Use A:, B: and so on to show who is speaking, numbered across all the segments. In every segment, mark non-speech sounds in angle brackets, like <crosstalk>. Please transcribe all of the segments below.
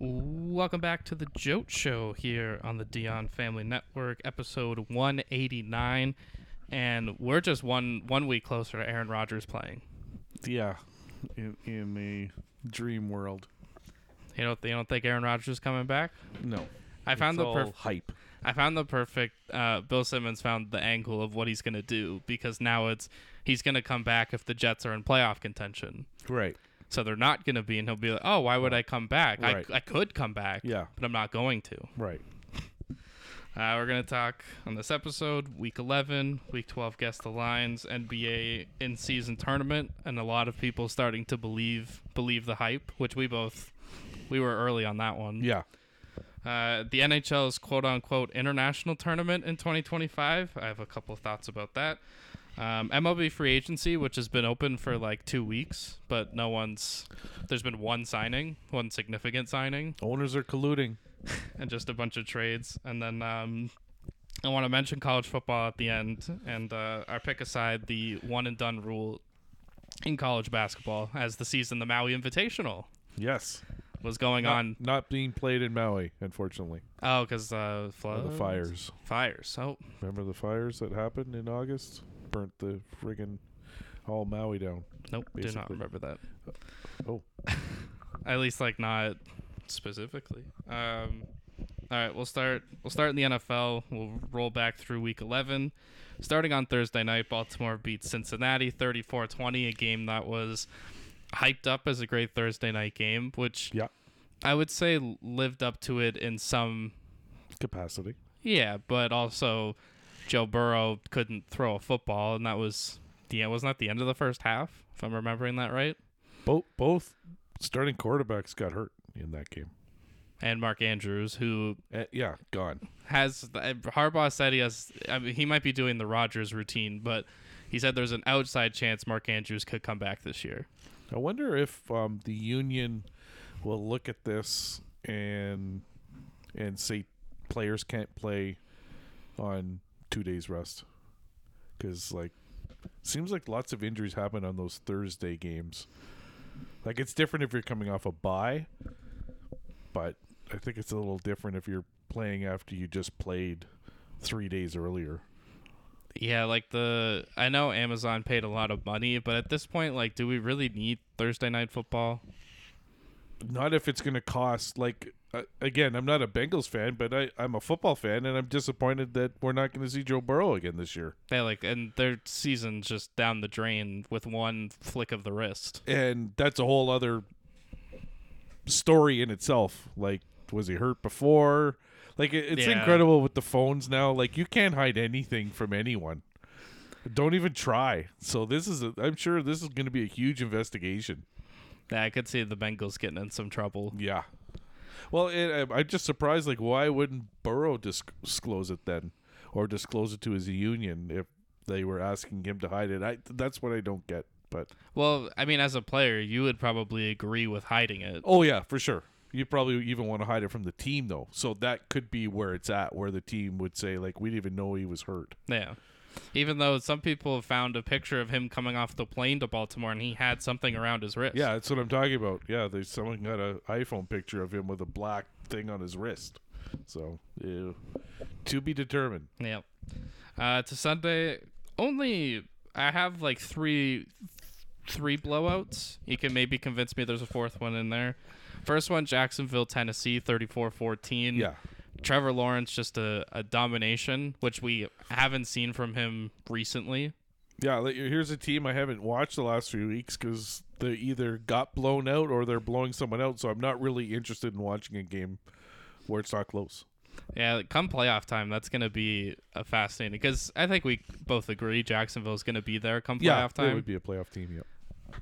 A: Welcome back to the Jote Show here on the Dion Family Network, episode 189, and we're just one one week closer to Aaron Rodgers playing.
B: Yeah, in, in the dream world.
A: You don't you don't think Aaron Rodgers is coming back?
B: No,
A: I found
B: It's
A: the
B: all
A: perf-
B: hype.
A: I found the perfect. Uh, Bill Simmons found the angle of what he's gonna do because now it's he's gonna come back if the Jets are in playoff contention.
B: Right.
A: So they're not gonna be, and he'll be like, "Oh, why would I come back?
B: Right.
A: I, I could come back,
B: Yeah.
A: but I'm not going to."
B: Right.
A: Uh, we're gonna talk on this episode, week eleven, week twelve, guess the lines, NBA in season tournament, and a lot of people starting to believe believe the hype, which we both we were early on that one.
B: Yeah.
A: Uh, the NHL's quote unquote international tournament in 2025. I have a couple of thoughts about that. Um, MLB free agency, which has been open for like two weeks, but no one's. There's been one signing, one significant signing
B: Owners are colluding.
A: and just a bunch of trades. And then um, I want to mention college football at the end and uh, our pick aside the one and done rule in college basketball as the season the Maui Invitational
B: Yes.
A: was going
B: Not-
A: on.
B: Not being played in Maui, unfortunately.
A: Oh, because uh,
B: Or
A: floods,
B: the fires.
A: fires. Oh,
B: Remember the fires that happened in August? Burnt the friggin' all Maui down.
A: nope, do not
B: Basically.
A: remember that.
B: Oh.
A: At least like not specifically. Um, all right, we'll start. We'll start in the NFL. We'll roll back through Week 11. Starting on Thursday night, Baltimore beat Cincinnati 34-20, a game that was hyped up as a great Thursday night game, which
B: Yeah.
A: I would say lived up to it in some.
B: Capacity.
A: Yeah, but also Joe Burrow couldn't throw a football, and that was the wasn't that the end of the first half, if I'm remembering that right.
B: Both both starting quarterbacks got hurt in that game.
A: And Mark Andrews, who
B: Eh, yeah, gone.
A: has uh, Harbaugh said he has. I mean, he might be doing the Rodgers routine, but he said there's an outside chance Mark Andrews could come back this year.
B: I wonder if um, the union will look at this and and say players can't play on two days rest because like seems like lots of injuries happen on those Thursday games. Like it's different if you're coming off a bye, but I think it's a little different if you're playing after you just played three days earlier.
A: Yeah, like the I know Amazon paid a lot of money, but at this point, like, do we really need Thursday night football?
B: not if it's going to cost like uh, again i'm not a bengals fan but I, i'm a football fan and i'm disappointed that we're not going to see joe burrow again this year
A: They like, and their season's just down the drain with one flick of the wrist.
B: and that's a whole other story in itself like was he hurt before like it, it's
A: Yeah.
B: incredible with the phones now like you can't hide anything from anyone don't even try so this is a, i'm sure this is going to be a huge investigation
A: Yeah, I could see the Bengals getting in some trouble.
B: Yeah. Well, it, uh, I'm- I'm just surprised. Like, why wouldn't Burrow dis- disclose it then, or disclose it to his union if they were asking him to hide it? I that's what I don't get. But
A: Well, I mean, as a player, you would probably agree with hiding it.
B: oh yeah, for sure. You probably even want to hide it from the team though. So that could be where it's at, where the team would say like, we didn't even know he was hurt.
A: Yeah. Even though some people have found a picture of him coming off the plane to Baltimore and he had something around his wrist.
B: Yeah, that's what I'm talking about. Yeah, there's someone got an iPhone picture of him with a black thing on his wrist. So, ew. to be determined.
A: Yep. Uh, to Sunday, only I have like three, three blowouts. You can maybe convince me there's a fourth one in there. First one, Jacksonville, Tennessee, 34-14.
B: Yeah.
A: Trevor Lawrence just a, a domination, which we haven't seen from him recently.
B: Yeah, like, here's a team I haven't watched the last few weeks because they either got blown out or they're blowing someone out. So I'm not really interested in watching a game where it's not close.
A: Yeah, like, come playoff time, that's going to be a fascinating because I think we both agree Jacksonville's going to be there come playoff
B: it
A: time.
B: would be a playoff team. Yeah,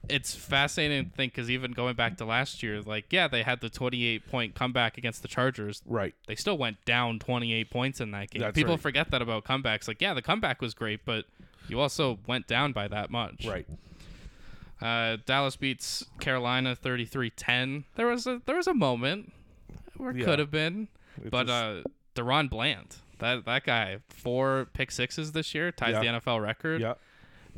A: it's fascinating to think because even going back to last year, like yeah, they had the 28 point comeback against the Chargers.
B: right.
A: They still went down 28 points in that game.
B: That's
A: People
B: right.
A: forget that about comebacks. Like yeah, the comeback was great, but you also went down by that much.
B: Right.
A: Uh, Dallas beats Carolina 33-10. There was a there was a moment where it
B: Yeah.
A: could have been,
B: It
A: but
B: just-
A: uh, Deron Bland, that that guy, four pick sixes this year, ties
B: Yeah.
A: the NFL record
B: yeah,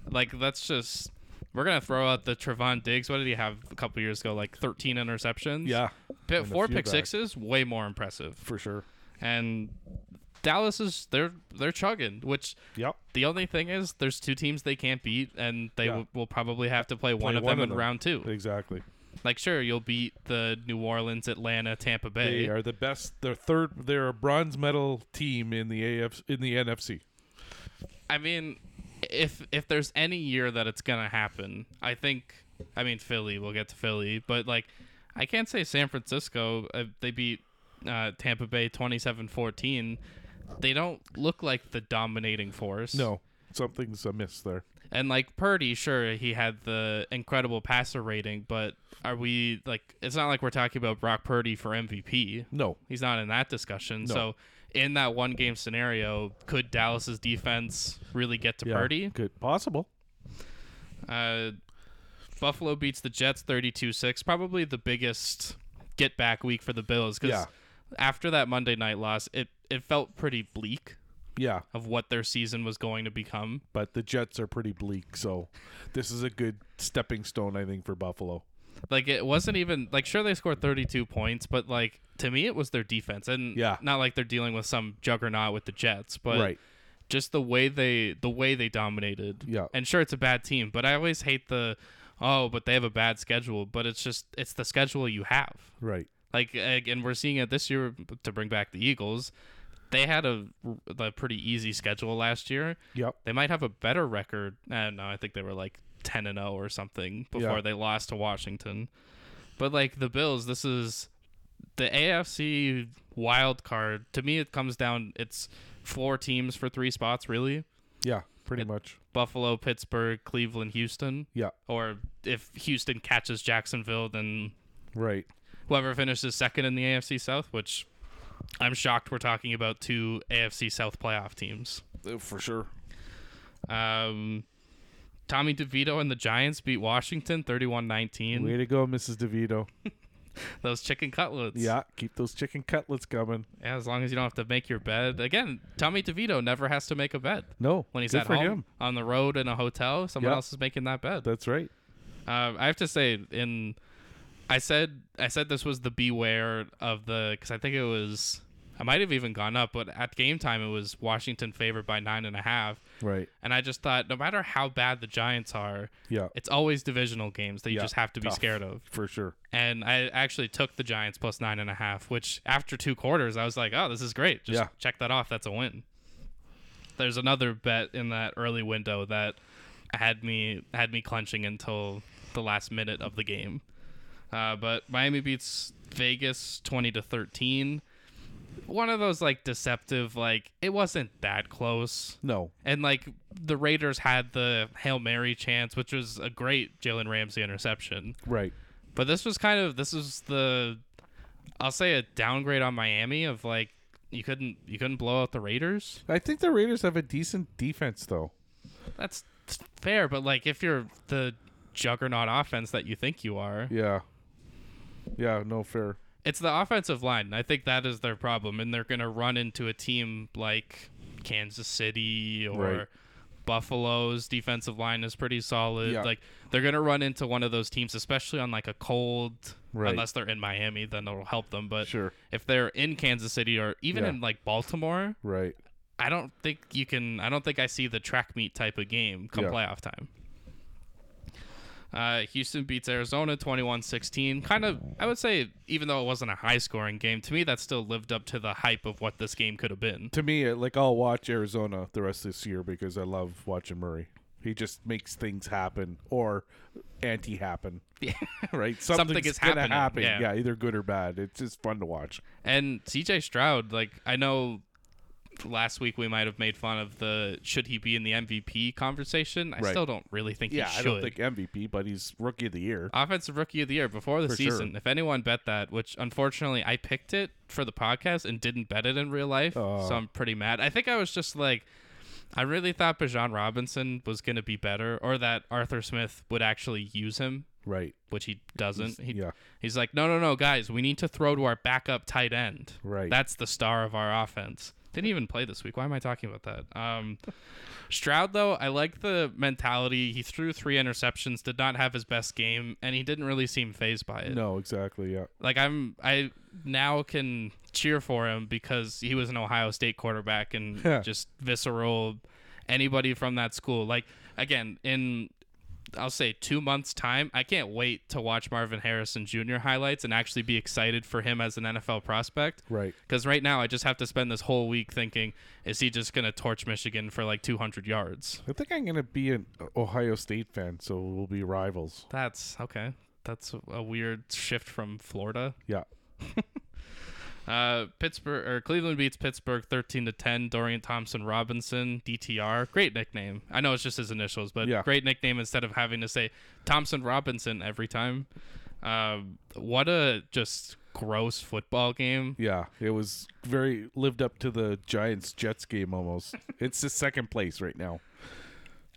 A: like that's just We're gonna throw out the Trevon Diggs. What did he have a couple years ago? Like 13 interceptions.
B: Yeah,
A: Pick,
B: and a
A: four
B: few
A: pick
B: back.
A: sixes, way more impressive.
B: for sure.
A: And Dallas is they're they're chugging. Which
B: Yep.
A: the only thing is, there's two teams they can't beat, and they
B: Yeah.
A: w- will probably have to play, one of
B: one
A: them
B: of
A: in
B: them.
A: round two.
B: Exactly.
A: Like, sure, you'll beat the New Orleans, Atlanta, Tampa Bay.
B: They are the best. They're third. They're a bronze medal team in the AF in the NFC.
A: I mean, if if there's any year that it's gonna happen, I think. I mean, Philly. We'll get to Philly, but like, I can't say San Francisco. Uh, they beat uh, Tampa Bay 27-14. They don't look like the dominating force.
B: No, something's amiss there.
A: And like Purdy, sure, he had the incredible passer rating, but are we like? It's not like we're talking about Brock Purdy for MVP.
B: No,
A: He's not in that discussion.
B: No.
A: So, in that one game scenario, could Dallas's defense really get to
B: Yeah,
A: Purdy?
B: Good, possible.
A: Uh, Buffalo beats the Jets 32-6. Probably the biggest get back week for the Bills because
B: Yeah.
A: after that Monday night loss, it it felt pretty bleak
B: Yeah,
A: of what their season was going to become.
B: but the Jets are pretty bleak, so this is a good stepping stone, I think, for Buffalo.
A: Like it wasn't even like sure they scored 32 points, but like to me it was their defense and
B: Yeah.
A: not like they're dealing with some juggernaut with the Jets, but
B: right.
A: just the way they the way they dominated.
B: Yeah.
A: And sure it's a bad team, but I always hate the oh, but they have a bad schedule, but it's just it's the schedule you have.
B: Right.
A: Like, ag- and we're seeing it this year to bring back the Eagles. They had a, a pretty easy schedule last year.
B: Yep.
A: They might have a better record. I don't know. I think they were like 10 and 0 or something before
B: Yeah.
A: they lost to Washington. But like the Bills, this is the AFC wild card. To me, it comes down, it's four teams for three spots, really
B: Yeah. Pretty
A: It-
B: much.
A: Buffalo, Pittsburgh, Cleveland, Houston.
B: Yeah.
A: Or if Houston catches Jacksonville, then
B: Right.
A: whoever finishes second in the AFC South, which I'm shocked we're talking about two AFC South playoff teams.
B: Uh, For sure.
A: Um, Tommy DeVito and the Giants beat Washington 31
B: Way
A: 19.
B: to go, Mrs. DeVito.
A: Those chicken cutlets.
B: Yeah. Keep those chicken cutlets coming.
A: Yeah, As long as you don't have to make your bed. Again, Tommy DeVito never has to make a bed
B: No.
A: when he's
B: good
A: at
B: for
A: home,
B: him.
A: on the road, in a hotel. Someone
B: Yeah.
A: else is making that bed.
B: That's right.
A: Um, I have to say, in I said I said this was the beware of the because I think it was I might have even gone up, but at game time it was Washington favored by nine and a half,
B: Right.
A: and I just thought no matter how bad the Giants are,
B: Yeah.
A: it's always divisional games that you
B: Yeah,
A: just have to be
B: tough.
A: scared of.
B: For sure.
A: And I actually took the Giants plus nine and a half, which after two quarters I was like, oh, this is great. Just
B: Yeah.
A: check that off. That's a win. There's another bet in that early window that had me had me clenching until the last minute of the game. Uh, but Miami beats Vegas twenty to thirteen. One of those like deceptive, like it wasn't that close.
B: No.
A: And like the Raiders had the Hail Mary chance, which was a great Jalen Ramsey interception.
B: Right.
A: But this was kind of this was the I'll say a downgrade on Miami of like you couldn't you couldn't blow out the Raiders.
B: I think the Raiders have a decent defense, though.
A: That's fair, but like if you're the juggernaut offense that you think you are,
B: Yeah. Yeah. No fair.
A: it's the offensive line. and I think that is their problem and they're going to run into a team like Kansas City or
B: Right.
A: Buffalo's defensive line is pretty solid.
B: Yeah.
A: Like they're going to run into one of those teams especially on like a cold
B: Right.
A: unless they're in Miami then it'll help them, but
B: Sure.
A: if they're in Kansas City or even
B: Yeah.
A: in like Baltimore,
B: Right.
A: I don't think you can. I don't think I see the track meet type of game come
B: Yeah.
A: playoff time. Uh, Houston beats Arizona 21 16. Kind of, I would say, even though it wasn't a high scoring game, to me, that still lived up to the hype of what this game could have been.
B: to me, it- like I'll watch Arizona the rest of this year because I love watching Murray. He just makes things happen or anti happen.
A: <laughs> Yeah.
B: <laughs> Right?
A: Something
B: Something's
A: is
B: gonna
A: happening,
B: happen.
A: yeah.
B: Yeah. either good or bad. It's just fun to watch.
A: And CJ Stroud, like, I know last week we might have made fun of the should he be in the MVP conversation. I
B: Right.
A: still don't really think
B: Yeah,
A: he
B: I
A: should.
B: don't think MVP, but he's rookie of the year.
A: offensive rookie of the year before the
B: For sure.
A: season. If anyone bet that, which unfortunately I picked it for the podcast and didn't bet it in real life,
B: Oh.
A: so I'm pretty mad. I think I was just like, I really thought Bajan Robinson was going to be better, or that Arthur Smith would actually use him,
B: Right.
A: which he doesn't. He,
B: yeah.
A: He's like, no, no, no, guys, we need to throw to our backup tight end.
B: Right.
A: That's the star of our offense. Didn't even play this week. Why am I talking about that?
B: <laughs>
A: Um, Stroud, though, I like the mentality. He threw three interceptions, did not have his best game, and he didn't really seem phased by it.
B: No, exactly. Yeah.
A: Like I'm, I now can cheer for him because he was an Ohio State quarterback and
B: Yeah.
A: just visceral. Anybody from that school, like again, in I'll say two months' time, I can't wait to watch Marvin Harrison Jr. highlights and actually be excited for him as an NFL prospect.
B: Right.
A: Because right now, I just have to spend this whole week thinking, is he just gonna torch Michigan for like 200 yards?
B: I think I'm gonna be an Ohio State fan, so we'll be rivals.
A: That's okay. That's a weird shift from Florida.
B: Yeah.
A: Uh, Pittsburgh or Cleveland beats Pittsburgh thirteen to ten. Dorian Thompson Robinson DTR, great nickname. I know it's just his initials, but
B: Yeah.
A: great nickname instead of having to say Thompson Robinson every time. Um, what a just gross football game.
B: Yeah. It was very lived up to the Giants Jets game
A: <laughs>
B: almost. it's the second place right now.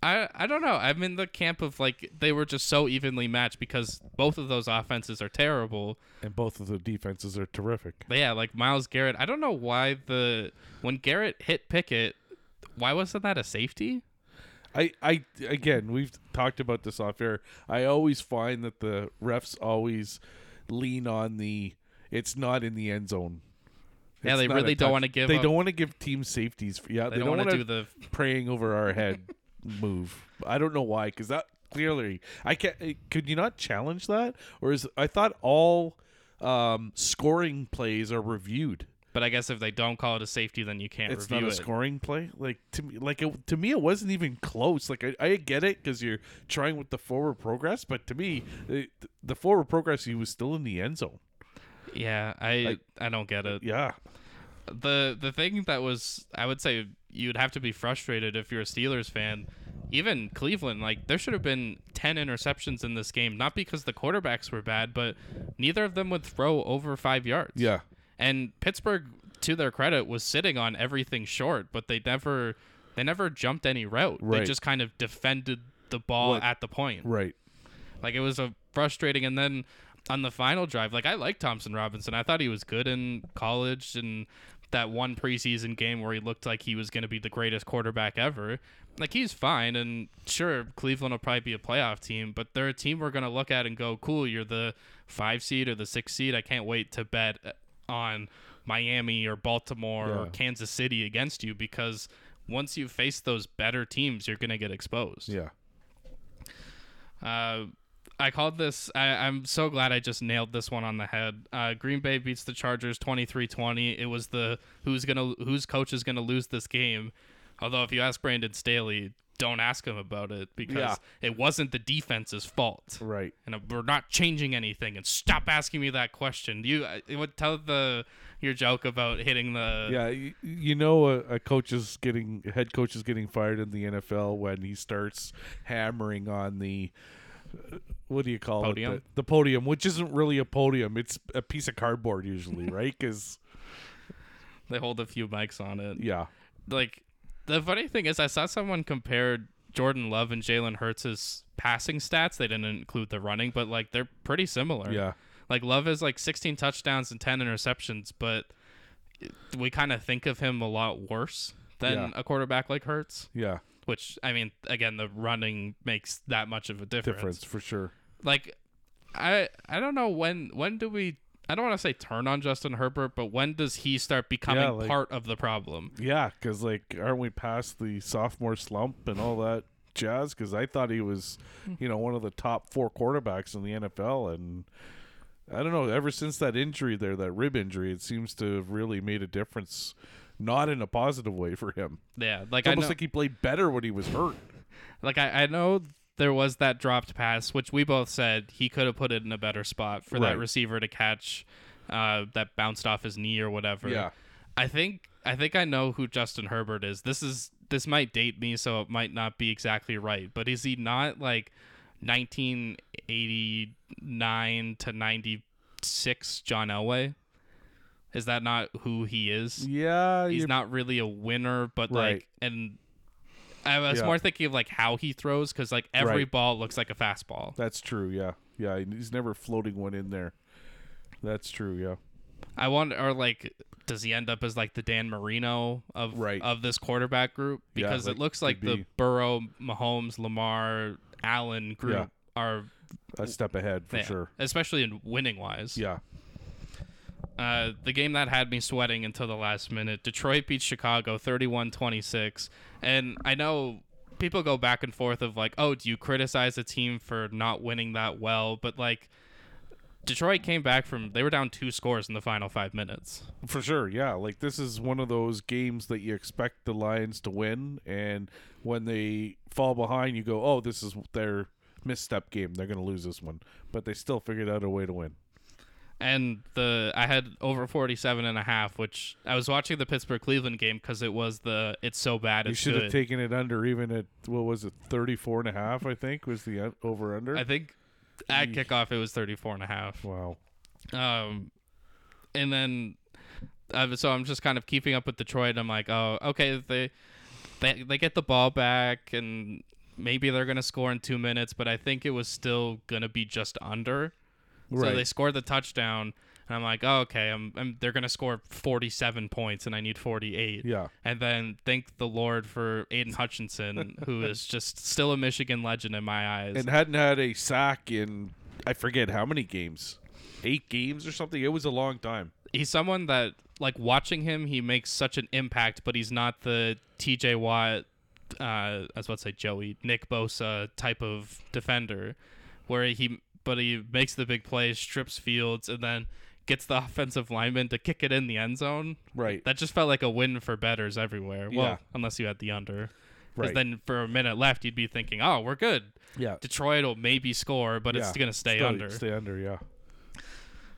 A: I I don't know. I'm in the camp of like they were just so evenly matched because both of those offenses are terrible.
B: And both of the defenses are terrific.
A: But yeah, like Miles Garrett. I don't know why the when Garrett hit Pickett, why wasn't that a safety?
B: I, I again we've talked about this off air. I always find that the refs always lean on the it's not in the end zone.
A: Yeah,
B: It's
A: they
B: not a
A: really don't
B: touch-
A: wanna give
B: They
A: up-
B: don't want to give team safeties. Yeah,
A: They, don't, want to do the
B: praying over our head <laughs> move. I don't know why, because that clearly I can't. eh, Could you not challenge that? Or is I thought all um, scoring plays are reviewed.
A: But I guess if they don't call it a safety, then you can't
B: It's not
A: review
B: a
A: it.
B: scoring play. Like to me, like it, to me, it wasn't even close. Like I, I get it because you're trying with the forward progress, but to me, the, the forward progress he was still in the end zone.
A: Yeah, I I don't get it.
B: Yeah,
A: The the thing that was I would say you'd have to be frustrated if you're a Steelers fan. Even Cleveland, like there should have been ten interceptions in this game, not because the quarterbacks were bad, but neither of them would throw over five yards.
B: yeah.
A: And Pittsburgh, to their credit, was sitting on everything short, but they never they never jumped any route. They
B: Right.
A: just kind of defended the ball
B: What-
A: at the point.
B: Right.
A: Like it was a frustrating. And then on the final drive, like I like Thompson Robinson. I thought he was good in college and that one preseason game where he looked like he was going to be the greatest quarterback ever. Like he's fine, and sure, Cleveland will probably be a playoff team, but they're a team we're going to look at and go, "Cool, you're the five seed or the six seed." I can't wait to bet uh, on Miami or Baltimore or
B: Yeah.
A: Kansas City against you because once you face those better teams, you're going to get exposed.
B: Yeah.
A: Uh, I called this. I, I'm so glad I just nailed this one on the head. Uh, Green Bay beats the Chargers 23-20. It was the who's gonna whose coach is gonna lose this game. Although if you ask Brandon Staley, don't ask him about it because
B: Yeah.
A: it wasn't the defense's fault.
B: Right.
A: And uh, we're not changing anything. And stop asking me that question. You I, it would tell the your joke about hitting the
B: Yeah, you, you know a, a coach is getting a head coach is getting fired in the NFL when he starts hammering on the uh, what do you call
A: Podium?
B: it the, the podium, which isn't really a podium; it's a piece of cardboard <laughs> usually, right? Because
A: They hold a few mics on it.
B: yeah,
A: like the funny thing is I saw someone compared Jordan Love and Jalen Hurts' passing stats. They didn't include the running, but like they're pretty similar.
B: yeah,
A: Like Love has like 16 touchdowns and 10 interceptions, but we kind of think of him a lot worse than
B: Yeah.
A: a quarterback like Hurts,
B: yeah,
A: which I mean again the running makes that much of a difference.
B: difference for sure.
A: Like I I don't know when when do we I don't want to say turn on Justin Herbert, but when does he start becoming
B: Yeah, like-
A: part of the problem?
B: Yeah, because like, aren't we past the sophomore slump and all that jazz? Because I thought he was, you know, one of the top four quarterbacks in the NFL, and I don't know. Ever since that injury there, that rib injury, it seems to have really made a difference, not in a positive way for him.
A: Yeah, like
B: It's
A: I know.
B: almost like he played better when he was hurt.
A: Like I, I know there was that dropped pass, which we both said he could have put it in a better spot for that
B: Right.
A: receiver to catch, uh, that bounced off his knee or whatever.
B: Yeah.
A: I think I think I know who Justin Herbert is. This is this might date me, so it might not be exactly right. But is he not like 1989 to 96 John Elway? Is that not who he is?
B: Yeah,
A: he's
B: you're-
A: not really a winner, but
B: Right.
A: like, and I was
B: Yeah.
A: more thinking of like how he throws because like every
B: Right.
A: ball looks like a fastball.
B: that's true. Yeah, yeah, he's never floating one in there. That's true. Yeah,
A: I want or like does he end up as like the Dan Marino of
B: Right.
A: of this quarterback group?
B: Yeah,
A: Because
B: like,
A: it looks like
B: could
A: the
B: be.
A: Burrow, Mahomes, Lamar, Allen group
B: Yeah.
A: are
B: a step ahead for
A: there,
B: sure.
A: especially in winning wise.
B: Yeah,
A: Uh, the game that had me sweating until the last minute. Detroit beats Chicago 31-26. And I know people go back and forth of like, "Oh, do you criticize a team for not winning that well?" But like Detroit came back from they were down two scores in the final 5 minutes.
B: for sure. Yeah, like this is one of those games that you expect the Lions to win, and when they fall behind, you go, "Oh, this is their misstep game. They're going to lose this one," but they still figured out a way to win.
A: and the i had over 47 and a half which i was watching the pittsburgh cleveland game because it was the it's so bad
B: You
A: it's
B: should have
A: good
B: taken it under even at what was it 34 and a half I think was the un- over under.
A: i think at kickoff it was 34 and a half
B: wow.
A: um and then uh, so i'm just kind of keeping up with detroit i'm like oh okay they they, they get the ball back and maybe they're gonna score in two minutes but i think it was still gonna be just under So they scored the touchdown, and I'm like, oh, okay, I'm, I'm, they're going to score 47 points, and I need 48.
B: Yeah.
A: And then thank the Lord for Aiden Hutchinson, who is just still a Michigan legend in my eyes.
B: and hadn't had a sack in I forget how many games, eight games or something. It was a long time.
A: he's someone that, like, watching him, he makes such an impact, but he's not the TJ Watt, uh, I was about to say Joey, Nick Bosa type of defender, where he, but he makes the big plays, strips fields, and then gets the <laughs> offensive lineman to kick it in the end zone.
B: Right.
A: That just felt like a win for betters everywhere. Well,
B: Yeah.
A: unless you had the under. Because
B: Right.
A: then for a minute left, you'd be thinking, oh, we're good.
B: yeah.
A: Detroit will maybe score, but it's
B: Yeah.
A: going to stay
B: Still,
A: under.
B: Stay under. Yeah.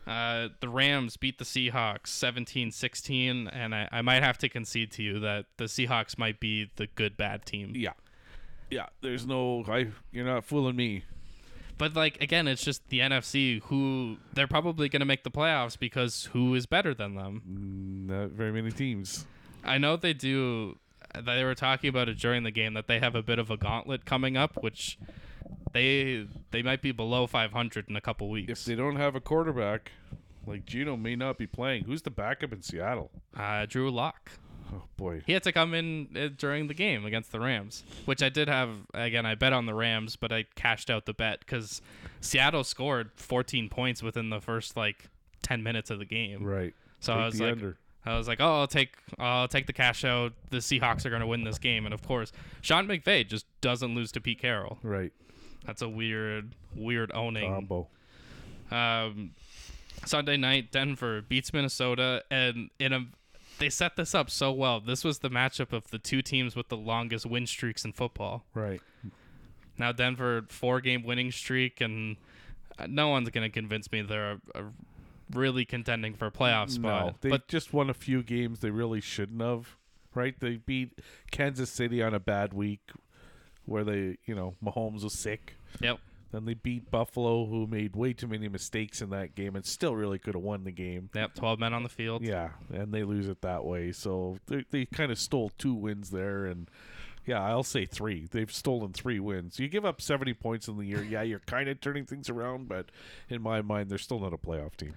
A: Uh, the Rams beat the Seahawks 17 16. And I, I might have to concede to you that the Seahawks might be the good, bad team.
B: Yeah. Yeah. There's no. I. You're not fooling me.
A: But, like, again, it's just the NFC who they're probably going to make the playoffs because who is better than them?
B: Not very many teams.
A: I know they do. uh, They were talking about it during the game that they have a bit of a gauntlet coming up, which they they might be below 500 in a couple
B: If
A: weeks.
B: they don't have a quarterback, like Gino may not be playing. Who's the backup in Seattle?
A: Uh, Drew Lock.
B: Oh boy.
A: He had to come in uh, during the game against the Rams, which I did have. Again, I bet on the Rams, but I cashed out the bet because Seattle scored 14 points within the first like 10 minutes of the game.
B: Right.
A: So
B: Take
A: I was
B: the
A: like,
B: under.
A: I was like, oh, I'll take, I'll take the cash out. The Seahawks are going to win this game, and of course, Sean McVay just doesn't lose to Pete Carroll.
B: Right.
A: That's a weird, weird owning.
B: Combo.
A: Um, Sunday night, Denver beats Minnesota, and in a, they set this up so well. This was the matchup of the two teams with the longest win streaks in football.
B: Right.
A: Now Denver four game winning streak, and uh, no one's gonna convince me they're a, a really contending for a playoff spot.
B: No, they
A: but
B: just won a few games they really shouldn't have. Right? They beat Kansas City on a bad week where they, you know, Mahomes was sick.
A: yep,
B: Then they beat Buffalo, who made way too many mistakes in that game and still really could have won the game.
A: yep, twelve men on the field.
B: Yeah, and they lose it that way. So they, they kind of stole two wins there. And yeah, I'll say three. They've stolen three wins. You give up 70 points in the year. Yeah, you're kind of turning things around, but in my mind, they're still not a playoff team.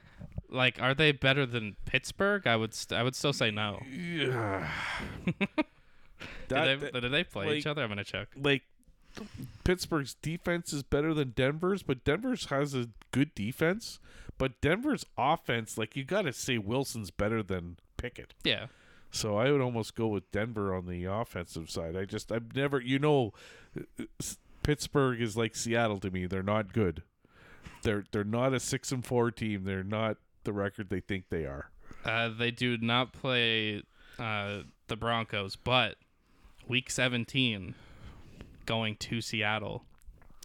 A: Like, are they better than Pittsburgh? I would, st- I would still say no.
B: Yeah.
A: did, they, did they play each
B: like-
A: other? I'm gonna check.
B: like Pittsburgh's defense is better than Denver's, but Denver's has a good defense. But Denver's offense, like you got to say, Wilson's better than Pickett.
A: Yeah.
B: So I would almost go with Denver on the offensive side. I just I've never, you know, s- Pittsburgh is like Seattle to me. They're not good. They're they're not a six and four team. They're not the record they think they are.
A: Uh, they do not play uh, the Broncos, but week 17 going to Seattle.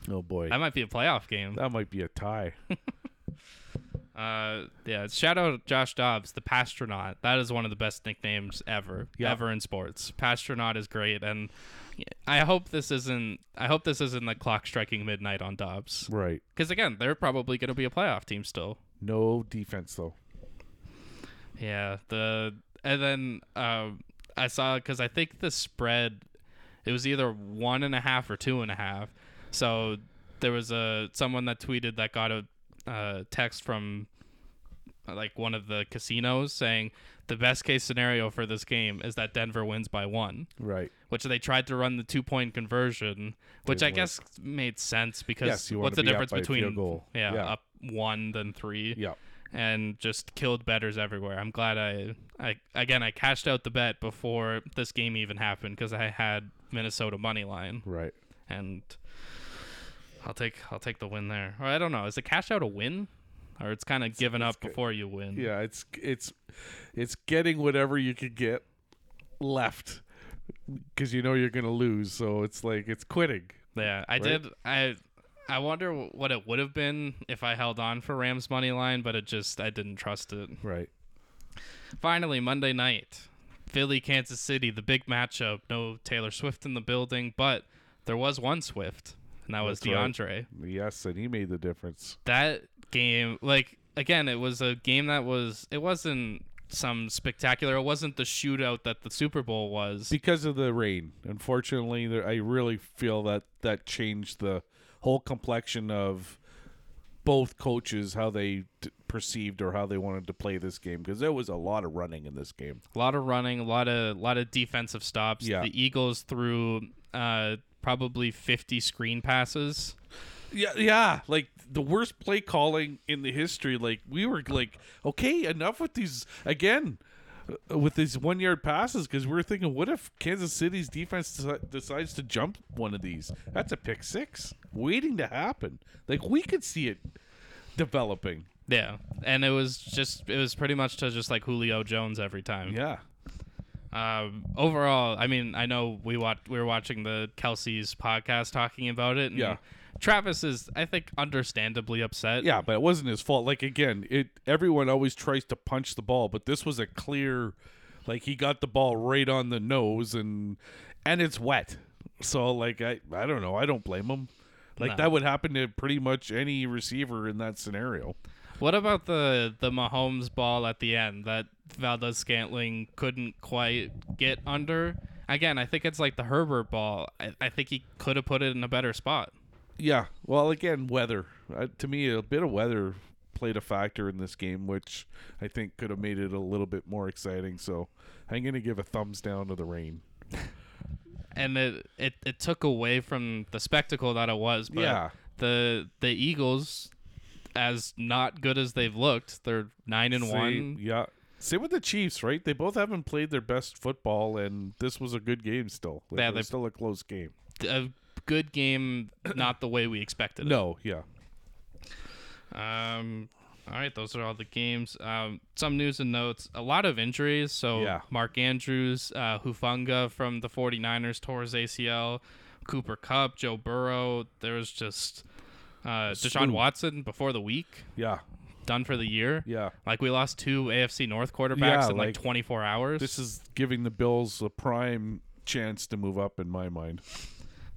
B: Oh boy,
A: That might be a playoff game.
B: that might be a tie.
A: Uh, yeah, shout out Josh Dobbs, the Pastronaut. That is one of the best nicknames ever,
B: Yeah.
A: ever in sports. Pastronaut is great, and I hope this isn't. I hope this isn't the clock striking midnight on Dobbs,
B: <laughs> right.
A: because again, they're probably going to be a playoff team still.
B: No defense though.
A: Yeah, the and then um, I saw because I think the spread it was either one and a half or two and a half. So there was a someone that tweeted that got a uh, text from like one of the casinos saying the best case scenario for this game is that Denver wins by one,
B: Right.
A: which they tried to run the two point conversion, which I
B: Didn't work.
A: guess made sense because
B: Yes, you wanna
A: what's the
B: be up
A: difference
B: by a field
A: between
B: goal.
A: Yeah,
B: Yeah.
A: up one then three
B: Yeah.
A: and just killed betters everywhere. I'm glad I, I again I cashed out the bet before this game even happened because I had Minnesota money line
B: Right.
A: and I'll take I'll take the win there. Or I don't know, is the cash out a win, or it's kind of given up
B: good.
A: before you win?
B: Yeah. It's it's it's getting whatever you could get left because you know you're gonna lose. So it's like it's quitting.
A: Yeah, I did. I I wonder wh- what it would have been if I held on for Rams money line, but it just I didn't trust it.
B: Right.
A: Finally, Monday night, Philly, Kansas City, the big matchup. No Taylor Swift in the building, but there was one Swift, and that was
B: That's
A: DeAndre.
B: right. Yes, and he made the difference.
A: That game, like again, it was a game that was it wasn't some spectacular. It wasn't the shootout that the Super Bowl was.
B: because of the rain. Unfortunately, there, I really feel that that changed the whole complexion of both coaches how they d- perceived or how they wanted to play this game because there was a lot of running in this game.
A: A lot of running, a lot of lot of defensive stops.
B: Yeah.
A: The Eagles threw uh, probably 50 screen passes.
B: Yeah, yeah, like the worst play calling in the history. Like we were like, okay, enough with these again. uh, With these one yard passes, because we are thinking, what if Kansas City's defense deci- decides to jump one of these? That's a pick six waiting to happen. Like, we could see it developing.
A: Yeah, and it was just it was pretty much to just like Julio Jones every time.
B: Yeah.
A: Um, overall, I mean, I know we watched we were watching the Kelsey's podcast talking about it. And
B: Yeah.
A: Travis is, I think, understandably upset.
B: Yeah, but it wasn't his fault. Like again, it everyone always tries to punch the ball, but this was a clear like he got the ball right on the nose and and it's wet. So like I I don't know, I don't blame him. Like
A: No.
B: that would happen to pretty much any receiver in that scenario.
A: What about the the Mahomes ball at the end that Valdez Scantling couldn't quite get under? Again, I think it's like the Herbert ball. I, I think he could have put it in a better spot.
B: Yeah. Well, again, weather. Uh, to me, a bit of weather played a factor in this game, which I think could have made it a little bit more exciting. So I'm going to give a thumbs down to the rain.
A: and it, it it took away from the spectacle that it was. But
B: Yeah.
A: the the Eagles, as not good as they've looked, they're nine and
B: Same-
A: one.
B: Yeah. Same with the Chiefs, right? They both haven't played their best football, and this was a good game still. Like,
A: Yeah,
B: it was
A: they-
B: still a close game.
A: A good
B: <clears throat>
A: game, not the way we expected.
B: No, yeah.
A: It. Um. All right, those are all the games. Um, some news and notes. A lot of injuries. So
B: Yeah.
A: Mark Andrews, uh, Hufunga from the 49ers tore his ACL. Cooper Cup, Joe Burrow. There was just uh, Deshaun
B: Slew.
A: Watson before the week,
B: Yeah,
A: done for the year.
B: yeah.
A: Like we lost two AFC North quarterbacks
B: Yeah,
A: in like,
B: like,
A: 24 hours.
B: This is giving the Bills a prime chance to move up in my mind.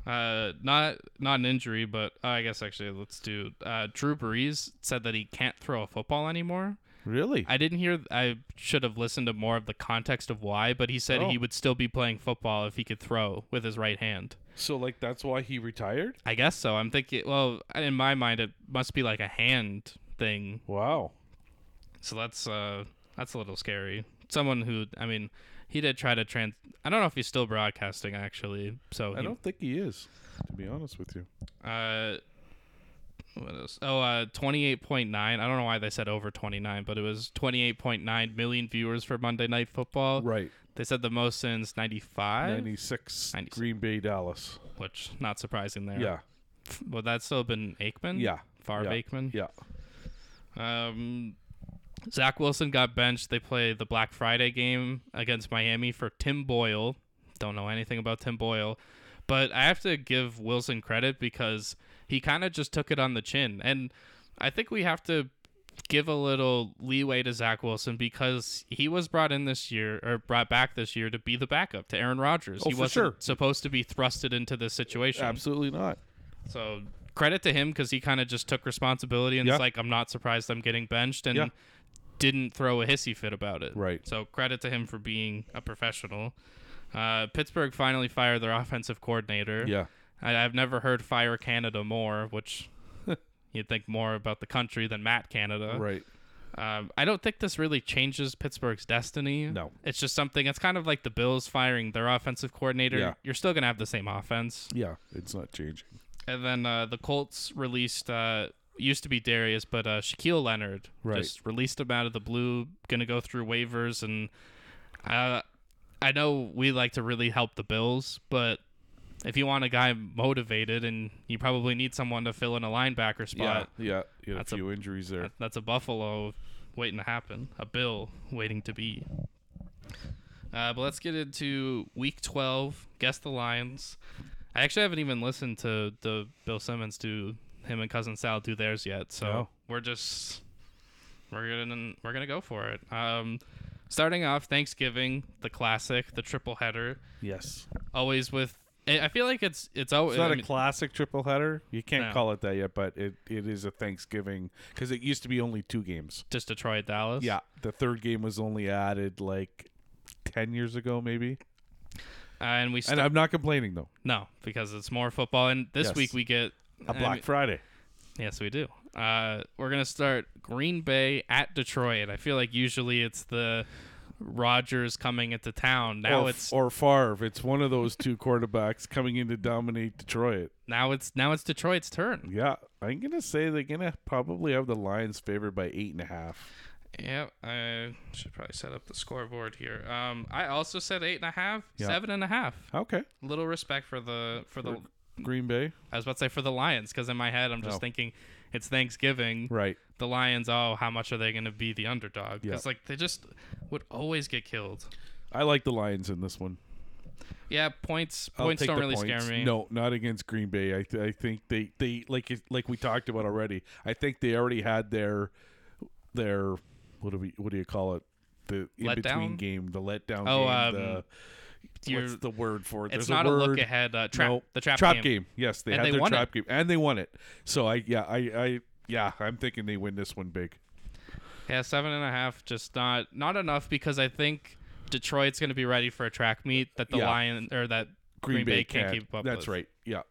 A: uh, not not an injury, but uh, I guess actually let's do. Uh, Drew Brees said that he can't throw a football anymore.
B: Really?
A: I didn't hear. I should have listened to more of the context of why, but he said
B: Oh.
A: he would still be playing football if he could throw with his right hand.
B: so, like, that's why he retired?
A: I guess so. I'm thinking. Well, in my mind, it must be like a hand thing.
B: Wow.
A: So that's uh, that's a little scary. Someone who, I mean, he did try to trans. I don't know if he's still broadcasting actually. So
B: I
A: he
B: don't think he is, to be honest with you.
A: Uh, what else? Oh, uh, 28.9. I don't know why they said over 29, but it was 28.9 million viewers for Monday Night Football.
B: Right.
A: They said the most since 95,
B: 96,
A: 96.
B: Green Bay, Dallas.
A: which not surprising there.
B: Yeah,
A: Would that still have been Aikman?
B: Yeah.
A: Favre
B: Yeah.
A: Aikman?
B: yeah.
A: Um, Zach Wilson got benched. They play the Black Friday game against Miami for Tim Boyle. Don't know anything about Tim Boyle, but I have to give Wilson credit because he kind of just took it on the chin. And I think we have to give a little leeway to Zach Wilson because he was brought in this year or brought back this year to be the backup to Aaron Rodgers.
B: Oh,
A: he
B: for
A: wasn't
B: sure.
A: supposed to be thrusted into this situation.
B: Absolutely not.
A: So credit to him because he kind of just took responsibility and
B: Yeah.
A: it's like I'm not surprised I'm getting benched and
B: Yeah.
A: didn't throw a hissy fit about it.
B: Right.
A: So credit to him for being a professional. Uh, Pittsburgh finally fired their offensive coordinator.
B: Yeah.
A: I, I've never heard fire <laughs> Canada more, which you'd think more about the country than Matt Canada.
B: Right.
A: Um, I don't think this really changes Pittsburgh's destiny.
B: No.
A: It's just something. It's kind of like the Bills firing their offensive coordinator.
B: Yeah.
A: You're still gonna have the same offense.
B: Yeah, it's not changing.
A: And then uh, the Colts released uh, used to be Darius, but uh, Shaquille Leonard
B: Right.
A: just released him out of the blue. Going to go through waivers, and uh, I know we like to really help the Bills, but if you want a guy motivated, and you probably need someone to fill in a linebacker spot,
B: yeah, yeah, you had
A: That's
B: a
A: a-
B: few injuries there.
A: that- that's a Buffalo waiting to happen, a Bill waiting to be. Uh, but let's get into Week 12. Guess the Lions. I actually haven't even listened to the Bill Simmons do him and cousin Sal do theirs yet, so
B: No.
A: we're just we're gonna we're gonna go for it. Um, starting off Thanksgiving, the classic, the triple header,
B: Yes,
A: always with. I I feel like it's it's always
B: it's not
A: I
B: a
A: mean-
B: classic triple header. You can't
A: No.
B: call it that yet, but it, it is a Thanksgiving because it used to be only two games.
A: just Detroit Dallas.
B: Yeah, the third game was only added like ten years ago, maybe.
A: and we
B: And
A: st-
B: I'm not complaining though.
A: no because it's more football, and this
B: Yes.
A: week we get
B: A
A: I
B: Black
A: mean-
B: Friday.
A: Yes, we do. Uh, we're gonna start Green Bay at Detroit. I feel like usually it's the Rodgers coming into town. Now
B: or,
A: it's
B: or Favre. It's one of those two quarterbacks coming in to dominate Detroit.
A: now it's now it's Detroit's turn.
B: Yeah, I'm gonna say they're gonna probably have the Lions favored by eight and a half.
A: Yeah, I should probably set up the scoreboard here. Um, I also said eight and a half,
B: Yeah.
A: seven and a half.
B: Okay,
A: Little respect for the for the.
B: Green Bay.
A: I was about to say for the Lions because in my head I'm just
B: No.
A: thinking it's Thanksgiving.
B: Right.
A: The Lions, oh, how much are they going to be the underdog?
B: Yeah.
A: Because like they just would always get killed.
B: I like the Lions in this one.
A: Yeah, points
B: I'll
A: points
B: take
A: don't
B: the
A: really
B: points.
A: scare me.
B: No, not against Green Bay. I, th- I think they, they like it, like we talked about already. I think they already had their their what do we what do you call it the in between
A: Letdown?
B: game the letdown
A: Oh,
B: game
A: um,
B: the
A: your-
B: what's the word for it?
A: It's
B: There's
A: not a,
B: word.
A: look ahead. Uh, trap
B: No.
A: the trap,
B: trap
A: game.
B: game. Yes, they
A: And
B: had
A: they
B: their
A: won
B: trap game and they won it. So I yeah I I yeah I'm thinking they win this one big.
A: Yeah, seven and a half. Just not not enough because I think Detroit's going to be ready for a track meet that the
B: Yeah.
A: Lion or that Green, Bay, can't keep up.
B: That's
A: with.
B: right. Yeah.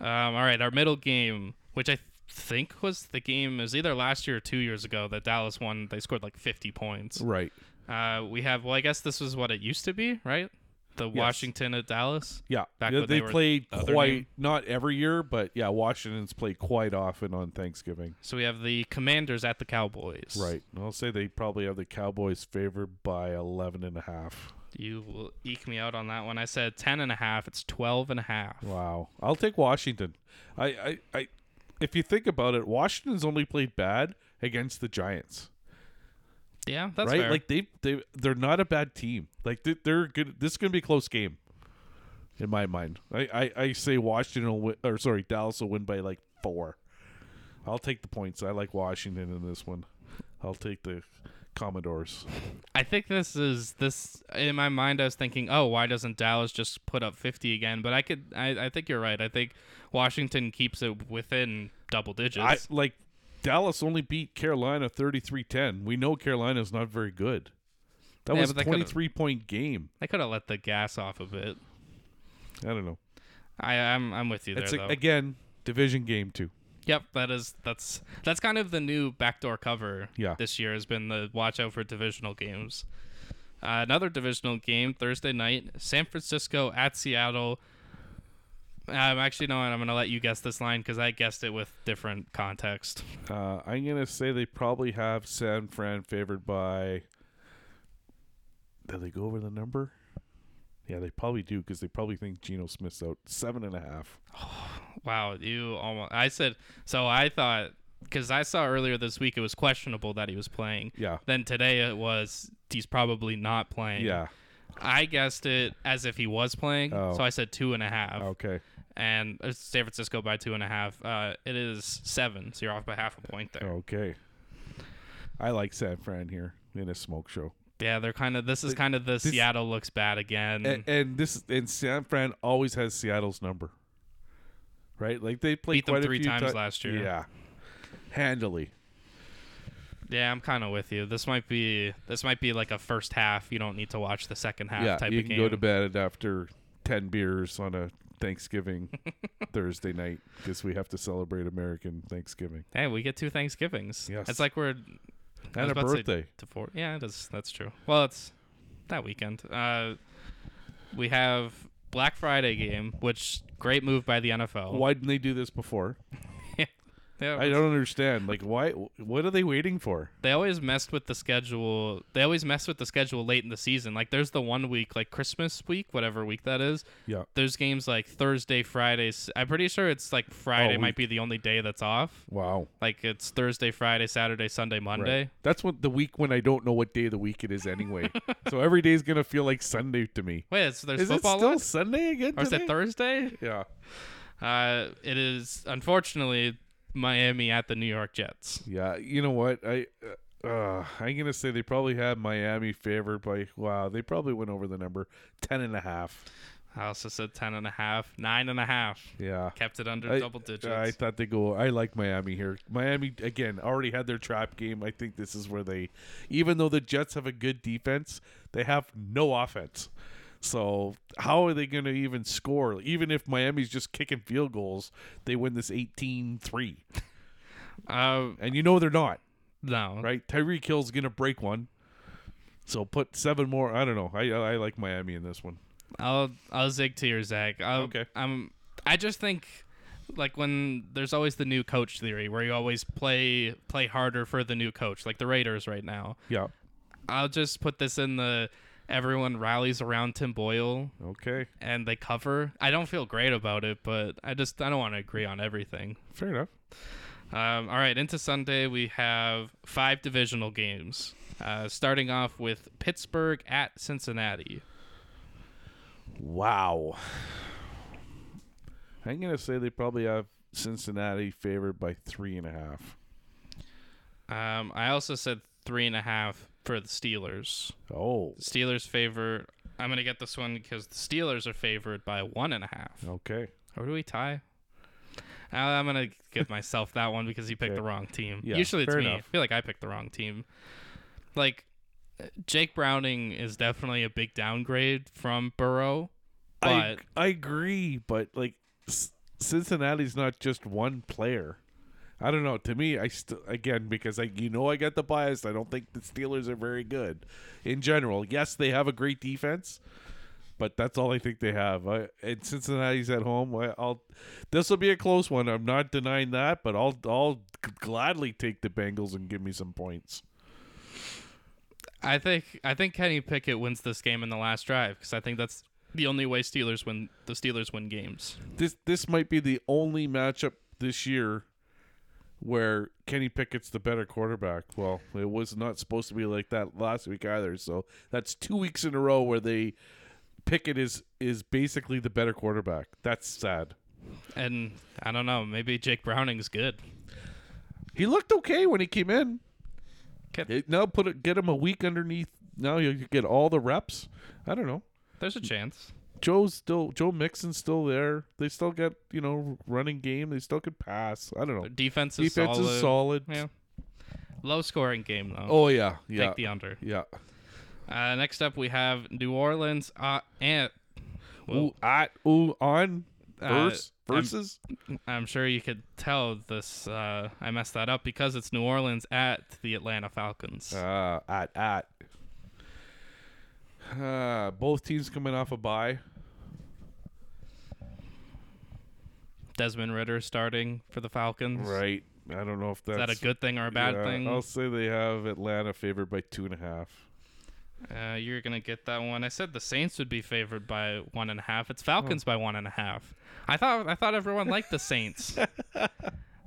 A: Um, all right, our middle game, which I th- think was the game, is either last year or two years ago that Dallas won. They scored like fifty points.
B: Right.
A: Uh, we have well, I guess this was what it used to be, right? The Washington at Dallas.
B: Yeah.
A: Back
B: Yeah,
A: when
B: they,
A: they were
B: played
A: the other
B: quite
A: name.
B: not every year, but yeah, Washington's played quite often on Thanksgiving.
A: So we have the Commanders at the Cowboys.
B: Right. I'll say they probably have the Cowboys favored by 11 and a half.
A: You will eke me out on that one. I said ten and a half. It's twelve and a half.
B: Wow. I'll take Washington. I, I, I if you think about it, Washington's only played bad against the Giants.
A: Yeah, that's
B: right?
A: fair.
B: Like they they they're not a bad team. Like they, they're good. This is gonna be a close game, in my mind. I I, I say Washington will win, or sorry Dallas will win by like four. I'll take the points. I like Washington in this one. I'll take the Commodores.
A: I think this is this in my mind. I was thinking, oh, why doesn't Dallas just put up fifty again? But I could. I, I think you're right. I think Washington keeps it within double digits.
B: I like Dallas only beat Carolina 33-10. We know Carolina's not very good. That
A: Yeah,
B: was a
A: but they could've-
B: 23 point game.
A: they could have let the gas off a bit.
B: I don't know.
A: I I'm, I'm with you there
B: It's
A: though.
B: a, again division game too.
A: yep, that is that's that's kind of the new backdoor cover.
B: Yeah.
A: This year has been the watch out for divisional games. Uh, another divisional game Thursday night: San Francisco at Seattle. I'm actually no, I'm gonna let you guess this line because I guessed it with different context.
B: Uh, I'm gonna say they probably have San Fran favored by. Did they go over the number? Yeah, they probably do because they probably think Geno Smith's out seven and a half.
A: Wow, you almost. I said so. I thought because I saw earlier this week it was questionable that he was playing.
B: Yeah,
A: Then today it was he's probably not playing.
B: yeah,
A: I guessed it as if he was playing,
B: Oh.
A: so I said two and a half,
B: okay,
A: and it's San Francisco by two and a half. Uh, it is seven, so you're off by half a point there.
B: okay. I like San Fran here in a smoke show,
A: Yeah, they're kind of. This is kind of the
B: this- Eh.
A: Seattle looks bad again.
B: and, and this and San Fran always has Seattle's number, right? Like they played
A: Beat them
B: quite
A: three
B: a few
A: times
B: ti-
A: last year.
B: Yeah, handily.
A: yeah, I'm kind of with you. This might be this might be like a first half. You don't need to watch the second half
B: yeah,
A: type
B: you
A: of
B: can
A: game.
B: go to bed after 10 beers on a Thanksgiving <laughs> Thursday night because we have to celebrate American Thanksgiving.
A: Hey, we get two Thanksgivings.
B: Yes.
A: It's like we're I was
B: and a
A: about to say
B: birthday.
A: to four. Yeah, that's that's true. Well, it's that weekend. Uh, we have Black Friday game, which great move by the NFL.
B: Why didn't they do this before?
A: Yeah,
B: I don't understand. Like, why? What are they waiting for?
A: they always messed with the schedule. They always mess with the schedule late in the season. Like there's the one week, like Christmas week, whatever week that is.
B: Yeah.
A: There's games like Thursday, Fridays. I'm pretty sure it's
B: Oh,
A: like Friday
B: we-
A: might be the only day that's off.
B: Wow.
A: Like it's Thursday, Friday, Saturday, Sunday, Monday.
B: Right. That's what the week when I don't know what day of the week it
A: <laughs>
B: is anyway. so every day is gonna feel like Sunday to me.
A: Wait, so there's
B: Is it
A: football
B: still
A: left?
B: Sunday again?
A: or is
B: today?
A: it Thursday?
B: Yeah.
A: Uh, it is unfortunately Miami at the New York Jets.
B: Yeah. You know what? I. Uh, I'm gonna say they probably had Miami favored by wow. They probably went over the number ten and a half.
A: I also said ten and a half, nine and a half.
B: Yeah.
A: Kept it under
B: I-
A: double digits.
B: I thought they go. I like Miami here. Miami again already had their trap game. I think this is where they, even though the Jets have a good defense, they have no offense. So how are they going to even score? Even if Miami's just kicking field goals, they win this 18-3.
A: Uh,
B: And you know they're not,
A: no,
B: right? Tyreek Hill's going to break one. So put seven more. I don't know. I I I like Miami in this one.
A: I'll I'll zig to your zag. I'll,
B: Okay.
A: I'm. I just think, like when there's always the new coach theory, where you always play play harder for the new coach, like the Raiders right now.
B: Yeah.
A: I'll just put this in the everyone rallies around Tim Boyle
B: Okay.
A: and they cover. I don't feel great about it, but I just I don't want to agree on everything.
B: Fair enough.
A: Um, all right, into Sunday we have five divisional games. Uh, starting off with Pittsburgh at Cincinnati.
B: Wow. I'm gonna say they probably have Cincinnati favored by three and a half.
A: Um, I also said three and a half for the Steelers.
B: Oh,
A: Steelers favor. I'm gonna get this one because the Steelers are favored by one and a half.
B: okay.
A: Or do we tie? Uh, I'm gonna give myself that one because you picked the wrong team.
B: Yeah,
A: Usually it's
B: fair
A: me.
B: enough.
A: I feel like I picked the wrong team. Like Jake Browning is definitely a big downgrade from Burrow, but
B: I I agree, but like C- Cincinnati's not just one player. I don't know. To me, I still again because I you know I got the bias. I don't think the Steelers are very good in general. Yes, they have a great defense, but that's all I think they have. I, and Cincinnati's at home. I, I'll this will be a close one. I'm not denying that, but I'll I'll g- gladly take the Bengals and give me some points.
A: I think I think Kenny Pickett wins this game in the last drive because I think that's the only way Steelers win. The Steelers win games.
B: This this might be the only matchup this year where Kenny Pickett's the better quarterback. Well, it was not supposed to be like that last week either. So that's two weeks in a row where they Pickett is is basically the better quarterback. That's sad.
A: And I don't know, maybe Jake Browning's good.
B: He looked okay when he came in.
A: Okay.
B: It- now put it, get him a week underneath. Now you get all the reps. I don't know.
A: There's
B: Mm.
A: a chance.
B: Joe's still Joe Mixon's still there. They still got you know running game. They still could pass. I don't know.
A: Their defense is
B: Defense
A: solid.
B: is solid.
A: Yeah. Low scoring game though.
B: Oh yeah, yeah,
A: Take the under.
B: yeah.
A: Uh, next up, we have New Orleans uh, and. Well,
B: Ooh, at ooh on
A: Uh,
B: verse
A: I'm-
B: versus.
A: I'm sure you could tell this. Uh, I messed that up because it's New Orleans at the Atlanta Falcons.
B: Uh, at at. Uh, both teams coming off a bye.
A: Desmond Ritter starting for the Falcons.
B: Right. I don't know if
A: Is
B: that's
A: that a good thing or a bad
B: yeah,
A: thing?
B: I'll say they have Atlanta favored by two and a half.
A: Uh, you're gonna get that one. I said the Saints would be favored by one and a half. It's
B: Oh.
A: Falcons by one and a half. I thought I thought everyone liked the
B: <laughs>
A: Saints.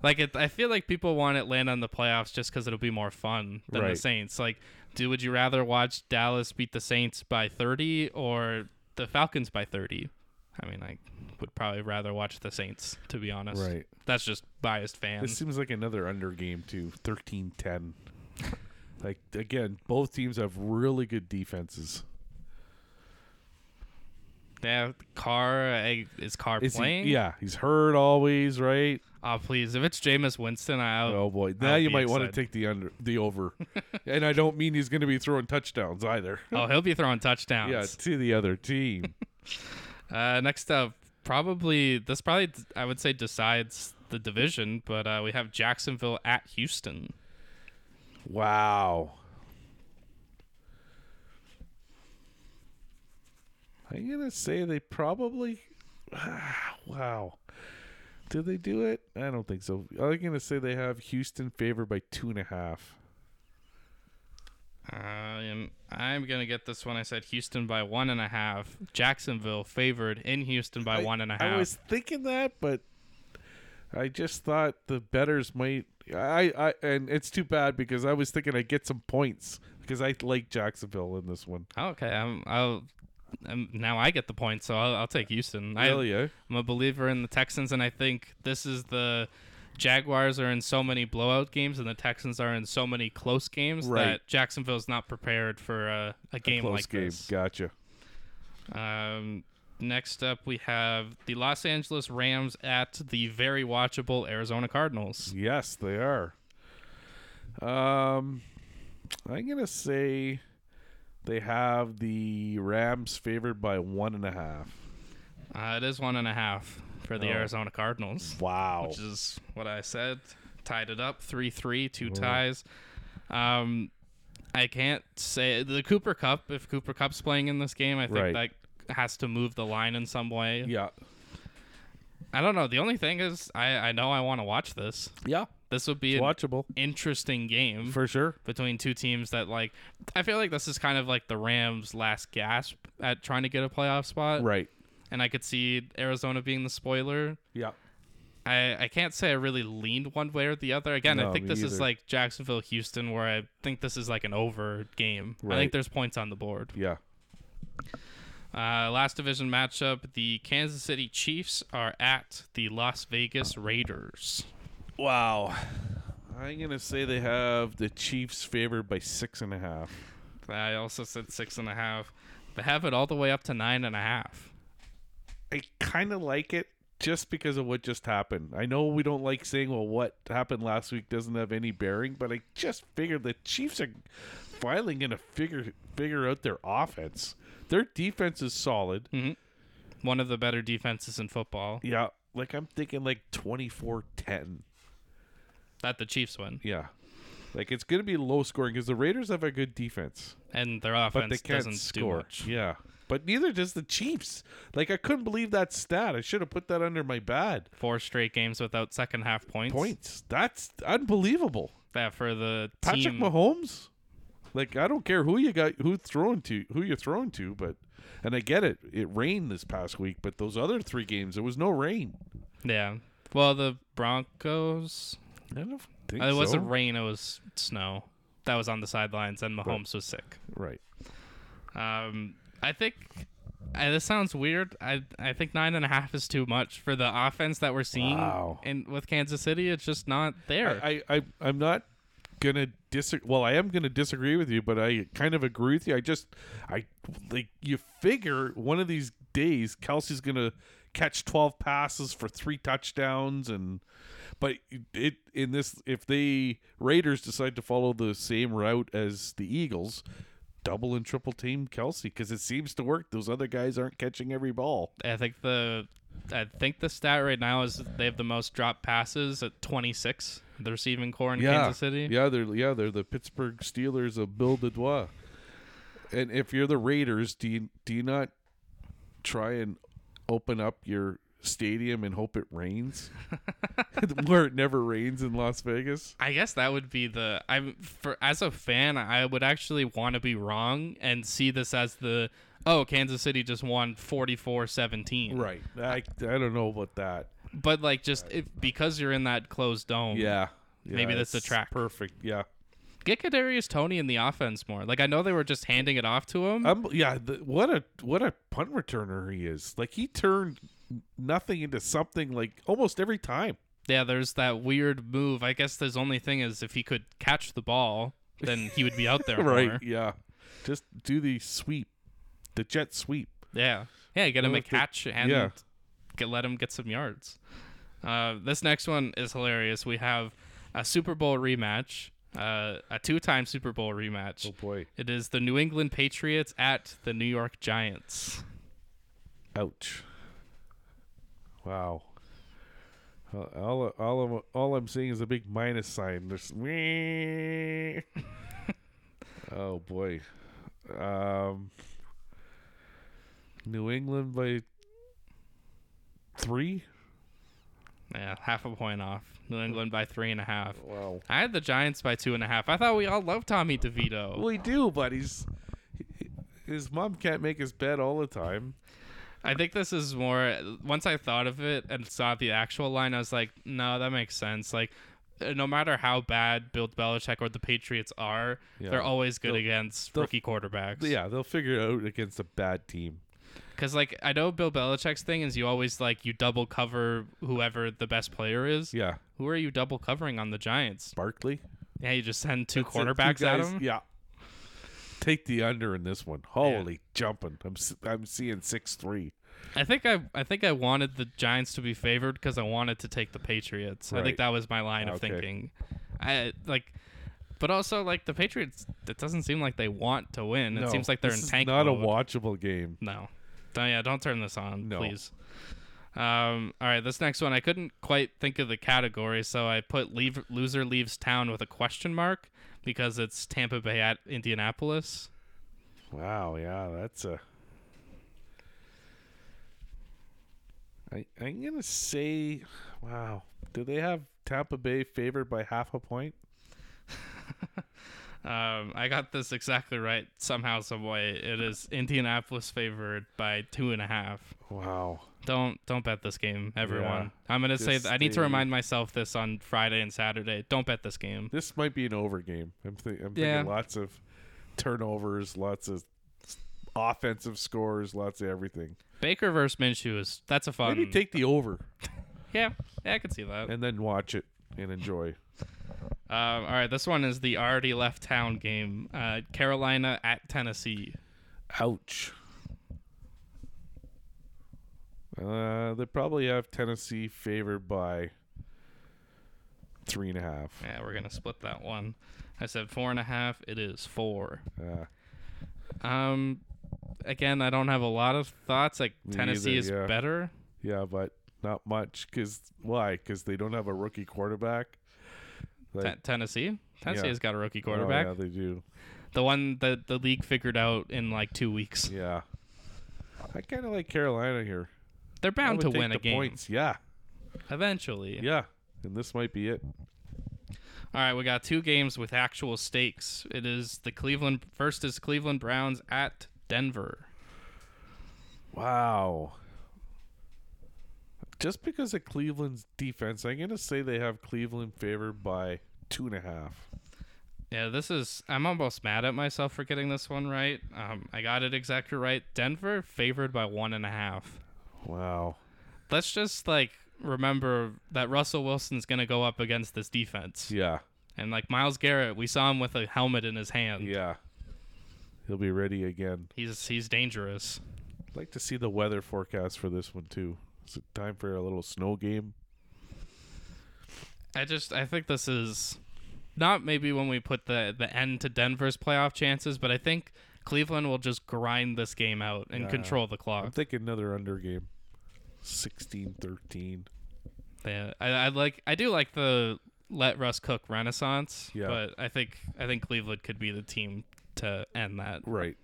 A: like it, I feel like people want Atlanta in the playoffs just because it'll be more fun than the
B: Right.
A: Saints. Like, do would you rather watch Dallas beat the Saints by thirty or the Falcons by thirty? I mean, I would probably rather watch the Saints to be honest.
B: Right.
A: That's just biased fans.
B: This seems like another under game too. 13-10. <laughs> like again, both teams have really good defenses.
A: yeah, Carr I, is Carr
B: Is he-
A: playing?
B: yeah, he's hurt always, right?
A: Oh please, if it's Jameis Winston, I'll
B: Oh boy! Now you
A: be
B: might want to
A: excited.
B: take the under,
A: <laughs>
B: the over, and I don't mean he's going to be throwing touchdowns either. <laughs>
A: Oh, he'll be throwing touchdowns.
B: Yeah, to the
A: <laughs>
B: other team.
A: Uh, next up, probably this probably d- I would say decides the division, but uh, we have Jacksonville at Houston.
B: Wow. I'm gonna say they probably. <sighs> Ah, wow. Did they do it? I don't think so. I'm gonna say they have Houston favored by two and a half.
A: I am, Uh, I'm gonna get this one. I said Houston by one and a half. Jacksonville favored in Houston by
B: I-
A: one and a
B: I
A: half.
B: was thinking that, but I just thought the betters might. I, I and it's too bad because I was thinking I'd get some points because I like Jacksonville in this one.
A: okay, I'm, I'll. Um, now I get the point, so I'll, I'll take Houston. I,
B: Really, eh?
A: I'm a believer in the Texans, and I think this is the Jaguars are in so many blowout games, and the Texans are in so many close games
B: Right.
A: that Jacksonville's not prepared for a, a game
B: close
A: like
B: game.
A: this.
B: Gotcha.
A: Um, next up, we have the Los Angeles Rams at the very watchable Arizona Cardinals.
B: Yes, they are. Um, I'm gonna say they have the Rams favored by one and a half.
A: Uh, it is one and a half for the
B: Oh.
A: Arizona Cardinals,
B: Wow.
A: which is what I said. Tied it up, three three, two
B: Mm-hmm.
A: ties. Um, I can't say the Cooper Cup. If Cooper Cup's playing in this game, I think
B: Right.
A: that has to move the line in some way.
B: Yeah.
A: I don't know. The only thing is, I I know I want to watch this.
B: Yeah.
A: This would be an
B: Watchable
A: interesting game.
B: for sure.
A: between two teams that like I feel like this is kind of like the Rams last gasp at trying to get a playoff spot.
B: Right.
A: And I could see Arizona being the spoiler.
B: Yeah.
A: I, I can't say I really leaned one way or the other. Again,
B: No,
A: I think
B: me
A: this is
B: either.
A: like Jacksonville Houston where I think this is like an over game. I
B: Right.
A: think there's points on the board.
B: Yeah.
A: Uh, last division matchup, the Kansas City Chiefs are at the Las Vegas Raiders.
B: Wow. I'm gonna say they have the Chiefs favored by six and a half.
A: I also said six and a half. They have it all the way up to nine and a half.
B: I kind of like it just because of what just happened. I know we don't like saying, well, what happened last week doesn't have any bearing, but I just figured the Chiefs are finally going to figure figure out their offense. Their defense is solid.
A: One of the better defenses in football.
B: Yeah. Like I'm thinking like 24 10.
A: that the Chiefs win,
B: Yeah. Like it's going to be low scoring because the Raiders have a good defense.
A: and their
B: but
A: offense
B: they
A: doesn't
B: can't
A: do
B: score.
A: much.
B: yeah, but neither does the Chiefs. Like I couldn't believe that stat. I should have put that under my bad
A: Four straight games without second half points.
B: points. That's unbelievable.
A: That for the
B: Patrick
A: team.
B: Mahomes. Like I don't care who you got, who throwing to, who you're throwing to, but and I get it. It rained this past week, but those other three games, there was no rain.
A: Yeah. Well, the Broncos.
B: I don't think
A: uh, it
B: so.
A: wasn't rain. It was snow. That was on the sidelines, and Mahomes was sick.
B: right.
A: Um, I think. Uh, this sounds weird. I I think nine and a half is too much for the offense that we're seeing.
B: Wow.
A: And with Kansas City, it's just not there.
B: I, I, I I'm not gonna disagree. Well, I am gonna disagree with you, but I kind of agree with you. I just, I like you figure one of these days Kelsey's gonna catch twelve passes for three touchdowns, and but it in this if the Raiders decide to follow the same route as the Eagles. Double and triple team Kelsey because it seems to work. Those other guys aren't catching every ball.
A: I think the I think the stat right now is they have the most dropped passes at 26. The receiving core in Kansas City.
B: Yeah, they're yeah they're the Pittsburgh Steelers of Bill Dedois. And if you're the Raiders, do you do you not try and open up your stadium and hope it rains, <laughs> where it never rains in Las Vegas?
A: I guess that would be the I'm for as a fan, I would actually want to be wrong and see this as the oh, Kansas City just won 44-17.
B: Right. I I don't know about that.
A: But like just if, because you're in that closed dome.
B: Yeah.
A: Maybe that's the
B: it's
A: track.
B: Perfect. Yeah.
A: Get Kadarius Tony in the offense more. Like I know they were just handing it off to him.
B: Um, yeah. The, what a what a punt returner he is. Like he turned nothing into something. Like almost every time.
A: yeah, there's that weird move. I guess his only thing is if he could catch the ball, then he would be out there more.
B: <laughs> Right. Yeah. Just do the sweep, the jet sweep.
A: Yeah. Yeah, get him
B: Well,
A: a
B: if they-
A: catch and
B: yeah.
A: get, let him get some yards. Uh, this next one is hilarious. We have a Super Bowl rematch, uh, a two time Super Bowl rematch.
B: Oh, boy.
A: It is the New England Patriots at the New York Giants.
B: Ouch. Wow. Uh, all all I'm, all I'm seeing is a big minus sign. There's <laughs> oh boy, um, New England by three.
A: Yeah, half a point off. New England by three and a half.
B: Wow.
A: I had the Giants by two and a half. I thought we all loved Tommy DeVito.
B: Well, he do, but he's he- his mom can't make his bed all the time.
A: I think this is more. Once I thought of it and saw the actual line, I was like, no, that makes sense. Like, uh, no matter how bad Bill Belichick or the Patriots are,
B: Yeah.
A: they're always good
B: They'll-
A: against
B: they'll-
A: rookie quarterbacks.
B: But yeah, they'll figure it out against a bad team.
A: Because, like, I know Bill Belichick's thing is you always, like, you double cover whoever the best player is.
B: Yeah,
A: Who are you double covering on the Giants?
B: Barkley.
A: Yeah, you just send two
B: That's it,
A: cornerbacks at
B: guys-
A: him.
B: Yeah. Take the under in this one. Holy jumping! I'm s- I'm seeing six three.
A: I think I I think I wanted the Giants to be favored because I wanted to take the Patriots. I
B: Right. Ah,
A: think that was my line of
B: Okay.
A: thinking. I like, but also like the Patriots. It doesn't seem like they want to win. It seems like they're
B: this
A: in
B: is
A: tank
B: Not
A: mode.
B: a watchable game.
A: No, Don't- yeah, don't turn this on,
B: No.
A: please. Um, all right, this next one I couldn't quite think of the category, so I put leave, loser leaves town with a question mark because it's Tampa Bay at Indianapolis.
B: Wow. Yeah, that's a. I I'm gonna say, wow. Do they have Tampa Bay favored by half a point?
A: Um, I got this exactly right somehow, some way. It is Indianapolis favored by two and a half.
B: Wow.
A: Don't don't bet this game, everyone. I'm gonna say
B: Just
A: th- I need to
B: the-
A: remind myself this on Friday and Saturday. Don't bet this game.
B: This might be an over game. I'm, thi- I'm thinking
A: Yeah.
B: lots of turnovers, lots of s- offensive scores, lots of everything.
A: Baker versus Minshew is that's a fun.
B: Maybe take the over
A: yeah, yeah, I can see that. Um,
B: and then watch it and enjoy.
A: all right, this one is the already left town game. Uh, Carolina at Tennessee.
B: Ouch. Uh, they probably have Tennessee favored by three and a half.
A: Yeah, we're gonna split that one. I said four and a half. It is four.
B: Uh,
A: Um, again, I don't have a lot of thoughts. Like
B: Me
A: Tennessee
B: either,
A: is
B: yeah.
A: better.
B: yeah, but not much. Cause why? Cause they don't have a rookie quarterback.
A: Te-
B: Like,
A: Tennessee. Tennessee
B: Yeah.
A: has got a rookie
B: oh,
A: quarterback.
B: yeah, they do.
A: The one that the league figured out in like two weeks.
B: Yeah. I kind of like Carolina here.
A: They're
B: I
A: bound
B: would
A: to
B: take
A: win
B: the
A: a game
B: Points. Yeah.
A: eventually.
B: Yeah. And this might be it.
A: All right, we got two games with actual stakes. It is the Cleveland first is Cleveland Browns at Denver.
B: Wow. Just because of Cleveland's defense, I'm gonna say they have Cleveland favored by two and a half.
A: Yeah, this is. I'm almost mad at myself for getting this one right. Um, I got it exactly right. Denver favored by one and a half.
B: Wow.
A: let's just like remember that Russell Wilson's gonna go up against this defense.
B: Yeah.
A: And like Miles Garrett, we saw him with a helmet in his hand.
B: Yeah. He'll be ready again.
A: He's he's dangerous.
B: I'd like to see the weather forecast for this one too. Is it time for a little snow game?
A: I just I think this is not maybe when we put the the end to Denver's playoff chances, but I think Cleveland will just grind this game out and
B: Yeah.
A: control the
B: I'm
A: clock.
B: thinking another under game. 16 13.
A: Yeah, I, I like I do like the let Russ cook renaissance,
B: Yeah.
A: but I think I think Cleveland could be the team to end that.
B: Right.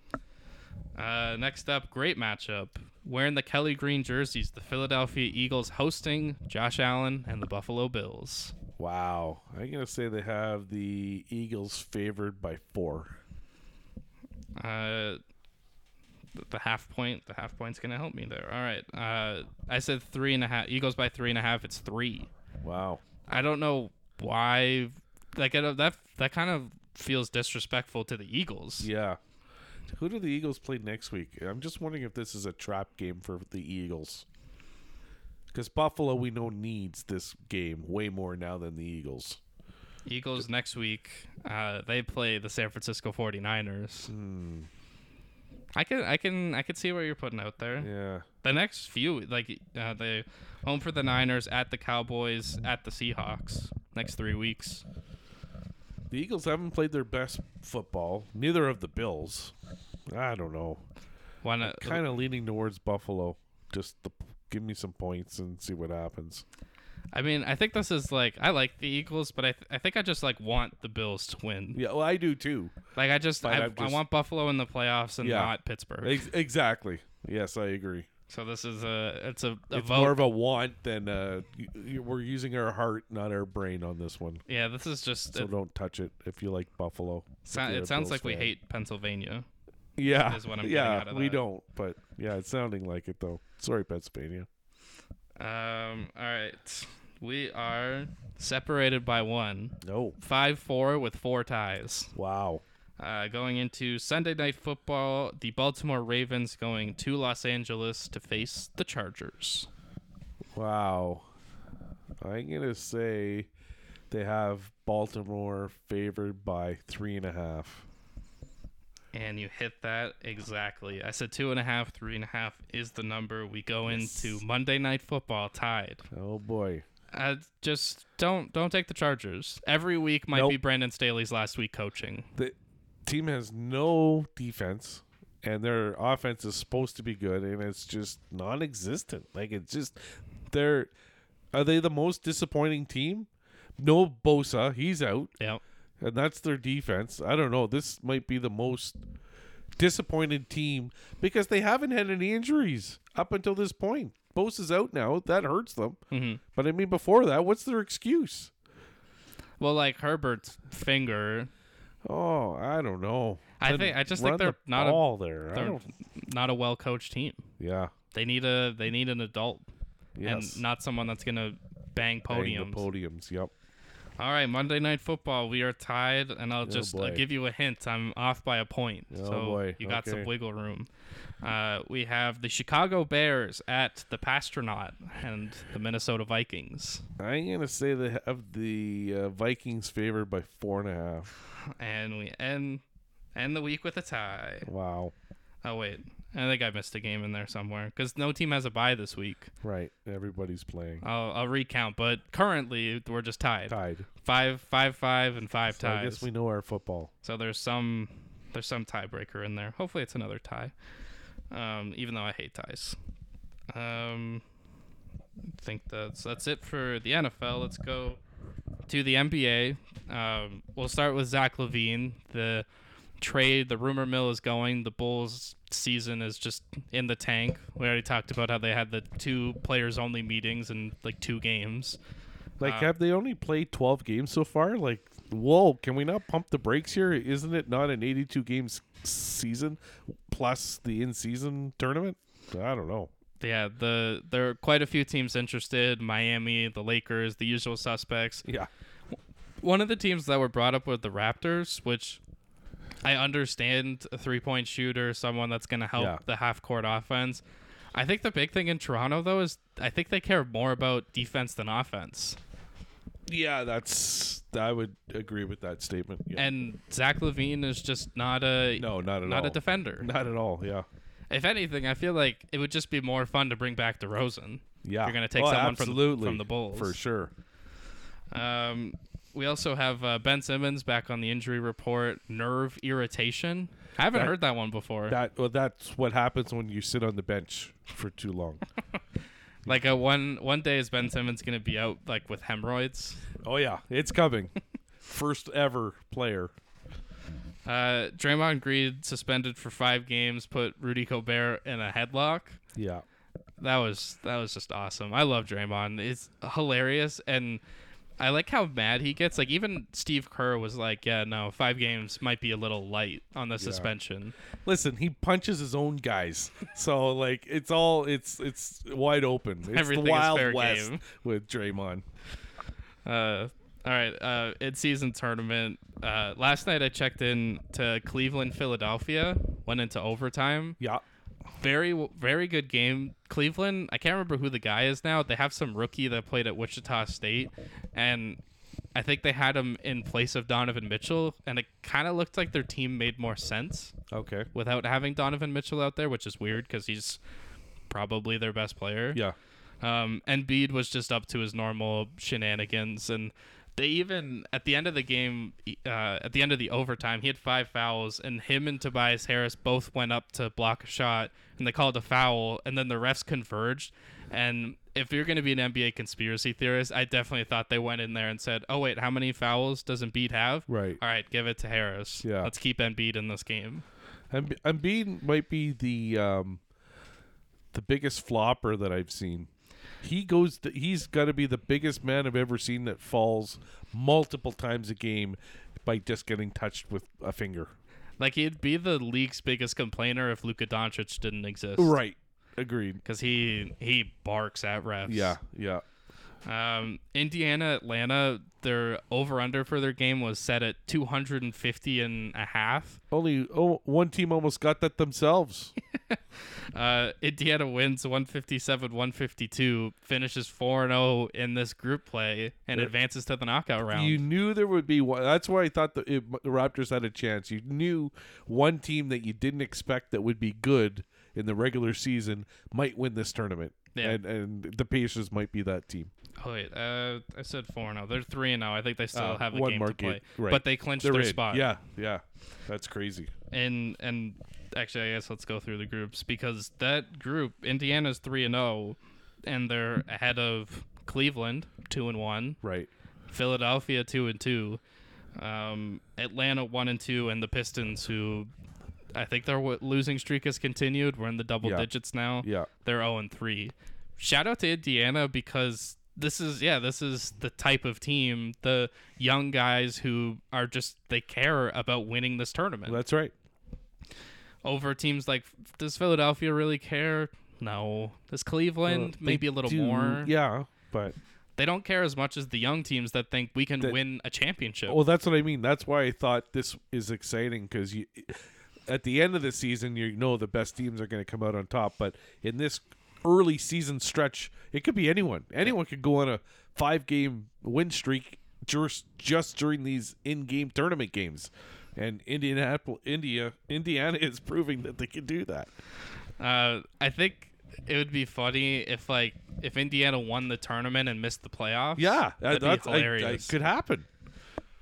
A: Uh, next up, great matchup. Wearing the Kelly Green jerseys, the Philadelphia Eagles hosting Josh Allen and the Buffalo Bills.
B: Wow. I'm going to say they have the Eagles favored by four.
A: Uh, th- the half point, the half point's gonna help me there. All right. Uh, I said three and a half. Eagles by three and a half. It's three.
B: Wow.
A: I don't know why. Like I don't- that, that kind of feels disrespectful to the Eagles.
B: Yeah. Who do the Eagles play next week? I'm just wondering if this is a trap game for the Eagles. Because Buffalo, we know, needs this game way more now than the Eagles.
A: Eagles next week. Uh, they play the San Francisco 49ers.
B: Hmm.
A: I can, I can, I can see what you're putting out there.
B: Yeah.
A: the next few like uh, the home for the Niners at the Cowboys at the Seahawks next three weeks.
B: The Eagles haven't played their best football. Neither of the Bills. I don't know.
A: Why not?
B: Kind of leaning towards Buffalo. Just the, give me some points and see what happens.
A: I mean, I think this is like I like the Eagles, but I th- I think I just like want the Bills to win.
B: Yeah, well, I do too.
A: Like I just
B: But
A: I,
B: I'm just-
A: I want Buffalo in the playoffs and
B: Yeah.
A: not Pittsburgh.
B: Ex- exactly. Yes, I agree.
A: so this is a it's a, a
B: It's
A: vote.
B: more of a want than uh, y- y- we're using our heart, not our brain, on this one.
A: yeah, this is just
B: So
A: it,
B: don't touch it if you like Buffalo. if
A: so,
B: you're a
A: it sounds
B: Bills
A: like we
B: fan.
A: hate Pennsylvania.
B: <laughs> Yeah,
A: is what I'm getting
B: yeah,
A: out of
B: we
A: that.
B: don't. But yeah, it's sounding like it though. Sorry, Pennsylvania.
A: Um. All right, we are separated by one.
B: No.
A: Five four with four ties.
B: Wow.
A: Uh, going into Sunday night football, the Baltimore Ravens going to Los Angeles to face the Chargers.
B: Wow. I'm gonna say they have Baltimore favored by three and a half.
A: And you hit that exactly. I said two and a half, three and a half is the number. We go into Monday night football tied.
B: Oh boy.
A: Uh, just don't don't take the Chargers. Every week might be
B: Nope.
A: Brandon Staley's last week coaching.
B: The team has no defense and their offense is supposed to be good and it's just non existent. Like it's just they're are they the most disappointing team? No Bosa, he's out.
A: Yep.
B: and that's their defense. I don't know. This might be the most disappointed team because they haven't had any injuries up until this point. Bose is out now. That hurts them.
A: Mhm.
B: But I mean, before that, what's their excuse?
A: Well, like Herbert's finger,
B: Oh, I don't know.
A: I
B: Then
A: think- I just
B: run
A: think they're
B: the
A: not a-
B: ball there. I
A: they're
B: don't-
A: not a well coached team.
B: yeah.
A: They need a they need an adult
B: Yes.
A: and not someone that's gonna bang
B: Bang the
A: podiums.
B: Podiums. Yep.
A: All right, Monday Night Football. We are tied, and I'll just uh,
B: Oh, boy.
A: give you a hint. I'm off by a point,
B: Oh,
A: so
B: boy.
A: you got some
B: Okay.
A: wiggle room. Uh, we have the Chicago Bears at the Pastronaut and the Minnesota Vikings,
B: I'm gonna say they have the uh, Vikings favored by four and a half.
A: and we end end the week with a tie.
B: Wow.
A: Oh wait, I think I missed a game in there somewhere because no team has a bye this week.
B: Right. Everybody's playing
A: I'll, I'll recount, but currently we're just tied
B: tied.
A: five, five, five, and five
B: So
A: ties.
B: I guess we know our football.
A: So there's some there's some tiebreaker in there. Hopefully it's another tie. Um, even though I hate ties. Um, I think that's that's it for the NFL. Let's go to the NBA. Um, we'll start with Zach Levine. The trade, the rumor mill is going. The Bulls season is just in the tank. We already talked about how they had the two players only meetings in like two games.
B: Like,
A: Uh,
B: have they only played 12 games so far? Like, whoa, can we not pump the brakes here? Isn't it not an 82 games season plus the in season tournament? I don't know.
A: Yeah, the there are quite a few teams interested. Miami, the Lakers, the usual suspects.
B: Yeah.
A: One of the teams that were brought up with the Raptors, which I understand a three point shooter, someone that's going to help
B: Yeah.
A: the half court offense. I think the big thing in Toronto though is I think they care more about defense than offense.
B: Yeah, that's. I would agree with that statement. Yeah.
A: And Zach Levine is just not a
B: no, not at
A: not
B: all.
A: a defender.
B: Not at all. Yeah.
A: If anything, I feel like it would just be more fun to bring back DeRozan.
B: Yeah.
A: You're gonna take
B: Oh,
A: someone from the-
B: absolutely,
A: from the Bulls.
B: For sure.
A: Um, we also have uh, Ben Simmons back on the injury report. Nerve irritation. I haven't
B: That-
A: heard that one before.
B: That well, that's what happens when you sit on the bench for
A: <laughs>
B: too long.
A: like a one one day is Ben Simmons gonna be out like with hemorrhoids.
B: oh yeah, it's coming. First ever player.
A: Uh, Draymond Green suspended for five games put Rudy Gobert in a headlock.
B: Yeah.
A: That was that was just awesome. I love Draymond. It's hilarious and. I like how mad he gets. Like even Steve Kerr was like, "Yeah, no, five games might be a little light on the suspension."
B: Listen, he punches his own guys, so like it's all it's it's wide open. It's
A: Everything
B: the
A: is
B: Wild
A: fair
B: West
A: game.
B: with Draymond.
A: Uh, all right. Uh, in season tournament. Uh, last night I checked in to Cleveland, Philadelphia. Went into overtime.
B: Yeah,
A: Very, very good game. Cleveland. I can't remember who the guy is now. They have some rookie that played at Wichita State, and I think they had him in place of Donovan Mitchell. And it kind of looked like their team made more sense
B: okay,
A: without having Donovan Mitchell out there, which is weird because he's probably their best player.
B: yeah,
A: Um, Embiid was just up to his normal shenanigans, and they even at the end of the game, uh, at the end of the overtime, he had five fouls, and him and Tobias Harris both went up to block a shot, and they called a foul, and then the refs converged, and if you're going to be an NBA conspiracy theorist, I definitely thought they went in there and said, "Oh wait, how many fouls does Embiid have?"
B: Right.
A: All right, give it to Harris.
B: Yeah.
A: Let's keep Embiid in this game.
B: Embi- Embiid might be the um, the biggest flopper that I've seen. He goes. th- he's got to be the biggest man I've ever seen that falls multiple times a game by just getting touched with a finger.
A: Like he'd be the league's biggest complainer if Luka Doncic didn't exist.
B: Right. Agreed.
A: Because he he barks at refs.
B: Yeah. Yeah.
A: Um, Indiana, Atlanta, their over under for their game was set at 250 and a half.
B: Only oh, one team almost got that themselves.
A: Uh, Indiana wins 157 152, finishes 4 0 in this group play, and
B: Yeah.
A: advances to the knockout round.
B: You knew there would be one. That's why I thought the, it, the Raptors had a chance. You knew one team that you didn't expect that would be good in the regular season might win this tournament,
A: Yeah.
B: and and the Pacers might be that team.
A: oh, wait. Uh, I said 4 0. They're 3 0. I think they still
B: Uh,
A: have a
B: one
A: game
B: more
A: to play.
B: game. Right.
A: But they clinched
B: They're
A: their
B: in.
A: spot.
B: Yeah, yeah, that's crazy.
A: and and actually, I guess let's go through the groups because that group Indiana's three and zero, and they're ahead of Cleveland two and one,
B: Right.
A: Philadelphia two and two, um, Atlanta one and two, and the Pistons who. I think their w- losing streak has continued. We're in the double
B: Yeah.
A: digits now.
B: Yeah.
A: They're 0 and 3. Shout out to Indiana because this is yeah, this is the type of team, the young guys who are just they care about winning this tournament
B: That's right.
A: over teams like does Philadelphia really care? No. Does Cleveland
B: Uh, they
A: maybe a little
B: do-
A: more?
B: Yeah, but
A: They don't care as much as the young teams that think we can
B: That-
A: win a championship.
B: Well, that's what I mean. That's why I thought this is exciting because you, at the end of the season, you know the best teams are going to come out on top. But in this early season stretch, it could be anyone. Anyone could go on a five game win streak just just during these in game tournament games. And Indianapolis, India, Indiana is proving that they can do that.
A: Uh, I think it would be funny if like if Indiana won the tournament and missed the playoffs.
B: Yeah,
A: that'd
B: that's
A: be
B: I- I-
A: hilarious.
B: could happen.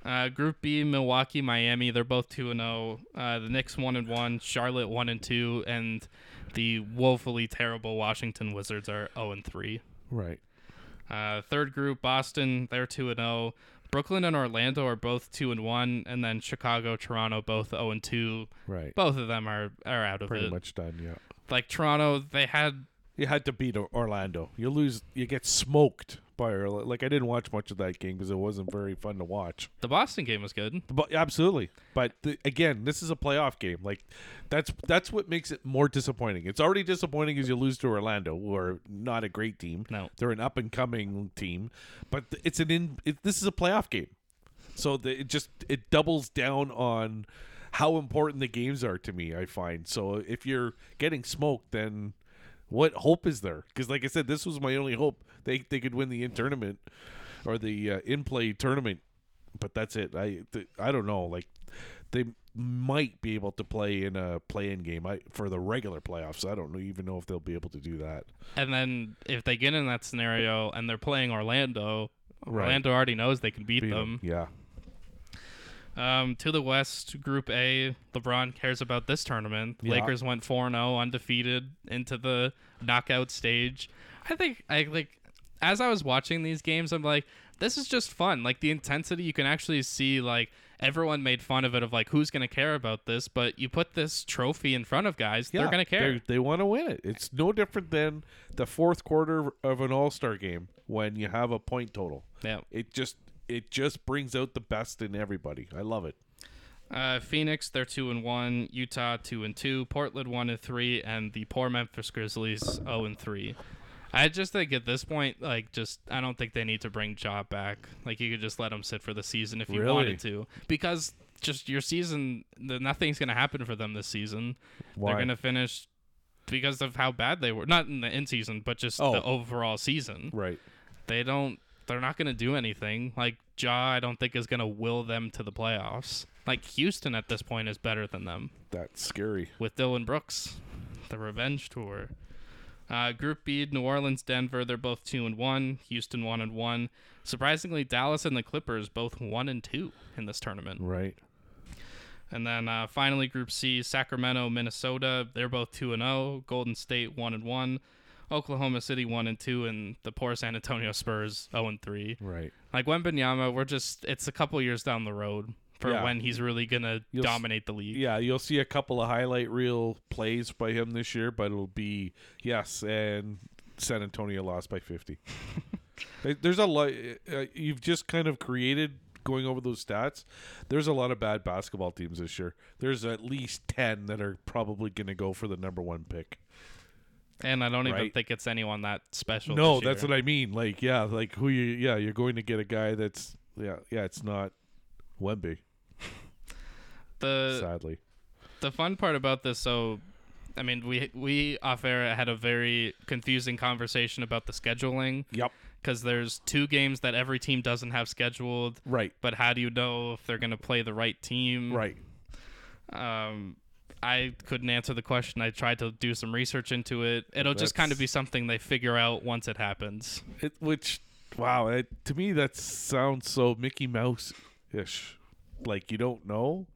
A: Uh, Group B, Milwaukee, Miami. They're both two and zero. Uh, The Knicks one and one. Charlotte one and two, and the woefully terrible Washington Wizards are zero and three.
B: Right.
A: Uh, third group, Boston, they're two and zero. Brooklyn and Orlando are both two and one, and then Chicago, Toronto, both zero and two.
B: Right.
A: Both of them are are out of
B: Pretty
A: it.
B: much done. Yeah.
A: Like Toronto, they had
B: You had to beat O- Orlando. You lose. You get smoked by Orlando. Like I didn't watch much of that game because it wasn't very fun to watch.
A: the Boston game was good.
B: But absolutely. But the, again, this is a playoff game. Like that's that's what makes it more disappointing. It's already disappointing because you lose to Orlando, who are not a great team.
A: No.
B: they're an up and coming team. But th- it's an in. It, this is a playoff game, so the, it just it doubles down on how important the games are to me. I find so if you're getting smoked, then what hope is there? Because like I said, this was my only hope. They they could win the in tournament or the uh, in play tournament, but that's it. I th- I don't know. Like they might be able to play in a play in game I, for the regular playoffs. I don't know- even know if they'll be able to do that.
A: And then if they get in that scenario and they're playing Orlando,
B: Right.
A: Orlando already knows they can beat,
B: Beat 'em.
A: them.
B: yeah.
A: Um, to the West, Group A, LeBron cares about this tournament.
B: Yeah.
A: Lakers went 4 0 undefeated into the knockout stage. I think, I like, as I was watching these games, I'm like, this is just fun. Like, the intensity, you can actually see, like, everyone made fun of it, of like, who's going to care about this? But you put this trophy in front of guys,
B: Yeah,
A: they're going to care.
B: They, want to win it. It's no different than the fourth quarter of an All Star game when you have a point total.
A: yeah.
B: It just it just brings out the best in everybody. I love it.
A: Uh, Phoenix, they're two and one. Utah, two and two. Portland, one and three, and the poor Memphis Grizzlies, zero and three. I just think at this point, like, just I don't think they need to bring Ja back. Like, you could just let him sit for the season if you
B: Really?
A: wanted to, because just your season, the, nothing's gonna happen for them this season. They're
B: Why?
A: gonna finish because of how bad they were, not in the in season, but just
B: Oh.
A: the overall season
B: Right.
A: they don't they're not going to do anything like Ja I don't think is going to will them to the playoffs. Like Houston at this point is better than them
B: That's scary.
A: with Dylan Brooks, the revenge tour. Uh, group B, New Orleans, Denver, they're both 2 and 1, Houston 1 and 1. Surprisingly, Dallas and the Clippers both 1 and 2 in this tournament.
B: Right.
A: And then uh, finally, Group C: Sacramento, Minnesota. They're both two and zero. Golden State oh. one and one. Oklahoma City one and two, and the poor San Antonio Spurs zero and three.
B: Right.
A: Like Wembenyama, we're just it's a couple years down the road for
B: Yeah.
A: when he's really gonna
B: You'll s-
A: dominate the league.
B: Yeah, you'll see a couple of highlight reel plays by him this year, but it'll be yes, and San Antonio lost by 50. There- There's a lot uh, you've just kind of created going over those stats. There's a lot of bad basketball teams this year. There's at least 10 that are probably going to go for the number 1 pick.
A: And I don't even
B: Right.
A: think it's anyone that special.
B: No, that's what I mean. Like, yeah, like who you? Yeah, you're going to get a guy that's yeah, yeah. It's not Wemby,
A: the
B: sadly.
A: the fun part about this so i mean we we off air had a very confusing conversation about the scheduling
B: Yep.
A: because there's two games that every team doesn't have scheduled
B: Right.
A: but how do you know if they're going to play the right team
B: Right.
A: um i couldn't answer the question i tried to do some research into it it'll just kind of
B: That's-
A: be something they figure out once it happens
B: It, which, wow, it, to me that sounds so Mickey Mouse ish. Like you don't know,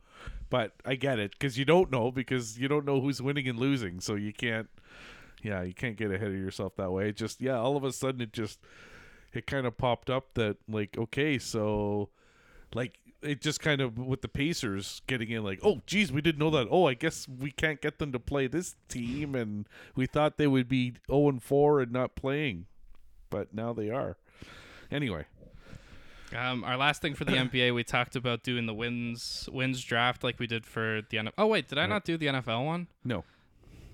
B: but I get it because you don't know because you don't know who's winning and losing, so you can't. Yeah, you can't get ahead of yourself that way. It just yeah, all of a sudden it just it kind of popped up that like okay, so like it just kind of with the Pacers getting in like oh geez we didn't know that oh I guess we can't get them to play this team and we thought they would be zero and four and not playing but now they are. Anyway,
A: um, our last thing for the nba we talked about doing the wins wins draft like we did for the nfl oh wait did i not do the nfl one
B: no.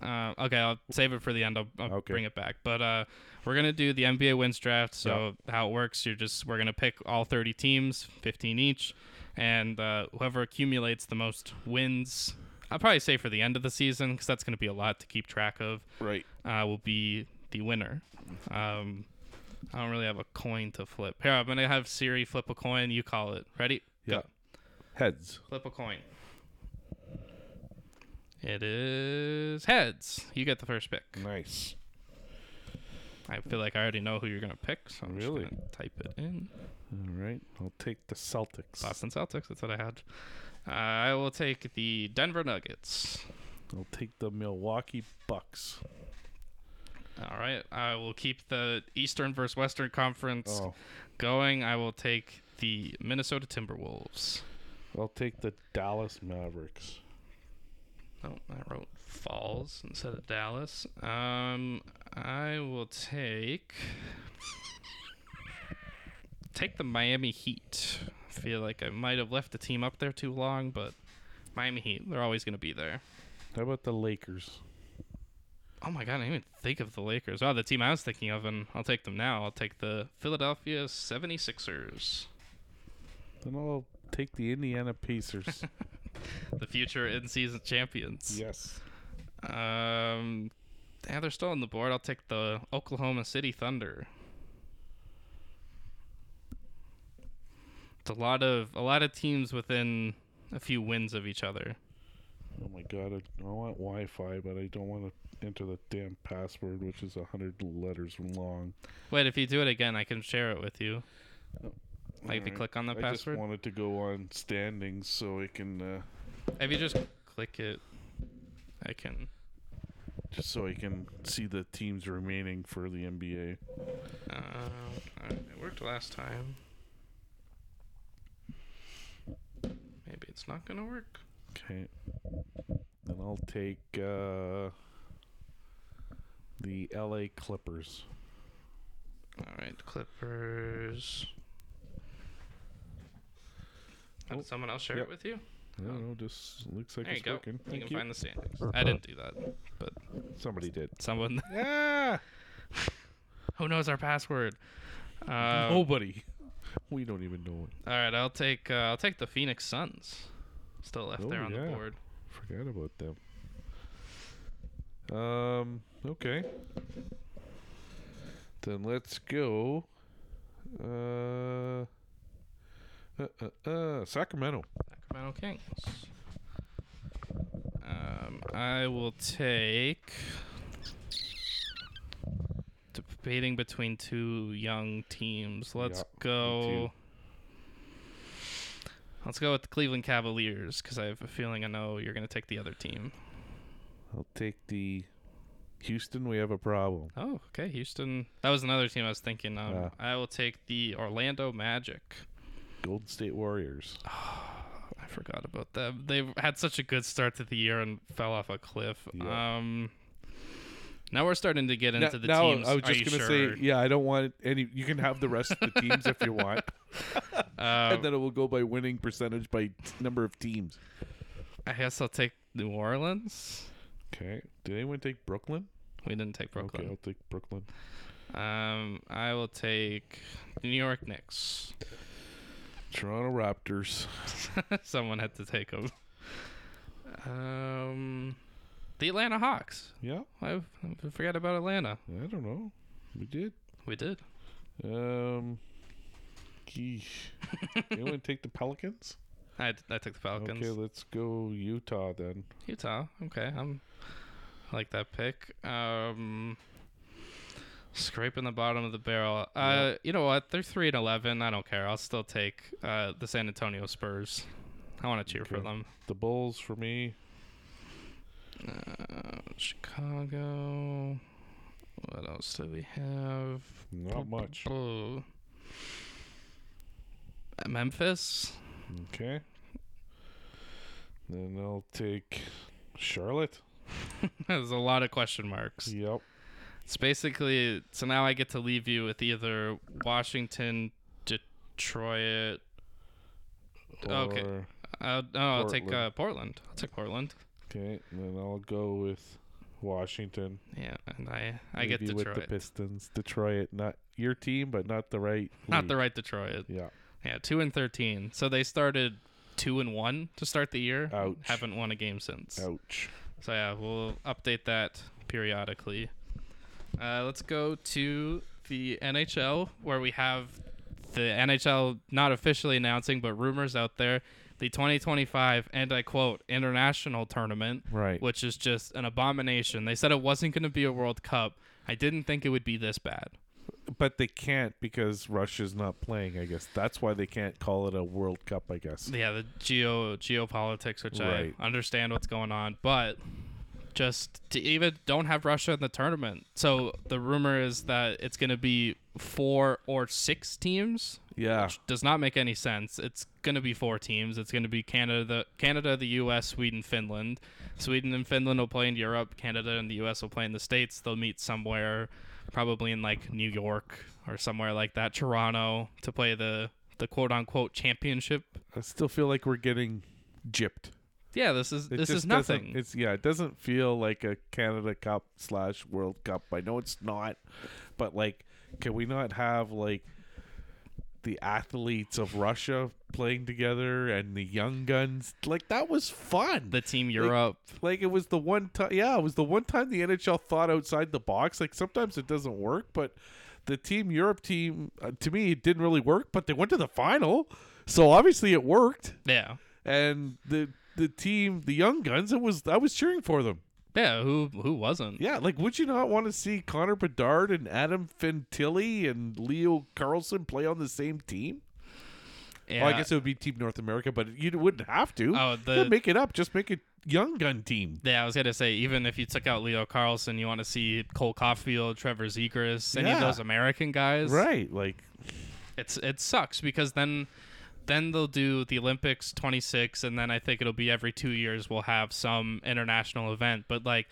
A: Uh, okay, I'll save it for the end. I'll, I'll
B: Okay.
A: bring it back. But uh, we're gonna do the NBA wins draft. So how it works, you're just we're gonna pick all 30 teams, 15 each, and uh, whoever accumulates the most wins, I'll probably say for the end of the season because that's gonna be a lot to keep track of.
B: Right.
A: Uh, will be the winner. Um, I don't really have a coin to flip. Here, I'm gonna have Siri flip a coin. You call it. Ready?
B: Yeah. Heads.
A: Flip a coin. It is heads. You get the first pick.
B: Nice.
A: I feel like I already know who you're gonna pick, so I'm
B: Really?
A: just gonna type it in.
B: All right. I'll take the Celtics.
A: Boston Celtics. That's what I had. Uh, I will take the Denver Nuggets.
B: I'll take the Milwaukee Bucks.
A: All right. I will keep the Eastern versus Western conference
B: Oh,
A: going. I will take the Minnesota Timberwolves.
B: I'll take the Dallas Mavericks.
A: Oh, I wrote Falls instead of Dallas. Um, I will take take the Miami Heat. I feel like I might have left the team up there too long, but Miami Heat, they're always going to be there.
B: How about the Lakers?
A: Oh my god, I didn't even think of the Lakers. Oh, the team I was thinking of, and I'll take them now. I'll take the Philadelphia 76ers.
B: Then I'll take the Indiana Pacers.
A: The future in-season champions.
B: <laughs> yes.
A: Um, yeah, they're still on the board. I'll take the Oklahoma City Thunder. It's a lot of a lot of teams within a few wins of each other.
B: Oh my god, I, I want Wi-Fi, but I don't want to enter the damn password, which is a hundred letters long.
A: Wait, if you do it again, I can share it with you. Like if you
B: Alright.
A: click on the
B: I
A: password,
B: just wanted to go on standings so it can. Uh,
A: if you just click it, I can.
B: just so I can see the teams remaining for the NBA.
A: Uh, alright, it worked last time. Maybe it's not gonna work.
B: Okay. Then I'll take uh, the LA Clippers.
A: All right, Clippers. How
B: Oh,
A: Did someone else share
B: yep.
A: it with you?
B: I don't know, just looks like
A: There you
B: it's
A: go.
B: working.
A: You can
B: Thank you.
A: find the standings. I didn't do that, but
B: Somebody did.
A: someone <laughs>
B: Yeah.
A: who knows our password. Um,
B: Nobody. <laughs> We don't even know it.
A: All right, I'll take uh, I'll take the Phoenix Suns. Still left there
B: Oh,
A: on the
B: yeah.
A: board.
B: Forgot about them. Um. Okay. Then let's go. Uh. Uh. Uh. uh Sacramento.
A: Sacramento Kings. Um, I will take. Debating between two young teams. Let's
B: Yeah,
A: go. Let's go with the Cleveland Cavaliers because I have a feeling I know you're going to take the other team.
B: I'll take the Houston, we have a problem.
A: Oh, okay. Houston. That was another team I was thinking. Um,
B: Yeah.
A: I will take the Orlando Magic.
B: Golden State Warriors.
A: I forgot about them. They've had such a good start to the year and fell off a cliff.
B: Yeah.
A: Um, now we're starting to get
B: Now-
A: into the
B: now,
A: teams.
B: I was
A: Are
B: just
A: you
B: gonna
A: sure?
B: say, yeah, I don't want any. You can have the rest of
A: <laughs>
B: the teams if you want,
A: Uh,
B: and then it will go by winning percentage by t- number of teams.
A: I guess I'll take New Orleans.
B: Okay. Did anyone take Brooklyn?
A: We didn't take Brooklyn.
B: Okay, I'll take Brooklyn.
A: Um, I will take the New York Knicks. <laughs>
B: Toronto Raptors.
A: Someone had to take them. Um, the Atlanta Hawks.
B: Yeah,
A: I I forgot about Atlanta.
B: I don't know. We did.
A: We did.
B: Um.
A: <laughs>
B: Geesh. anyone take the Pelicans?
A: I, I took the Falcons.
B: Okay, let's go Utah then.
A: Utah. Okay, I'm I like that pick. Um, scraping the bottom of the barrel. Uh, you know what? They're three and eleven. I don't care. I'll still take uh the San Antonio Spurs. I want to cheer for
B: Okay.
A: them.
B: The Bulls for me.
A: Uh, Chicago. What else do we have?
B: Not much.
A: Uh, Memphis. <laughs>
B: Okay. Then I'll take Charlotte.
A: There's a lot of question marks.
B: Yep.
A: It's basically so now I get to leave you with either Washington, Detroit. Okay.
B: Or-
A: Uh, no, I'll take
B: Portland.
A: uh, Portland. I'll take Portland.
B: Okay. Then I'll go with Washington.
A: Yeah, and I I get
B: Maybe
A: Detroit.
B: with the Pistons. Detroit, not your team, but not the right.
A: Not
B: league.
A: the right Detroit.
B: Yeah.
A: Yeah, two and thirteen. So they started two and one to start the year.
B: Ouch.
A: Haven't won a game since.
B: Ouch.
A: So yeah, we'll update that periodically. Uh, let's go to the NHL, where we have the NHL not officially announcing, but rumors out there, the 2025 and I quote international tournament,
B: Right.
A: which is just an abomination. They said it wasn't going to be a World Cup. I didn't think it would be this bad.
B: But they can't because Russia's not playing. I guess that's why they can't call it a World Cup. I guess.
A: Yeah, the geo geopolitics, which
B: Right.
A: I understand what's going on, but just to even don't have Russia in the tournament. So the rumor is that it's going to be four or six teams.
B: Yeah.
A: Which does not make any sense. It's going to be four teams. It's going to be Canada, the Canada, the U.S., Sweden, Finland. Sweden and Finland will play in Europe. Canada and the U.S. will play in the states. They'll meet somewhere, probably in like New York or somewhere like that, Toronto, to play the the quote unquote championship
B: I still feel like we're getting gypped.
A: yeah, this is
B: It
A: this is
B: just doesn't-
A: nothing.
B: It's yeah, it doesn't feel like a Canada Cup slash World Cup. I know it's not, but like, can we not have like the athletes of Russia playing together and the young guns? Like that was fun.
A: the team Europe.
B: like it was the one time. Yeah, it was the one time the NHL thought outside the box. Like sometimes it doesn't work, but the team Europe team uh, to me it didn't really work. But they went to the final, so obviously it worked
A: yeah.
B: and the the team, the young guns, it was I was cheering for them.
A: Yeah, who who wasn't?
B: Yeah, like would you not want to see Connor Bedard and Adam Fantilli and Leo Carlson play on the same team?
A: Yeah.
B: Well, I guess it would be Team North America, but you wouldn't have to.
A: Oh,
B: You
A: the-
B: could make it up. Just make a young gun team.
A: yeah, I was gonna say even if you took out Leo Carlson, you want to see Cole Caulfield, Trevor Zegras, any of
B: Yeah.
A: those American guys.
B: Right, like
A: It's it sucks because then then they'll do the Olympics 26 and then I think it'll be every 2 years we'll have some international event, but like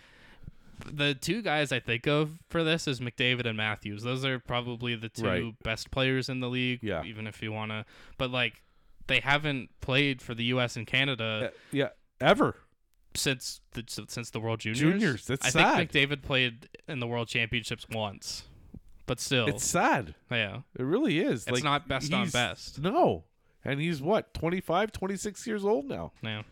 A: the two guys I think of for this is McDavid and Matthews. Those are probably the two
B: Right.
A: best players in the league.
B: Yeah.
A: Even if you want to, but like they haven't played for the U.S. and Canada
B: uh, yeah, ever.
A: since the since the World Juniors.
B: Juniors, that's
A: I
B: sad.
A: think McDavid played in the World Championships once, but still,
B: It's sad.
A: yeah,
B: It really is.
A: it's not best on best.
B: No. And he's what, 25, 26 years old now.
A: Yeah.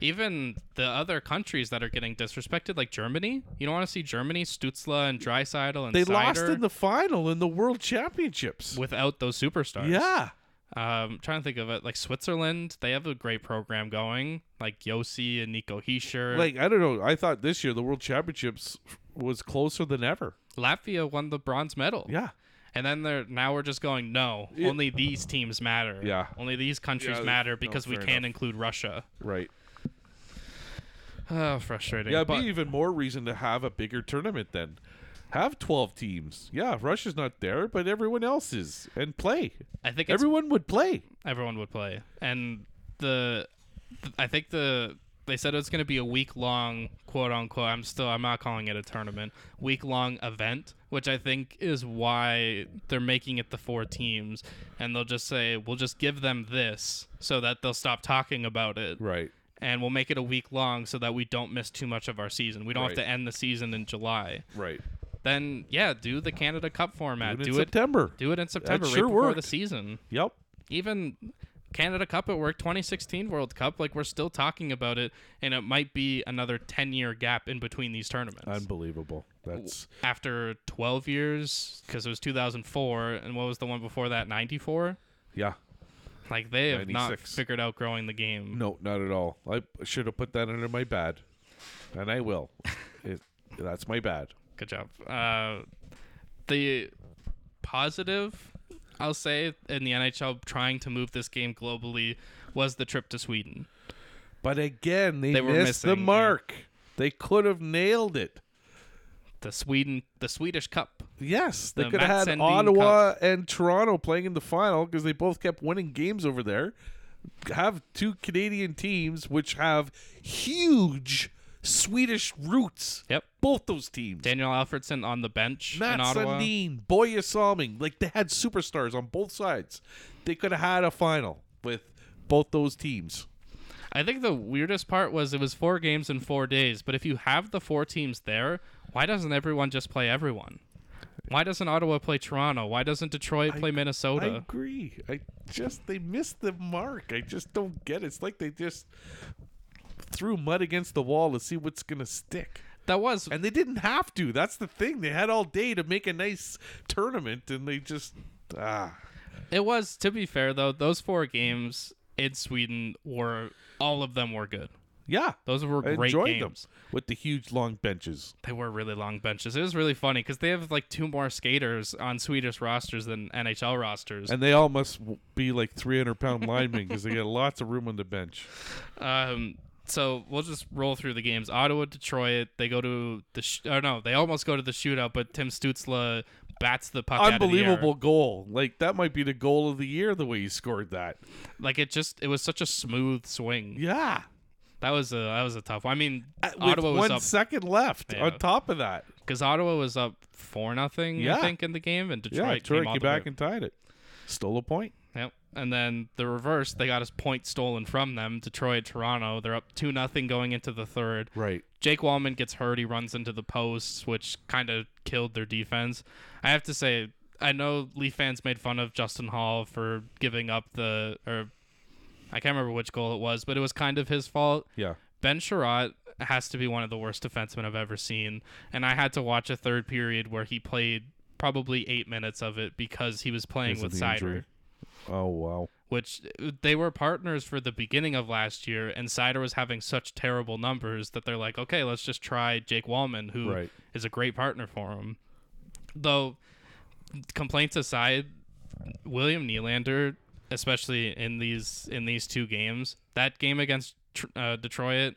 A: Even the other countries that are getting disrespected, like Germany, you don't want to see Germany, Stutzla and Drysidel and
B: They lost
A: Seider
B: in the final in the World Championships.
A: without those superstars.
B: Yeah.
A: Um, trying to think of it, like Switzerland, they have a great program going, like Yossi and Nico Heischer.
B: Like I don't know. I thought this year the World Championships was closer than ever.
A: Latvia won the bronze medal.
B: Yeah,
A: And then they're now we're just going, no,
B: Yeah.
A: only these teams matter.
B: Yeah.
A: Only these countries
B: Yeah,
A: matter
B: no,
A: because we
B: fair
A: can't include Russia.
B: right.
A: Oh, <sighs> frustrating.
B: Yeah, it'd
A: but
B: be even more reason to have a bigger tournament then. Have twelve teams. Yeah, Russia's not there, but everyone else is, and play.
A: I think it's
B: Everyone would play.
A: everyone would play. And the, th- I think the they said it's going to be a week long quote unquote. I'm still I'm not calling it a tournament. Week long event, which I think is why they're making it the four teams, and they'll just say we'll just give them this so that they'll stop talking about it.
B: Right.
A: And we'll make it a week long so that we don't miss too much of our season. We don't have
B: Right.
A: to end the season in July.
B: Right.
A: Then yeah, do the Canada Cup format.
B: Do it in
A: Do it
B: September.
A: do it in September right
B: sure
A: before the
B: worked.
A: season
B: Yep.
A: even Canada Cup at work, 2016 World Cup, like we're still talking about it, and it might be another 10 year gap in between these tournaments.
B: Unbelievable. That's
A: After 12 years, because it was 2004, and what was the one before that, 94?
B: yeah.
A: Like they have not
B: 96.
A: figured out growing the game.
B: No, not at all. I should have put that under my bad, and
A: <laughs>
B: I will. it, that's my bad.
A: Good job. Uh, the positive, I'll say, in the NHL trying to move this game globally was the trip to Sweden.
B: But again, they,
A: They were
B: missed the
A: missing, yeah.
B: mark. They could have nailed it.
A: The Sweden, the Swedish Cup.
B: Yes, they
A: The
B: could have
A: Matt
B: had
A: Sundin
B: Ottawa and Toronto playing in the final because they both kept winning games over there. Have two Canadian teams which have huge Swedish roots.
A: Yep.
B: Both those teams.
A: Daniel Alfredson on the bench in
B: Matt
A: Ottawa.
B: Sundin, Boya Salming, like they had superstars on both sides. They could have had a final with both those teams.
A: I think the weirdest part was it was four games in four days, but if you have the four teams there, why doesn't everyone just play everyone? Why doesn't Ottawa play Toronto? Why doesn't Detroit play
B: I
A: Minnesota?
B: agree. I just they missed the mark. I just don't get it. It's like they just threw mud against the wall to see what's gonna stick.
A: that was
B: And they didn't have to. That's the thing. They had all day to make a nice tournament and they just ah
A: it was to be fair though, those four games in Sweden were all of them were good.
B: yeah.
A: Those were
B: I
A: great
B: enjoyed them
A: games.
B: with the huge long benches.
A: They were really long benches. It was really funny because they have like two more skaters on Swedish rosters than NHL rosters.
B: And they all must w- be like 300 pound linemen because they got <laughs> lots of room on the bench.
A: Um, so we'll just roll through the games. Ottawa, Detroit. They go to the. Sh- or no, they almost go to the shootout, but Tim Stutzla bats the puck. out of the air.
B: Unbelievable goal. Like, that might be the goal of the year, the way he scored that.
A: Like it just. It was such a smooth swing.
B: Yeah.
A: That was a. That was a tough. One. I mean,
B: At- With
A: Ottawa was
B: one
A: up
B: second left
A: Yeah.
B: on top of that.
A: because Ottawa was up four nothing.
B: Yeah.
A: I think in the game, and Detroit,
B: yeah, Troy
A: came,
B: came,
A: all the way-
B: back and tied it. Stole a point.
A: Yep. And then the reverse, they got his point stolen from them. Detroit, Toronto, they're up two nothing going into the third.
B: Right.
A: Jake Wallman gets hurt. He runs into the posts, which kind of killed their defense. I have to say, I know Leaf fans made fun of Justin Hall for giving up the, or I can't remember which goal it was, but it was kind of his fault.
B: Yeah.
A: Ben Sherratt has to be one of the worst defensemen I've ever seen. And I had to watch a third period where he played probably eight minutes of it because he was playing
B: Because of
A: with
B: the
A: Sider
B: injury. Oh, wow.
A: which uh, they were partners for the beginning of last year, and Sider was having such terrible numbers that they're like, okay, let's just try Jake Wallman, who is
B: Right.
A: a great partner for him. Though, complaints aside, William Nylander, especially in these in these two games, that game against Tr- uh, Detroit,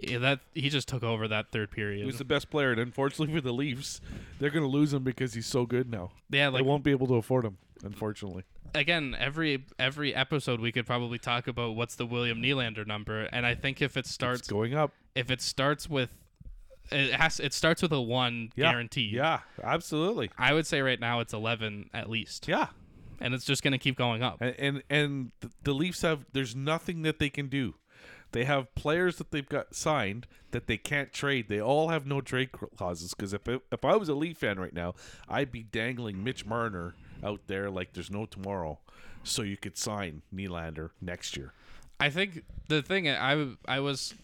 A: yeah, that he just took over that third period.
B: He was the best player, and unfortunately for the Leafs, they're going to lose him because he's so good now.
A: yeah, like
B: they won't be able to afford him, unfortunately.
A: again, every every episode we could probably talk about what's the William Nylander number, and I think if it
B: It's
A: starts
B: going up.
A: if it starts with it has it starts with a one
B: Yeah.
A: guaranteed.
B: Yeah, absolutely.
A: I would say right now it's eleven at least.
B: Yeah.
A: And it's just gonna keep going up.
B: And and, and th- the Leafs have there's nothing that they can do. They have players that they've got signed that they can't trade. They all have no trade clauses because if it, if I was a Leaf fan right now, I'd be dangling Mitch Marner out there like there's no tomorrow, so you could sign Nylander next year.
A: I think the thing I I was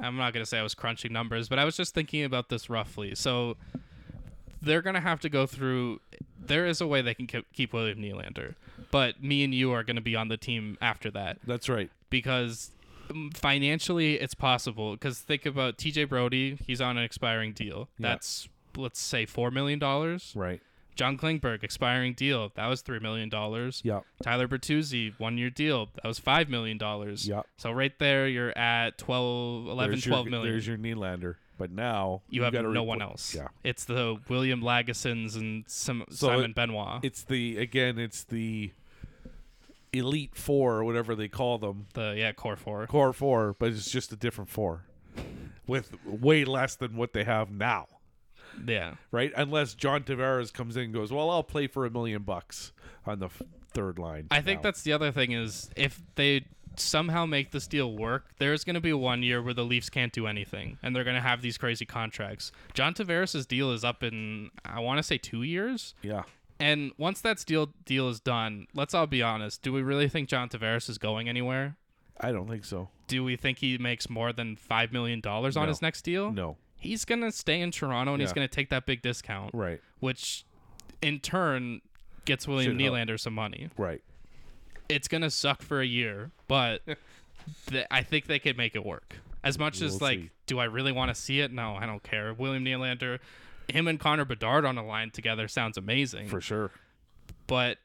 A: I'm not gonna say I was crunching numbers, but I was just thinking about this roughly. So they're gonna have to go through. There is a way they can keep, keep William Nylander, but me and you are gonna be on the team after that.
B: That's right.
A: because um, financially it's possible because think about tj brody he's on an expiring deal
B: Yeah.
A: that's let's say four million dollars
B: Right.
A: John Klingberg expiring deal. That was three million dollars.
B: Yeah.
A: Tyler Bertuzzi one year deal. That was five million dollars.
B: Yeah.
A: So right there, you're at 12, 11,
B: there's your,
A: 12 million.
B: There's your Nylander. But now
A: you have
B: gotta
A: no
B: repl-
A: one else.
B: Yeah.
A: It's the William Lagesons and some
B: So
A: Simon
B: it-
A: Benoit.
B: It's the again. It's the elite four or whatever they call them,
A: the yeah core four.
B: core four, but it's just a different four with way less than what they have now.
A: Yeah.
B: Right, unless John Tavares comes in and goes, well, I'll play for a million bucks on the f- third line.
A: I think
B: now."
A: that's the other thing is if they somehow make this deal work, there's going to be one year where the Leafs can't do anything and they're going to have these crazy contracts. John Tavares' deal is up in I want to say 2 years.
B: yeah.
A: And once that deal deal is done, let's all be honest, do we really think John Tavares is going anywhere?
B: I don't think so.
A: Do we think he makes more than 5 million dollars on
B: No.
A: his next deal?
B: No,
A: He's going to stay in Toronto and he's
B: Yeah.
A: going to take that big discount,
B: right,
A: which in turn gets William
B: Should help.
A: Nylander some money.
B: right.
A: it's gonna suck for a year, but th- I think they could make it work. As much as
B: We'll
A: like,
B: see.
A: do I really want to see it? No, I don't care. William Nylander, him and Connor Bedard on a line together sounds amazing,
B: For sure.
A: but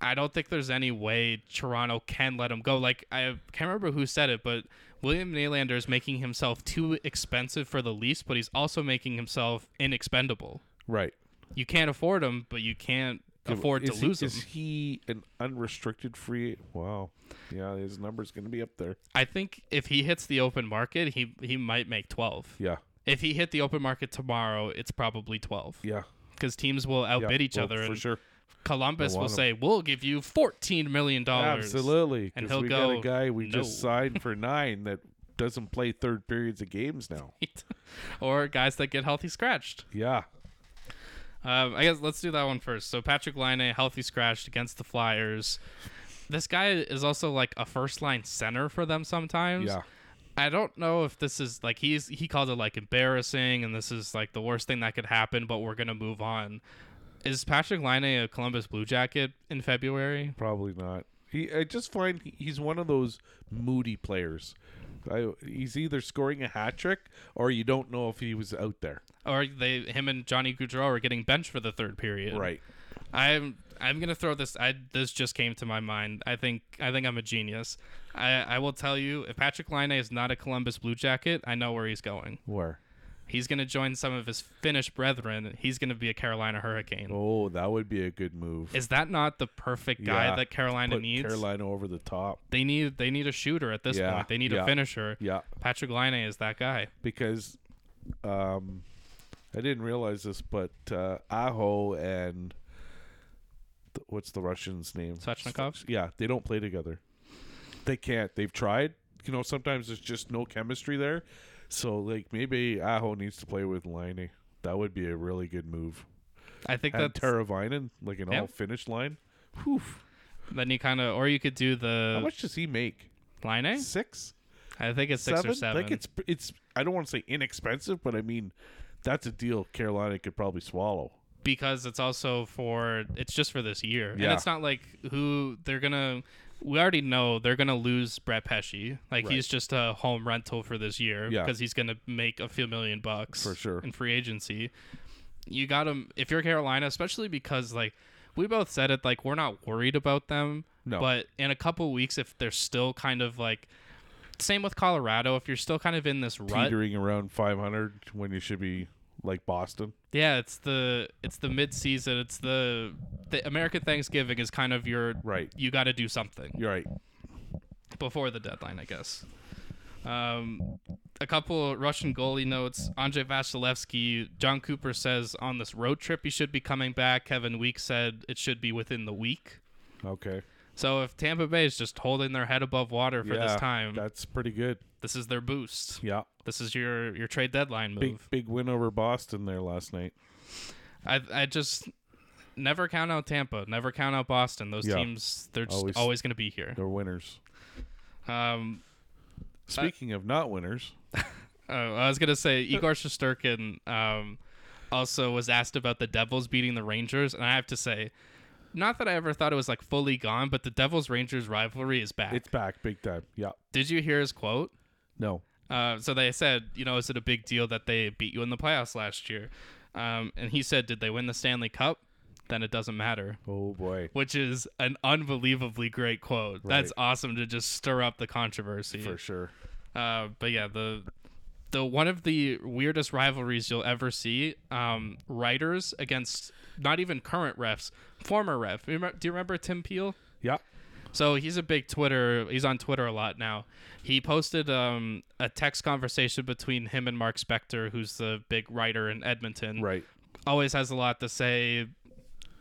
A: I don't think there's any way Toronto can let him go. Like I can't remember who said it, but William Nylander is making himself too expensive for the Leafs, but he's also making himself inexpendable.
B: Right.
A: You can't afford him, but you can't afford to
B: Is he-
A: lose him.
B: Is he an unrestricted free? Wow. Yeah, his number's going to be up there.
A: I think if he hits the open market, he he might make 12.
B: Yeah.
A: If he hit the open market tomorrow, it's probably 12
B: Yeah.
A: because teams will
B: yeah.
A: outbid each
B: Well,
A: other.
B: for
A: And
B: sure.
A: Columbus
B: They
A: will
B: want 'em.
A: say, "We'll give you 14 million dollars."
B: Absolutely.
A: And
B: 'cause
A: he'll
B: we got
A: go,
B: a guy we just
A: "No."
B: signed for nine that doesn't play third periods of games now.
A: <laughs> or guys that get healthy scratched.
B: Yeah.
A: Um, I guess let's do that one first. So Patrick Line healthy scratched against the Flyers. This guy is also like a first line center for them sometimes.
B: Yeah.
A: I don't know if this is like he's he called it like embarrassing and this is like the worst thing that could happen, but we're gonna move on. Is Patrick Line a Columbus Blue Jacket in February?
B: Probably not. He, I just find he- he's one of those moody players. I, he's either scoring a hat trick or you don't know if he was out there.
A: Or they him and Johnny Goudreau are getting benched for the third period. I'm I'm gonna throw this I this just came to my mind. I think I think I'm a genius. I, I will tell you, if Patrick Line is not a Columbus Blue Jacket, I know where he's going.
B: Where?
A: He's gonna join some of his Finnish brethren. He's gonna be a Carolina Hurricane.
B: Oh, that would be a good move.
A: Is that not the perfect guy
B: Yeah.
A: that Carolina
B: Put
A: needs?
B: Carolina over the top.
A: They need they need a shooter at this
B: Yeah,
A: point. They need a
B: yeah.
A: finisher.
B: Yeah.
A: Patrick Line is that guy.
B: because um, I didn't realize this, but uh, Aho and th- what's the Russian's name?
A: Svechnikov?
B: Yeah, they don't play together. They can't. They've tried. You know, sometimes there's just no chemistry there. So, like, maybe Aho needs to play with Liney. That would be a really good move.
A: I think
B: And
A: that
B: Teravainen, like an
A: Yeah.
B: all finish line. Whew.
A: then you kind of or you could do
B: How
A: the
B: much does he make?
A: Line.
B: Six?
A: I think it's six or seven.
B: Like it's it's I don't want to say inexpensive, but I mean that's a deal Carolina could probably swallow.
A: because it's also for it's just for this year, and
B: Yeah.
A: it's not like who they're gonna. We already know they're gonna lose Brett Pesci. Like
B: Right.
A: he's just a home rental for this year
B: Yeah.
A: because he's gonna make a few million bucks
B: For sure.
A: in free agency. You got him if you're Carolina, especially because like we both said it. Like we're not worried about them,
B: No.
A: but in a couple weeks, if they're still kind of like same with Colorado, if you're still kind of in this rut,
B: Teetering around 500 when you should be like Boston.
A: Yeah, it's the it's the mid season. It's the the American Thanksgiving is kind of your
B: Right.
A: You got to do something
B: You're right.
A: before the deadline, I guess. Um, a couple Russian goalie notes. Andre Vasilevsky, John Cooper says on this road trip he should be coming back. Kevin Week said it should be within the week.
B: Okay.
A: So if Tampa Bay is just holding their head above water for
B: Yeah,
A: this time,
B: That's pretty good.
A: this is their boost.
B: Yeah.
A: This is your your trade deadline move.
B: Big big win over Boston there last night.
A: I I just never count out Tampa, never count out Boston. Those
B: Yeah.
A: teams, they're just always,
B: Always-
A: going to be here.
B: They're winners.
A: Um,
B: Speaking of not winners,
A: oh, I was going to say Igor Shosturkin um, also was asked about the Devils beating the Rangers, and I have to say, not that I ever thought it was like fully gone, but the Devils Rangers rivalry is back.
B: it's back big time. Yeah.
A: Did you hear his quote?
B: No.
A: Uh, so they said, you know, is it a big deal that they beat you in the playoffs last year? Um, and he said, did they win the Stanley Cup? then it doesn't matter,
B: Oh boy,
A: which is an unbelievably great quote. That's awesome to just stir up the controversy.
B: for sure.
A: Uh, but yeah, the the one of the weirdest rivalries you'll ever see, um, writers against not even current refs, former ref. Remem- Do you remember Tim Peel?
B: Yeah.
A: So he's a big Twitter. He's on Twitter a lot now. He posted um, a text conversation between him and Mark Spector, who's the big writer in Edmonton.
B: Right.
A: Always has a lot to say.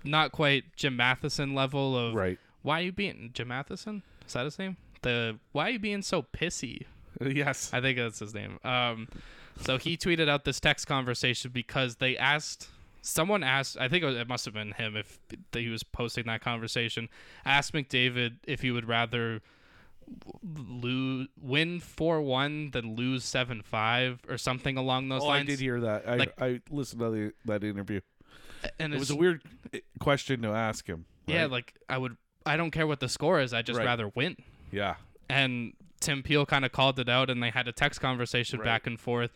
A: Not quite Jim Matheson level of <laughs>
B: Right.
A: why you being Jim Matheson? Is that his name? The why you being so pissy?
B: Yes.
A: I think that's his name. Um, so
B: <laughs>
A: he tweeted out this text conversation because they asked someone asked I think it, was, it must have been him if that he was posting that conversation asked McDavid if he would rather lose win four one than lose seven five or something along those
B: Oh, I
A: lines.
B: did hear that. I,
A: Like-
B: I listened to the, that interview.
A: and
B: It was a
A: it's-
B: weird eh, question to ask him.
A: yeah,
B: right?
A: like I would I don't care what the score is. I just
B: Right.
A: rather win.
B: yeah.
A: and Tim Peel kind of called it out, and they had a text conversation
B: Right.
A: back and forth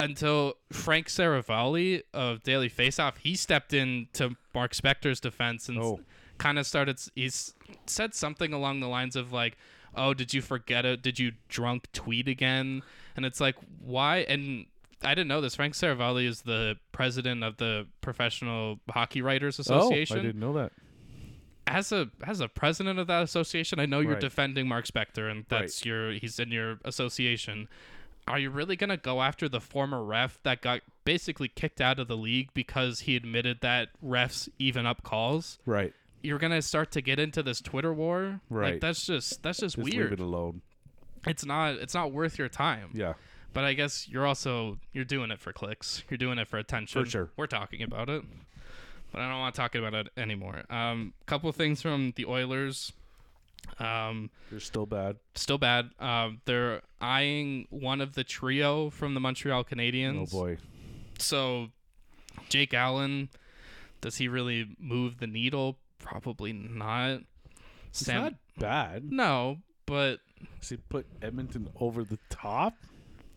A: until Frank Saravalli of Daily Faceoff he stepped in to Mark Spector's defense and
B: Oh.
A: kind of started. He's said something along the lines of like, "Oh, did you forget it? Did you drunk tweet again?" And it's like, why? And I didn't know this. Frank Saravalli is the president of the Professional Hockey Writers Association
B: Oh, I didn't know that.
A: as a as a president of that association, I know you're
B: Right.
A: defending Mark Spector and that's your he's in your association. Are you really gonna go after the former ref that got basically kicked out of the league because he admitted that refs even up calls?
B: Right.
A: You're gonna start to get into this Twitter war? Like
B: Right.
A: that's just that's just,
B: Just leave
A: weird.
B: it alone.
A: it's not it's not worth your time.
B: Yeah.
A: But I guess you're also you're doing it for clicks. You're doing it for attention.
B: For sure.
A: We're talking about it. But I don't want to talk about it anymore. Um couple things from the Oilers. Um
B: They're still bad.
A: still bad. Um they're eyeing one of the trio from the Montreal Canadiens.
B: Oh boy.
A: So Jake Allen, does he really move the needle? Probably not.
B: It's not bad.
A: No, but
B: Does it put Edmonton over the top?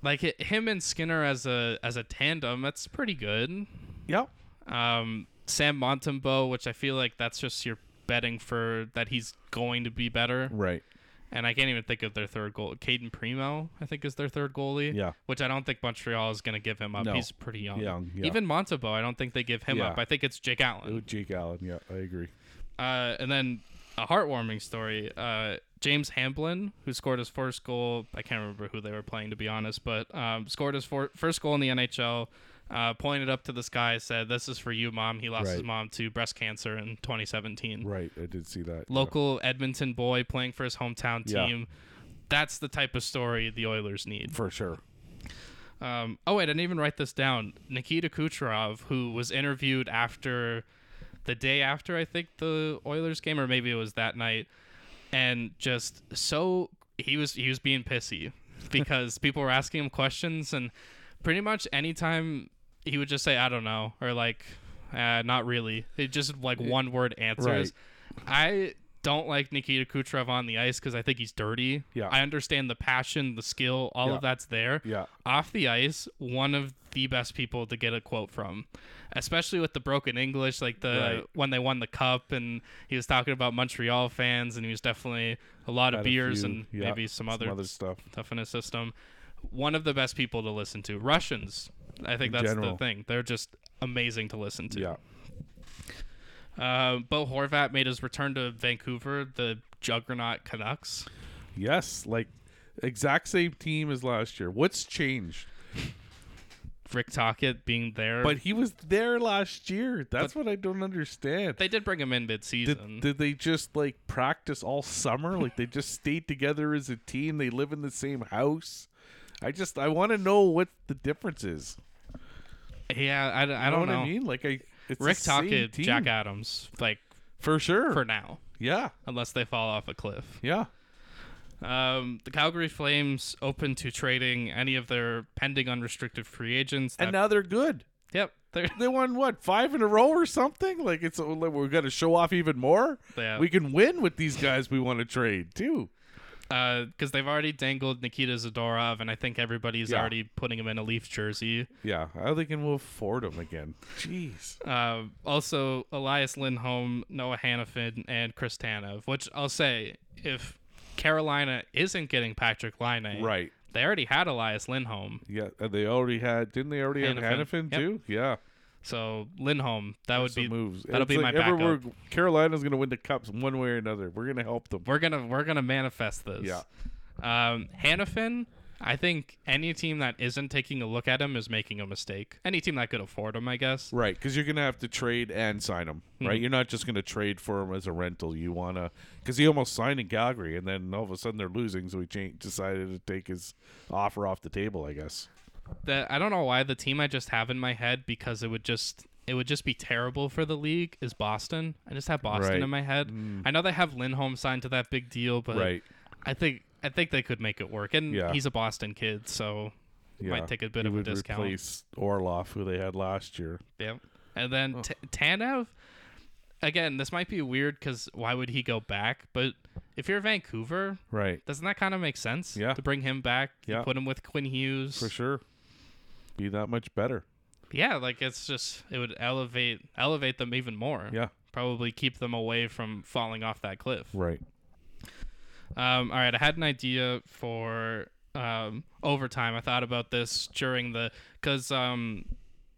A: like hi- him and Skinner as a as a tandem, that's pretty good.
B: Yep.
A: um, Sam Montembeau, which I feel like that's just your betting for that he's going to be better.
B: Right.
A: And I can't even think of their third goal. Caden Primo, I think, is their third goalie.
B: Yeah.
A: Which I don't think Montreal is going to give him up.
B: No.
A: He's pretty young.
B: Young, yeah.
A: Even Montembeau, I don't think they give him
B: Yeah.
A: up. I think it's Jake Allen.
B: Oh, Jake Allen. Yeah, I agree.
A: Uh, and then a heartwarming story. Uh, James Hamblin, who scored his first goal, I can't remember who they were playing to be honest, but um, scored his for- first goal in the NHL. Uh, pointed up to the sky, said, "This is for you, mom." He lost his
B: Right.
A: mom to breast cancer in 2017.
B: Right. I did see that.
A: Local Edmonton boy playing for his hometown
B: Yeah.
A: team. That's the type of story the Oilers need.
B: Yeah. For sure.
A: Um, oh, wait, I didn't even write this down. Nikita Kucherov, who was interviewed after the day after, I think, the Oilers game, or maybe it was that night, and just so he was he was being pissy
B: <laughs>
A: because people were asking him questions, and pretty much anytime he would just say, I don't know, or like, uh, not really. It just like one word answers. I don't like Nikita Kucherov on the ice because I think he's dirty.
B: Yeah.
A: I understand the passion, the skill, all
B: Yeah.
A: of that's there
B: Yeah.
A: off the ice, one of the best people to get a quote from, especially with the broken English, like the
B: Right.
A: when they won the cup, and he was talking about Montreal fans, and he was definitely a lot of
B: Had a
A: beers
B: few-
A: and
B: yeah,
A: maybe some other,
B: stuff.
A: stuff in his system. One of the best people to listen to. Russians, I think that's
B: general.
A: the thing. They're just amazing to listen to.
B: Yeah.
A: Uh, Bo Horvat made his return to Vancouver, the juggernaut Canucks.
B: Yes. Like exact same team as last year. What's changed?
A: Rick Tockett being there,
B: But he was there last year. That's what I don't understand.
A: they did bring him in mid-season.
B: did, did they just like practice all summer? Like they just stayed together as a team. They live in the same house. I just I want to know what the difference is.
A: yeah, I, I
B: You
A: don't
B: know
A: know.
B: what I mean. Like I, it's
A: Rick
B: the same
A: Tockett,
B: team.
A: Jack Adams, like
B: for sure.
A: for Uh, now,
B: yeah,
A: unless they fall off a cliff.
B: yeah,
A: Um, the Calgary Flames open to trading any of their pending unrestricted free agents.
B: and
A: That-
B: now they're good.
A: yep, they're,
B: They won what five in a row or something. Like it's oh, like, we're gonna show off even more.
A: Yeah.
B: We can win with these guys. We want to trade too.
A: because uh, they've already dangled Nikita Zadorov, and I think everybody's
B: Yeah.
A: already putting him in a Leaf jersey.
B: Yeah, I think they can move Fordham again. Jeez.
A: Uh, also, Elias Lindholm, Noah Hannafin, and Chris Tanev, which I'll say, if Carolina isn't getting Patrick Line,
B: Right.
A: they already had Elias Lindholm.
B: Yeah, and they already had. Didn't they already have
A: Hannafin.
B: Hannafin too? Yeah.
A: So, Lindholm, that would
B: some
A: be.
B: moves.
A: that'll be my
B: ever
A: backup.
B: we're- Carolina's going to win the cups one way or another. We're going to help them.
A: We're gonna we're gonna manifest this.
B: Yeah.
A: Um, Hannafin, I think any team that isn't taking a look at him is making a mistake. Any team that could afford him, I guess.
B: Right, because you're going to have to trade and sign him.
A: Mm-hmm.
B: Right, you're not just going to trade for him as a rental. You want to because he almost signed in Calgary, and then all of a sudden they're losing, so he cha- decided to take his offer off the table. I guess.
A: that I don't know why the team I just have in my head because it would just it would just be terrible for the league is Boston. I just have Boston
B: Right. Mm.
A: in my head. I know they have Lindholm signed to that big deal, but
B: Right.
A: I think I think they could make it work. And
B: Yeah.
A: he's a Boston kid, so
B: Yeah.
A: might take a bit
B: He
A: of a
B: would
A: discount.
B: Replace Orloff, who they had last year.
A: Yeah. And then
B: Oh.
A: T- Tanev, again, this might be weird because why would he go back? But if you're Vancouver,
B: Right.
A: doesn't that kind of make sense?
B: Yeah.
A: To bring him back, you
B: Yeah.
A: put him with Quinn Hughes.
B: For sure. Be that much better.
A: Yeah, like it's just it would elevate elevate them even more.
B: Yeah.
A: probably keep them away from falling off that cliff.
B: Right.
A: Um, all right, I had an idea for um, overtime. I thought about this during the because um,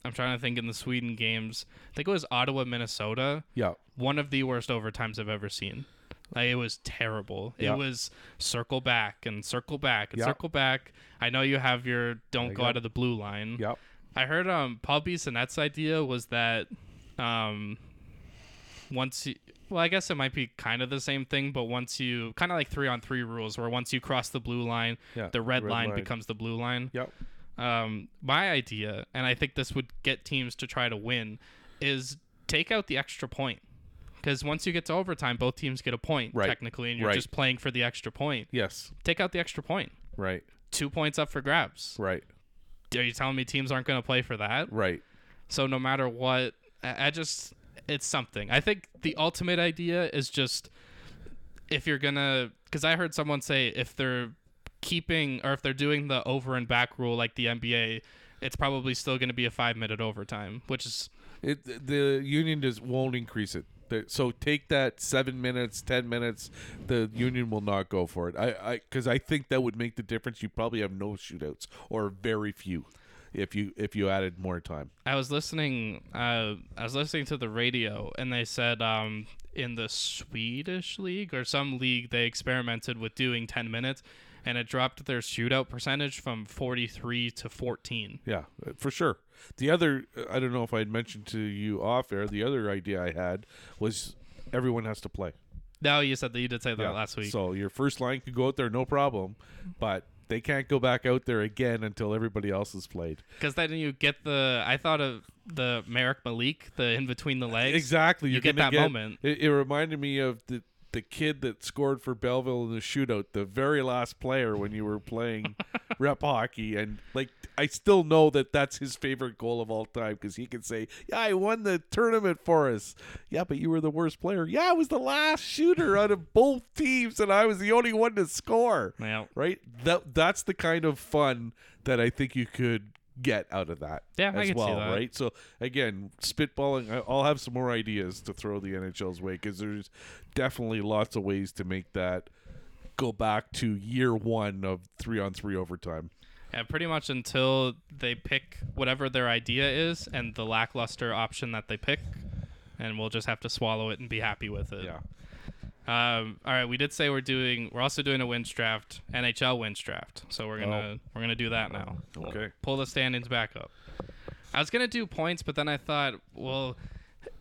A: I'm trying to think in the Sweden games. I think it was Ottawa, Minnesota.
B: Yeah.
A: One of the worst overtimes I've ever seen. Like it was terrible.
B: Yeah.
A: It was circle back and circle back and
B: Yeah.
A: circle back. I know you have your don't go
B: got-
A: out of the blue line.
B: Yep.
A: I heard um Paul B. Sinet's idea was that um once you well, I guess it might be kind of the same thing, but once you kind of like three on three rules, where once you cross the blue line,
B: Yeah,
A: the red,
B: red
A: line,
B: line.
A: becomes the blue line.
B: Yep.
A: Um, my idea, and I think this would get teams to try to win, is take out the extra point. Because once you get to overtime, both teams get a point
B: Right,
A: technically, and you're
B: right.
A: just playing for the extra point.
B: Yes.
A: Take out the extra point.
B: Right.
A: Two points up for grabs.
B: Right.
A: Are you telling me teams aren't going to play for that?
B: Right.
A: So no matter what, I, I just it's something. I think the ultimate idea is just if you're gonna, because I heard someone say if they're keeping or if they're doing the over and back rule like the NBA, it's probably still gonna be a five minute overtime, which is
B: It, the union just won't increase it. The- So take that seven minutes, ten minutes. The union will not go for it. I, I, because I think that would make the difference. You probably have no shootouts or very few, if you if you added more time.
A: I was listening. Uh, I was listening to the radio, and they said um, in the Swedish league or some league they experimented with doing ten minutes, and it dropped their shootout percentage from forty three to fourteen.
B: Yeah, uh, for sure. The other, uh, I don't know if I had mentioned to you off air. The other idea I had was everyone has to play.
A: No, you said that you did say that
B: Yeah.
A: last week.
B: So your first line could go out there, no problem, but they can't go back out there again until everybody else has played.
A: Because then you get the. I thought of the Merrick Malik, the in between the legs.
B: Exactly.
A: You
B: You're
A: get
B: gonna
A: that moment.
B: It, it reminded me of the the kid that scored for Belleville in the shootout, the very last player when you
A: <laughs>
B: were playing rep hockey, and like I still know that that's his favorite goal of all time because he can say, "Yeah, I won the tournament for us." Yeah, but you were the worst player. Yeah, I was the last shooter out of both teams, and I was the only one to score.
A: Yeah.
B: Right. That that's the kind of fun that I think you could get out of that
A: Yeah,
B: as
A: I can see
B: well,
A: that.
B: right? So again, spitballing. I- I'll have some more ideas to throw the NHL's way because there's definitely lots of ways to make that go back to year one of three on three overtime.
A: Yeah, pretty much until they pick whatever their idea is and the lackluster option that they pick, and we'll just have to swallow it and be happy with it.
B: Yeah,
A: Um, all right, we did say we're doing. We're also doing a wins draft, NHL wins draft. So we're gonna we're gonna do that now.
B: Okay.
A: Pull the standings back up. I was gonna do points, but then I thought, well,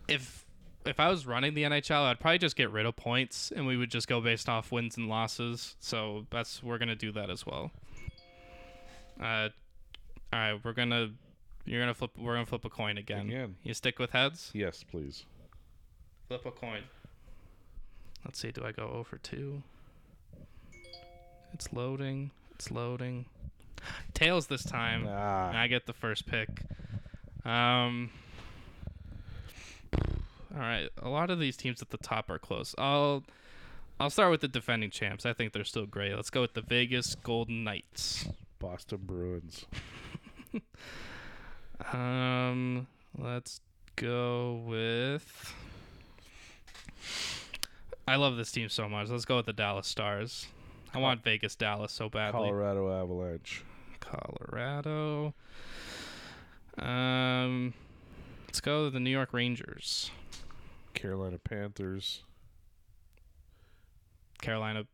A: if if I was running the NHL, I'd probably just get rid of points, and we would just go based off wins and losses. So that's we're gonna do that as well. Uh, all right, we're gonna you're gonna flip. We're gonna flip a coin again.
B: Again.
A: You stick with heads.
B: yes, please.
A: Flip a coin. Let's see, do I go over two? It's loading. It's loading. <gasps> Tails this time. and
B: Ah,
A: I get the first pick. Um Alright, a lot of these teams at the top are close. I'll I'll start with the defending champs. I think they're still great. Let's go with the Vegas Golden Knights.
B: Boston Bruins.
A: Um, let's go with. I love this team so much. Let's go with the Dallas Stars. I want Vegas Dallas so badly.
B: Colorado Avalanche.
A: Colorado. Um, let's go to the New York Rangers.
B: Carolina Panthers.
A: Carolina,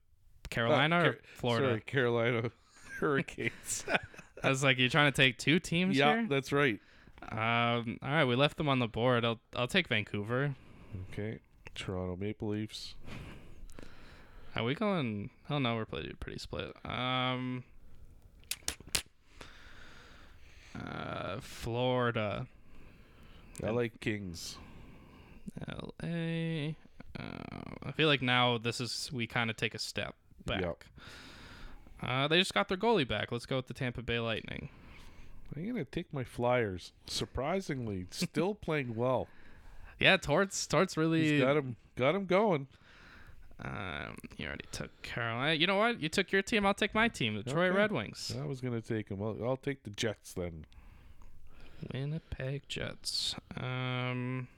A: Carolina
B: Uh, Car-
A: or Florida?
B: Sorry, Carolina <laughs> Hurricanes.
A: I was like, you're trying to take two teams
B: yeah,
A: here.
B: that's right.
A: Um, all right, we left them on the board. I'll I'll take Vancouver.
B: Okay. Toronto Maple Leafs.
A: Are we going? Hell no, we're pretty pretty split. Um, uh, Florida,
B: I
A: And-
B: like Kings.
A: L.A. Uh, I feel like now this is we kind of take a step back.
B: Yep.
A: Uh, they just got their goalie back. Let's go with the Tampa Bay Lightning.
B: I'm gonna take my Flyers. Surprisingly,
A: <laughs>
B: still playing well.
A: Yeah, Torts Torts really.
B: He's got him, got him going.
A: um, you already took Carolina. You know what? You took your team. I'll take my team, the Detroit
B: Okay.
A: Red Wings.
B: I was gonna take him. I'll, I'll take the Jets then.
A: Winnipeg Jets. Um,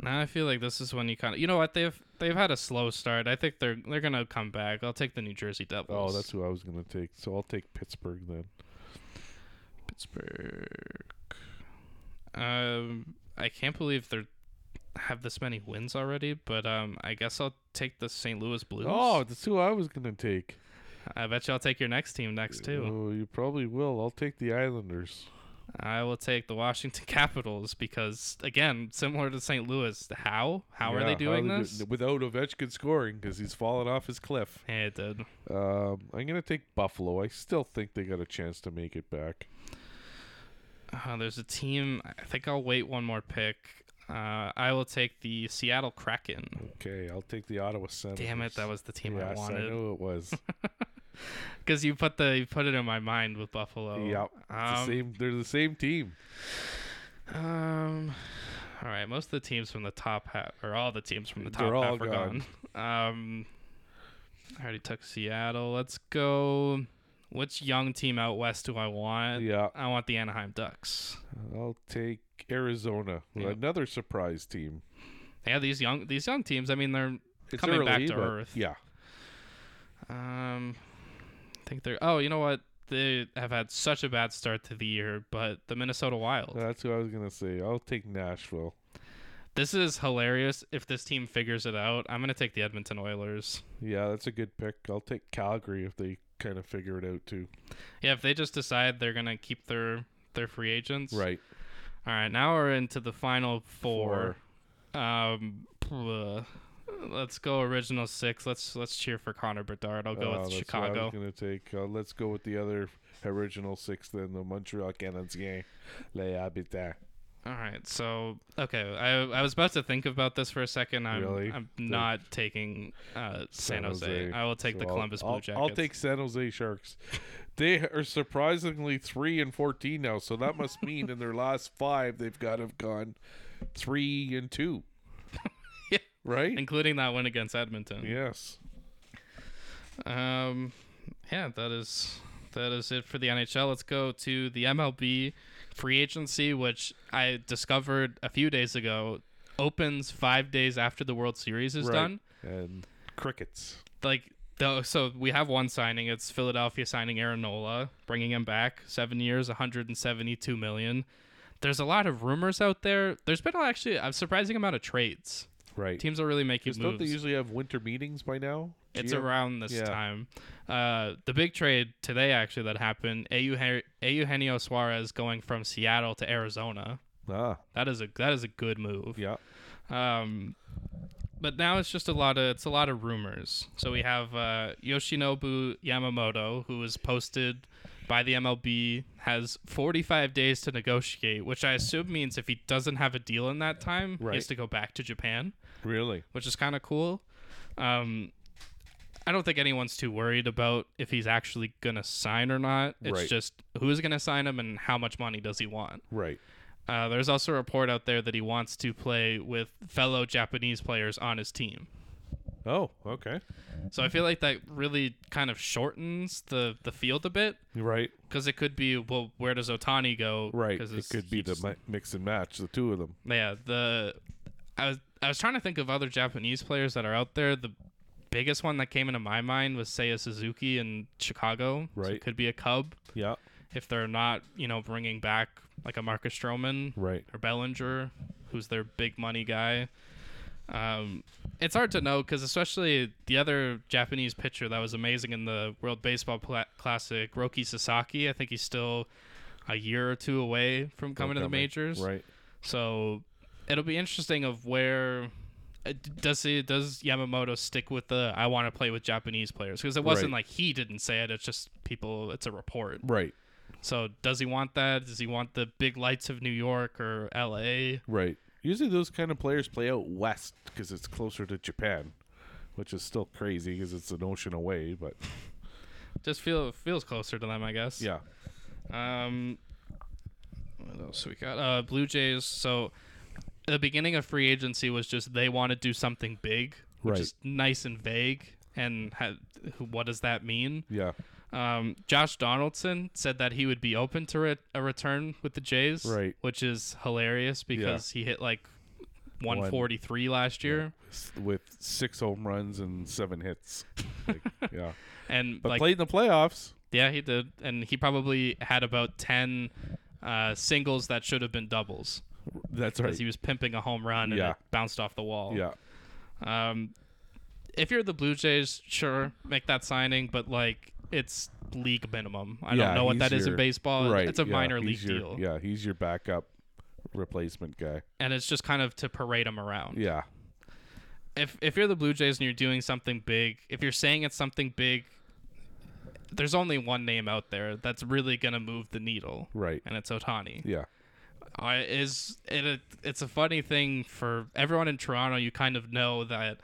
A: now I feel like this is when you kind of, you know what they've they've had a slow start. I think they're they're gonna come back. I'll take the New Jersey
B: Oh,
A: Devils.
B: that's who I was gonna take. So I'll take Pittsburgh then.
A: Pittsburgh. Um, I can't believe they're have this many wins already. But um, I guess I'll take the St. Louis Blues.
B: Oh, that's who I was gonna take.
A: I bet you I'll take your next team next too.
B: Oh, you probably will. I'll take the Islanders.
A: I will take the Washington <laughs> Capitals because again, similar to St. Louis, how how are
B: Yeah,
A: they doing
B: do-
A: this?
B: without Ovechkin scoring because he's fallen off his cliff?
A: Yeah, dude.
B: Um, I'm gonna take Buffalo. I still think they got a chance to make it back.
A: Uh, there's a team. I think I'll wait one more pick. Uh, I will take the Seattle Kraken.
B: Okay, I'll take the Ottawa Senators.
A: Damn it, that was the team I
B: yes, I
A: wanted
B: knew
A: <laughs>
B: it was.
A: because you put the you put it in my mind with Buffalo.
B: Yep. It's the
A: Um,
B: same. They're the same team.
A: um. All right. Most of the teams from the top half, or all the teams from the top
B: They're all
A: half, are gone. <laughs> Um. I already took Seattle. Let's go. Which young team out west do I want?
B: Yeah,
A: I want the Anaheim Ducks.
B: I'll take Arizona,
A: Yep.
B: another surprise team.
A: Yeah, these young these young teams. I mean, they're
B: It's
A: Coming back
B: early,
A: to
B: but
A: earth.
B: Yeah,
A: Um, I think they're. Oh, you know what? They have had such a bad start to the year, but the Minnesota Wild.
B: that's what I was gonna say. I'll take Nashville.
A: this is hilarious. If this team figures it out, I'm gonna take the Edmonton Oilers.
B: Yeah, that's a good pick. I'll take Calgary if they kind of figure it out too.
A: Yeah, if they just decide they're gonna keep their their free agents.
B: Right.
A: All right. Now we're into the final four. Um, bleh. let's go original six. Let's let's cheer for Connor Bedard. I'll go
B: Uh,
A: with
B: that's what I
A: Chicago.
B: was gonna take. Uh, let's go with the other original six then, the Montreal Canadiens.
A: <laughs>
B: Les Habitants.
A: All right, so okay, I I was about to think about this for a second. I'm
B: Really?
A: I'm not taking uh, San, Jose. I will take
B: So
A: the
B: I'll-
A: Columbus Blue
B: I'll-
A: Jackets.
B: I'll take San Jose Sharks. They are surprisingly three and fourteen now, so that must mean
A: <laughs>
B: in their last five they've got to have gone three and two.
A: <laughs> Yeah.
B: Right?
A: including that one against Edmonton.
B: yes.
A: Um, yeah, that is that is it for the NHL. Let's go to the MLB free agency, which I discovered a few days ago opens five days after the World Series is
B: Right.
A: done.
B: And crickets.
A: like the, so we have one signing it's philadelphia signing aaron nola bringing him back seven years 172 million there's a lot of rumors out there there's been actually a surprising amount of trades
B: Right.
A: teams are really making
B: Just don't they
A: moves
B: usually have winter meetings by now?
A: it's
B: Gee,
A: around this
B: Yeah.
A: time uh, the big trade today actually that happened Eugenio, Eugenio suarez going from seattle to arizona
B: Ah,
A: that is a that is a good move
B: yeah.
A: um, but now it's just a lot of it's a lot of rumors. So we have uh, Yoshinobu Yamamoto, who was posted by the MLB, has 45 days to negotiate, which I assume means if he doesn't have a deal in that time, he
B: Right.
A: has to go back to Japan,
B: Really?
A: which is kind of cool. Um, I don't think anyone's too worried about if he's actually gonna sign or not. It's
B: Right.
A: just who's gonna sign him and how much money does he want.
B: Right.
A: Uh, there's also a report out there that he wants to play with fellow Japanese players on his team.
B: Oh, okay.
A: So I feel like that really kind of shortens the the field a bit
B: You're right.
A: because it could be well, where does Otani go?
B: Right.
A: 'Cause
B: It
A: it's-
B: could be the
A: he's-
B: mi- mix and match, the two of them.
A: Yeah, the I was I was trying to think of other Japanese players that are out there. The biggest one that came into my mind was Seiya Suzuki in Chicago. So it
B: Right.
A: could be a Cub
B: Yeah.
A: if they're not, you know, bringing back like a Marcus Stroman
B: Right.
A: or Bellinger, who's their big money guy. Um, it's hard to know because especially the other Japanese pitcher that was amazing in the World Baseball Pla- Classic, Roki Sasaki. I think he's still a year or two away from coming to the
B: Montgomery.
A: majors.
B: Right.
A: So it'll be interesting of where uh, d- does he does Yamamoto stick with the I want to play with Japanese players because it wasn't
B: Right.
A: like he didn't say it. It's just people. It's a report.
B: Right.
A: So does he want that? Does he want the big lights of New York or L.A.?
B: Right. Usually those kind of players play out west because it's closer to Japan, which is still crazy because it's an ocean away. But
A: <laughs> Just feel feels closer to them, I guess.
B: yeah,
A: Um, what else we got? Uh, Blue Jays. So the beginning of free agency was just they want to do something big, which
B: Right.
A: is nice and vague. And ha- what does that mean?
B: yeah,
A: Um, Josh Donaldson said that he would be open to re- a return with the Jays,
B: Right.
A: Which is hilarious because he hit like 143 last year,
B: S- with six home runs and seven hits.
A: <laughs>
B: Like, yeah,
A: and
B: but
A: like
B: played in the playoffs.
A: yeah, he did, and he probably had about 10 uh, singles that should have been doubles
B: That's
A: because
B: right.
A: he was pimping a home run and
B: Yeah.
A: it bounced off the wall.
B: Yeah,
A: Um, if you're the Blue Jays, sure, make that signing, but like it's league minimum. I
B: Yeah,
A: don't know what
B: he's
A: that is in
B: your-
A: baseball.
B: right.
A: It's a
B: yeah,
A: minor league
B: he's your-
A: deal.
B: Yeah, he's your backup replacement guy.
A: and it's just kind of to parade him around.
B: Yeah,
A: If if you're the Blue Jays and you're doing something big, if you're saying it's something big, there's only one name out there that's really gonna move the needle,
B: right.
A: and it's Otani.
B: Yeah,
A: I is it, it it's a funny thing for everyone in Toronto. You kind of know that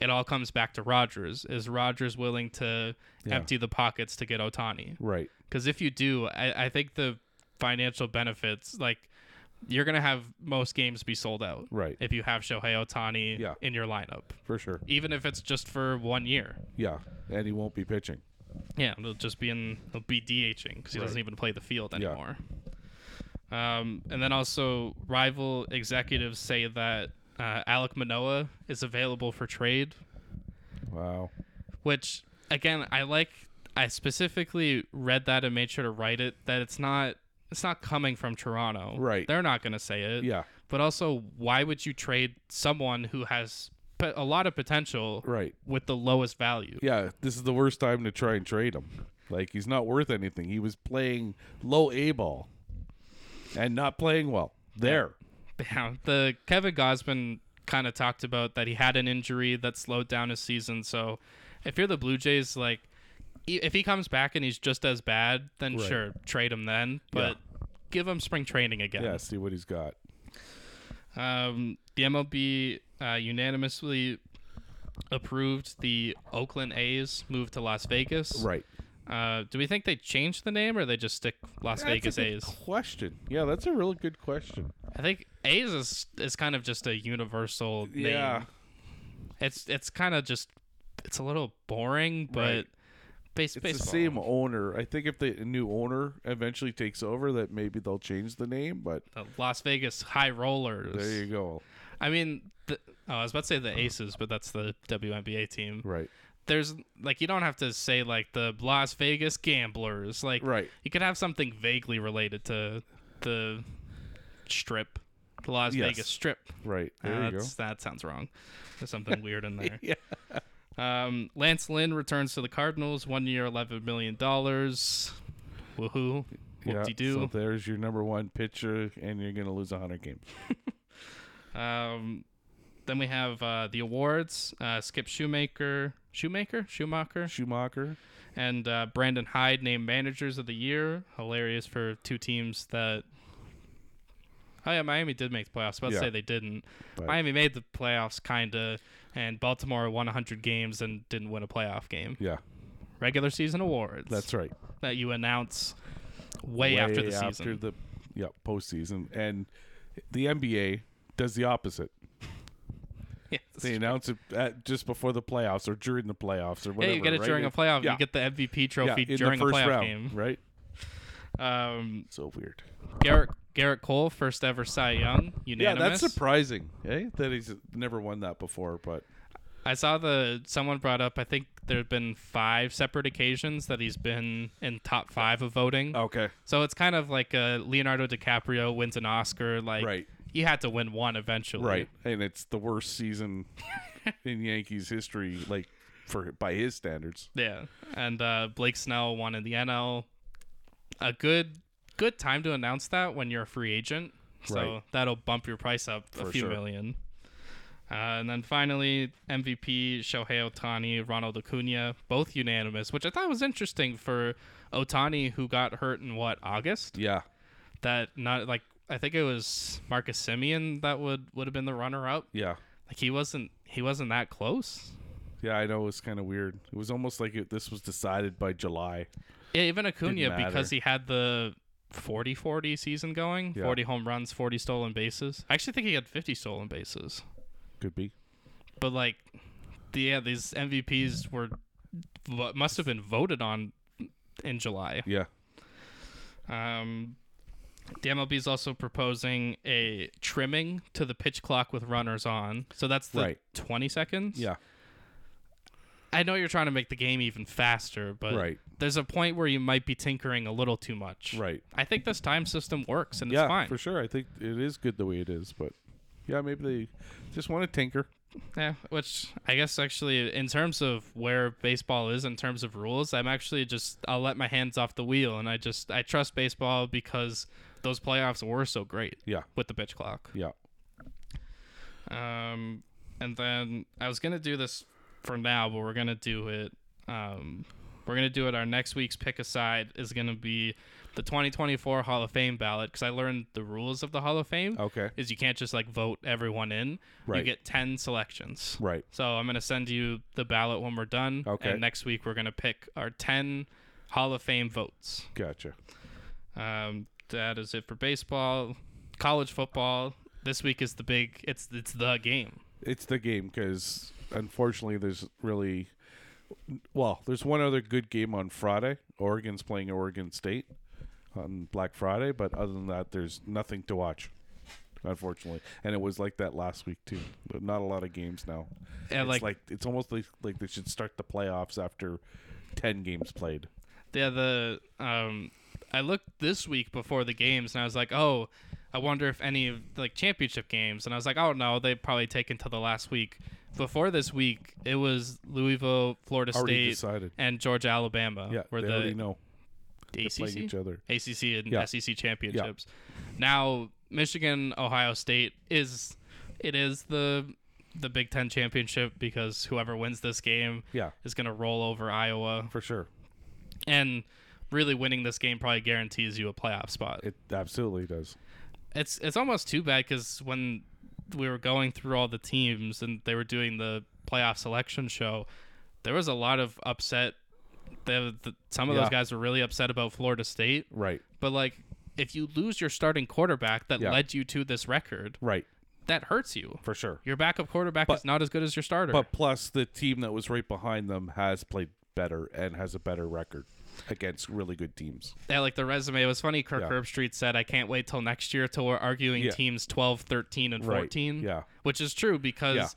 A: it all comes back to Rogers. Is Rogers willing to
B: Yeah.
A: empty the pockets to get Otani?
B: right.
A: Because if you do, I, I think the financial benefits, like you're gonna have most games be sold out,
B: Right.
A: If you have Shohei Otani
B: Yeah.
A: in your lineup,
B: For sure.
A: even if it's just for one year,
B: Yeah, and he won't be pitching.
A: yeah, he'll just be in he'll be DHing because he doesn't even play the field
B: Yeah.
A: anymore. Um, and then also rival executives say that uh, Alec Manoa is available for trade,
B: Wow.
A: which again I like. I specifically read that and made sure to write it that it's not it's not coming from Toronto.
B: Right.
A: They're not going to say it.
B: Yeah.
A: But also, why would you trade someone who has po- a lot of potential
B: Right.
A: with the lowest value?
B: yeah, this is the worst time to try and trade him. Like he's not worth anything. He was playing low A ball and not playing well. There.
A: Yeah, the Kevin Gosman kind of talked about that he had an injury that slowed down his season. So if you're the Blue Jays, like i- if he comes back and he's just as bad, then
B: Right.
A: sure, trade him then. But give him spring training
B: Yeah,
A: again.
B: see what he's got.
A: Um, the MLB uh, unanimously approved the Oakland A's move to Las Vegas.
B: Right.
A: Uh, do we think they changed the name or they just stick Las Vegas A's?
B: Question. Yeah, that's a really good question.
A: I think A's is, is kind of just a universal name.
B: Yeah.
A: It's it's kind of just it's a little boring, but
B: Right.
A: base,
B: It's
A: baseball.
B: the same owner. I think if the new owner eventually takes over that maybe they'll change the name, but
A: The Las Vegas High Rollers.
B: there you go.
A: I mean, the, oh, I was about to say the Aces, but that's the WNBA team.
B: Right.
A: There's like you don't have to say like the Las Vegas Gamblers. Like
B: Right.
A: you could have something vaguely related to the strip, the Las
B: Yes.
A: Vegas Strip.
B: Right. There
A: Uh,
B: you go.
A: that's- That sounds wrong. There's
B: <laughs>
A: something weird in there.
B: Yeah.
A: Um, Lance Lynn returns to the Cardinals, one year, eleven million dollars. Woohoo! Whoop de
B: So
A: doo.
B: there's your number one pitcher and you're gonna lose hundred games.
A: Um, then we have uh, the awards. Uh, Skip Shoemaker, Shoemaker, Schumacher,
B: Schumacher.
A: and uh, Brandon Hyde named managers of the year. Hilarious for two teams that. Oh yeah, Miami did make the playoffs. I was about to
B: Yeah.
A: say they didn't.
B: But-
A: Miami made the playoffs, kinda, and Baltimore won 100 games and didn't win a playoff game.
B: Yeah.
A: Regular season awards.
B: That's right.
A: that you announce way, after the
B: after
A: season. <laughs>
B: the yeah postseason, and the NBA does the opposite.
A: Yeah, that's
B: They
A: true.
B: announce it at, just before the playoffs or during the playoffs or
A: yeah,
B: whatever.
A: you get it
B: right?
A: during a playoff.
B: yeah.
A: You get the MVP
B: yeah,
A: trophy
B: in
A: during
B: the
A: a
B: first
A: playoff
B: round,
A: game.
B: right?
A: Um,
B: So weird.
A: Garrett Garrett Cole, first ever Cy Young,
B: Yeah,
A: unanimous.
B: that's surprising, eh? That he's never won that before, but
A: I saw the someone brought up. I think there have been five separate occasions that he's been in top five of voting.
B: okay,
A: So it's kind of like uh, Leonardo DiCaprio wins an Oscar. Like
B: Right.
A: you had to win one eventually.
B: right, and it's the worst
A: <laughs>
B: season in Yankees history, like for by his standards.
A: Yeah. And uh, Blake Snell won in the NL. A good good time to announce that when you're a free agent. So
B: Right.
A: that'll bump your price up a
B: For
A: few
B: sure.
A: million. Uh, and then finally, MVP Shohei Otani, Ronald Acuna, both unanimous, which I thought was interesting for Otani, who got hurt in what August.
B: Yeah,
A: That not like I think it was Marcus Simeon that would would have been the runner up.
B: yeah,
A: Like he wasn't he wasn't that close.
B: yeah. I know it was kind of weird. It was almost like it, this was decided by July.
A: Yeah, even Acuna
B: matter.
A: because he had the 40-40 season going,
B: Yeah.
A: 40 home runs, 40 stolen bases. I actually think he had 50 stolen bases.
B: Could be.
A: But like the, yeah, these MVPs were what must have been voted on in July.
B: Yeah.
A: Um the MLB is also proposing a trimming to the pitch clock with runners on. So that's the
B: Right.
A: 20 seconds.
B: Yeah.
A: I know you're trying to make the game even faster, but
B: Right.
A: there's a point where you might be tinkering a little too much.
B: Right.
A: I think this time system works and
B: yeah,
A: it's fine.
B: for sure. I think it is good the way it is, but yeah, maybe they just want to tinker.
A: Yeah, which I guess actually, in terms of where baseball is in terms of rules, I'm actually just I'll let my hands off the wheel and I just I trust baseball because those playoffs were so great
B: Yeah.
A: with the pitch clock.
B: Yeah.
A: Um, and then I was gonna do this for now, but we're gonna do it. Um, we're gonna do it. Our next week's pick aside is gonna be the 2024 Hall of Fame ballot because I learned the rules of the Hall of Fame.
B: Okay.
A: Is you can't just like vote everyone in. You
B: Oh. Right.
A: get 10 selections.
B: Right.
A: So I'm gonna send you the ballot when we're done.
B: Okay.
A: And next week we're gonna pick our 10 Hall of Fame votes.
B: Gotcha.
A: Um, that is it for baseball. College football. This week is the big. It's it's the game.
B: It's the game because unfortunately there's really well there's one other good game on Friday. Oregon's playing Oregon State on Black Friday, but other than that, there's nothing to watch. Unfortunately, and it was like that last week too. But not a lot of games now.
A: Yeah,
B: it's
A: like-
B: it's almost like like they should start the playoffs after ten games played.
A: Yeah, the um, I looked this week before the games, and I was like, oh, I wonder if any of like championship games, and I was like, oh no, they probably take until the last week. Before this week, it was Louisville, Florida
B: Already
A: State,
B: decided.
A: and Georgia, Alabama.
B: Yeah,
A: were
B: they
A: the
B: already know
A: ACC,
B: playing each other.
A: ACC and
B: Yeah.
A: SEC championships. Now Michigan, Ohio State is it is the the Big Ten championship because whoever wins this game
B: Yeah,
A: is going to roll over Iowa.
B: for sure.
A: and really winning this game probably guarantees you a playoff spot.
B: It absolutely does.
A: It's it's almost too bad because when we were going through all the teams and they were doing the playoff selection show, there was a lot of upset. The, the, some of
B: Yeah.
A: those guys were really upset about Florida State,
B: Right.
A: but like if you lose your starting quarterback that
B: Yeah.
A: led you to this record,
B: Right.
A: that hurts you.
B: For sure.
A: Your backup quarterback is not as good as your starter.
B: But plus, the team that was right behind them has played better and has a better record against really good teams.
A: Yeah, like the resume. It was funny. Kirk
B: Yeah.
A: Herbstreit said, "I can't wait till next year till we're arguing
B: Yeah.
A: teams 12, 13, and
B: Right.
A: 14."
B: Yeah.
A: which is true because
B: Yeah.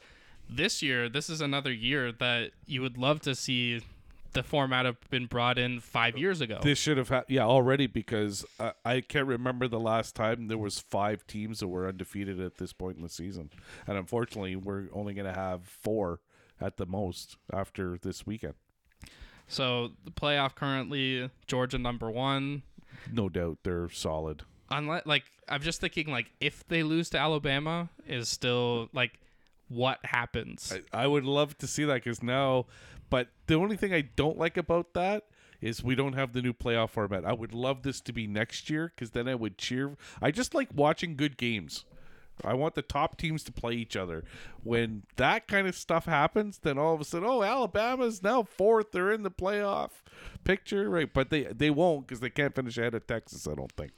A: this year, this is another year that you would love to see the format have been brought in
B: Uh,
A: five years ago.
B: This should have, ha- yeah, already because I, I can't remember the last time there was five teams that were undefeated at this point in the season, and unfortunately, we're only going to have four at the most after this weekend,
A: so the playoff currently, Georgia number one.
B: no doubt. They're solid.
A: Unless, like, I'm just thinking, like, if they lose to Alabama, is still like, what happens?
B: I would love to see that because now, but the only thing I don't like about that is we don't have the new playoff format. I would love this to be next year because then I would cheer. I just like watching good games. I want the top teams to play each other. When that kind of stuff happens, then all of a sudden, oh, Alabama's now fourth. They're in the playoff picture, right? But they they won't because they can't finish ahead of Texas. I don't think.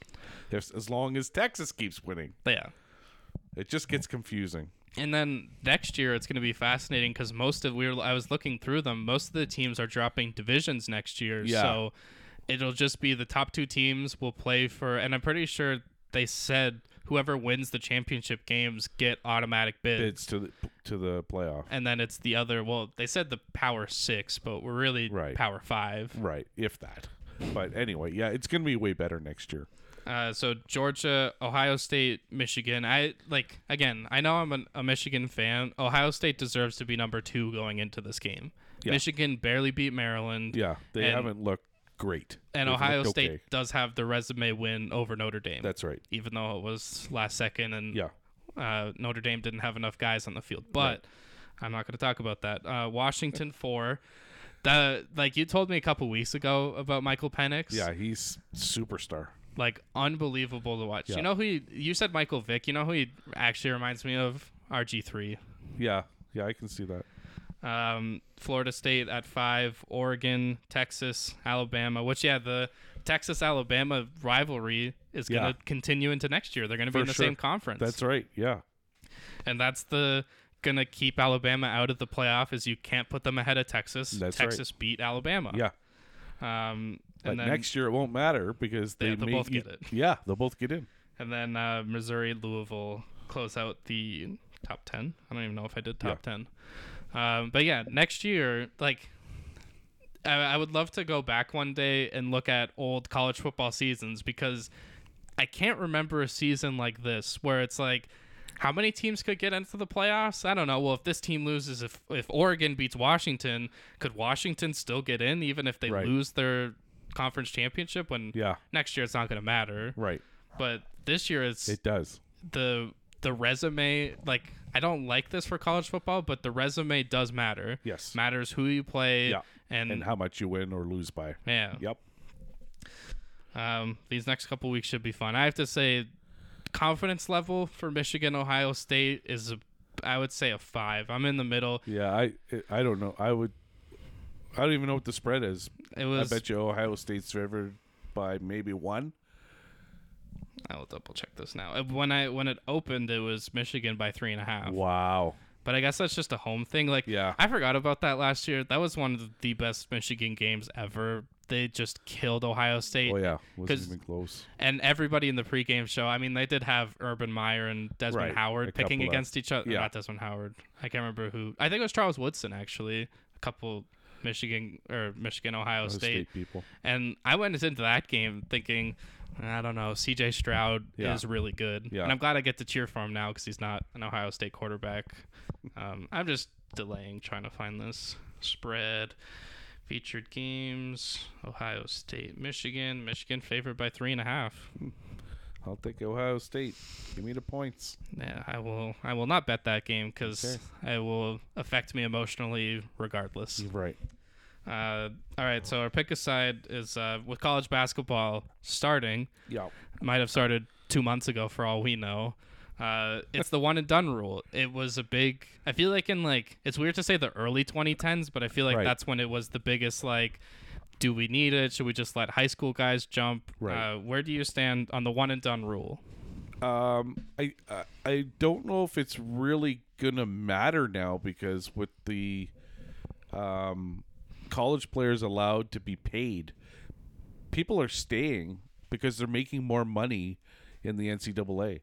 B: If, as long as Texas keeps winning,
A: But yeah.
B: it just gets confusing.
A: And then next year it's going to be fascinating because most of we were I was looking through them. Most of the teams are dropping divisions next year,
B: Yeah.
A: so it'll just be the top two teams will play for. And I'm pretty sure they said whoever wins the championship games get automatic bids.
B: Bids to the to the playoff.
A: And then it's the other. Well, they said the Power Six, but we're really
B: Right.
A: Power Five.
B: Right, if that. But anyway, yeah, it's going to be way better next year.
A: Uh, so Georgia, Ohio State, Michigan. I like again. I know I'm an, a Michigan fan. Ohio State deserves to be number two going into this game.
B: Yeah.
A: Michigan barely beat Maryland.
B: Yeah, they
A: And-
B: haven't looked great.
A: And
B: They've
A: Ohio
B: looked
A: State
B: okay.
A: does have the resume win over Notre Dame,
B: That's right.
A: even though it was last second and
B: Yeah.
A: uh, Notre Dame didn't have enough guys on the field. But I'm not going to talk about that. Uh, Washington four. The like you told me a couple weeks ago about Michael Penix.
B: Yeah, he's superstar.
A: like unbelievable to watch.
B: Yeah.
A: You know who he, you said Michael Vick. You know who he actually reminds me of? RG three.
B: Yeah. Yeah, I can see that.
A: Um, Florida State at five, Oregon, Texas, Alabama. Which yeah, the Texas Alabama rivalry is gonna
B: Yeah.
A: continue into next year. They're gonna
B: For
A: be in the
B: sure.
A: same conference,
B: That's right. Yeah.
A: and that's the gonna keep Alabama out of the playoff. Is you can't put them ahead of Texas.
B: That's right.
A: Texas beat Alabama.
B: Yeah.
A: Um,
B: But
A: and then
B: next year it won't matter because they
A: Yeah, they'll
B: may- e
A: both get it.
B: Yeah, they'll both get in.
A: And then uh, Missouri, Louisville close out the top 10. I don't even know if I did top 10. Um, but yeah, next year, like, I, I would love to go back one day and look at old college football seasons because I can't remember a season like this where it's like, how many teams could get into the playoffs? I don't know. Well, if this team loses, if, if Oregon beats Washington, could Washington still get in even if they
B: Right.
A: lose their conference championship? When
B: Yeah.
A: next year it's not going to matter
B: Right.
A: but this year it's
B: It does.
A: the the resume like I don't like this for college football, but the resume does matter.
B: Yes.
A: Matters who you play
B: Yeah.
A: and,
B: And how much you win or lose by.
A: yeah.
B: Yep.
A: Um these next couple weeks should be fun. I have to say confidence level for Michigan Ohio State is a, I would say a 5. I'm in the middle.
B: Yeah, I I don't know. I would I don't even know what the spread is.
A: It was
B: I bet you Ohio State's favored by maybe one.
A: I will double check this now. Uh, When I when it opened, it was Michigan by three and a half.
B: Wow.
A: But I guess that's just a home thing. Like,
B: Yeah.
A: I forgot about that last year. That was one of the best Michigan games ever. They just killed Ohio State,
B: Oh yeah, wasn't
A: 'Cause-
B: even close.
A: and everybody in the pregame show. I mean, they did have Urban Meyer and Desmond
B: Right, a
A: Howard picking
B: couple of-
A: against each other.
B: yeah.
A: Not Desmond Howard. I can't remember who. I think it was Charles Woodson actually. A couple Michigan or Michigan Ohio,
B: Ohio
A: State.
B: people.
A: And I went into that game thinking, I don't know, CJ Stroud
B: Yeah.
A: is really good.
B: Yeah.
A: And I'm glad I get to cheer for him now because he's not an Ohio State quarterback. Um, I'm just delaying trying to find this spread. Featured games Ohio State, Michigan. Michigan favored by three and a half.
B: I'll take Ohio State. Give me the points.
A: Yeah, I will. I will not bet that game because
B: Okay.
A: it will affect me emotionally, regardless.
B: Right.
A: Uh, all right, so our pick aside is uh, with college basketball starting.
B: Yeah.
A: might have started two months ago for all we know. Uh, it's the one and done rule. It was a big. I feel like in like it's weird to say the early 2010s, but I feel like
B: Right.
A: that's when it was the biggest. Like, do we need it? Should we just let high school guys jump?
B: Right.
A: Uh, where do you stand on the one and done rule?
B: Um, I, I I don't know if it's really gonna matter now because with the um, college players allowed to be paid, people are staying because they're making more money in the NCAA.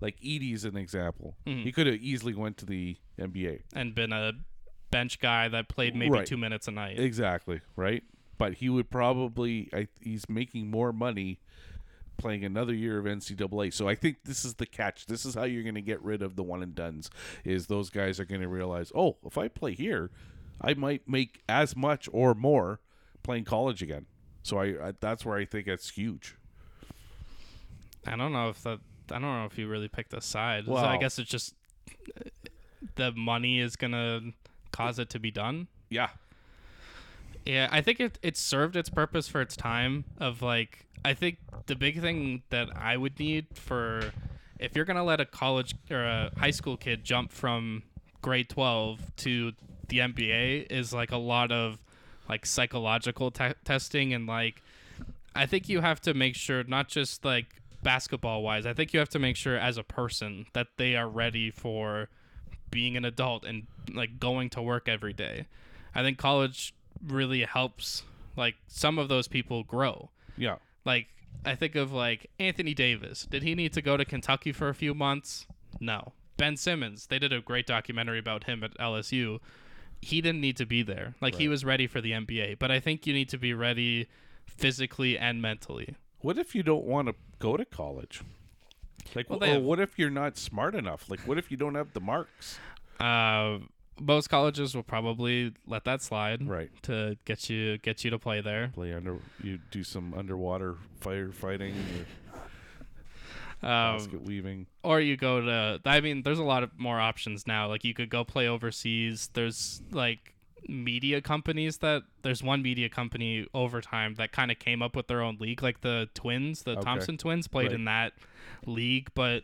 B: Like Edie's an example. He could have easily went to the NBA.
A: And been a bench guy that played maybe
B: Right.
A: two minutes a night.
B: Exactly, right? But he would probably I, he's making more money playing another year of NCAA. So I think this is the catch. This is how you're going to get rid of the one and duns is those guys are going to realize, "Oh, if I play here, I might make as much or more playing college again." So I, I that's where I think it's huge.
A: I don't know if that. I don't know if you really picked a side. So I
B: Well-
A: guess it's just uh, the money is gonna cause it to be done.
B: Yeah.
A: Yeah, I think it it served its purpose for its time of like I think the big thing that I would need for if you're going to let a college or a high school kid jump from grade 12 to the MBA is like a lot of like psychological te- testing and like I think you have to make sure not just like basketball wise. I think you have to make sure as a person that they are ready for being an adult and like going to work every day. I think college really helps like some of those people grow.
B: Yeah.
A: Like I think of like Anthony Davis. Did he need to go to Kentucky for a few months? No. Ben Simmons, they did a great documentary about him at LSU. He didn't need to be there. Like he
B: Right.
A: was ready for the NBA, but I think you need to be ready physically and mentally.
B: What if you don't want to go to college? Like,
A: Well,
B: well,
A: they have-
B: what if you're not smart enough? Like, what if you don't have the marks?
A: Uh, most colleges will probably let that slide
B: Right.
A: to get you get you to play there.
B: Play under, you do some underwater firefighting or
A: Um,
B: basket weaving.
A: or you go to i mean there's a lot of more options now like you could go play overseas there's like media companies that there's one media company over time that kind of came up with their own league like the twins the
B: Okay.
A: thompson twins played
B: Right.
A: in that league but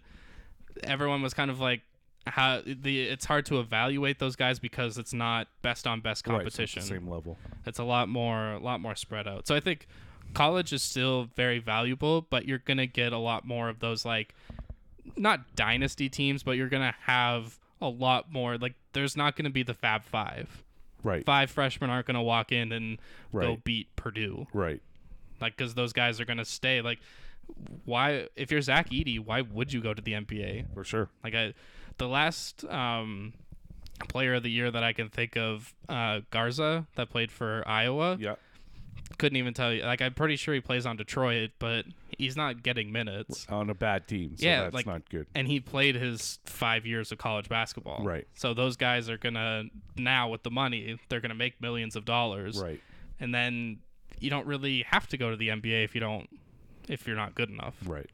A: everyone was kind of like how the it's hard to evaluate those guys because it's not best on best
B: Right, so it's the
A: competition
B: same level.
A: it's a lot more a lot more spread out so i think college is still very valuable but you're gonna get a lot more of those like not dynasty teams but you're gonna have a lot more like there's not gonna be the fab five
B: Right.
A: five freshmen aren't gonna walk in and go
B: Right.
A: beat purdue
B: Right.
A: like because those guys are gonna stay like why if you're zach eady why would you go to the nba
B: For sure.
A: like I, the last um, player of the year that I can think of, uh, Garza, that played for Iowa,
B: Yeah.
A: couldn't even tell you. Like I'm pretty sure he plays on Detroit, but he's not getting minutes.
B: On a bad team. So
A: Yeah,
B: that's
A: like-
B: not good.
A: And he played his five years of college basketball.
B: Right.
A: So those guys are gonna now with the money, they're gonna make millions of dollars.
B: Right.
A: And then you don't really have to go to the NBA if you don't, if you're not good enough.
B: Right.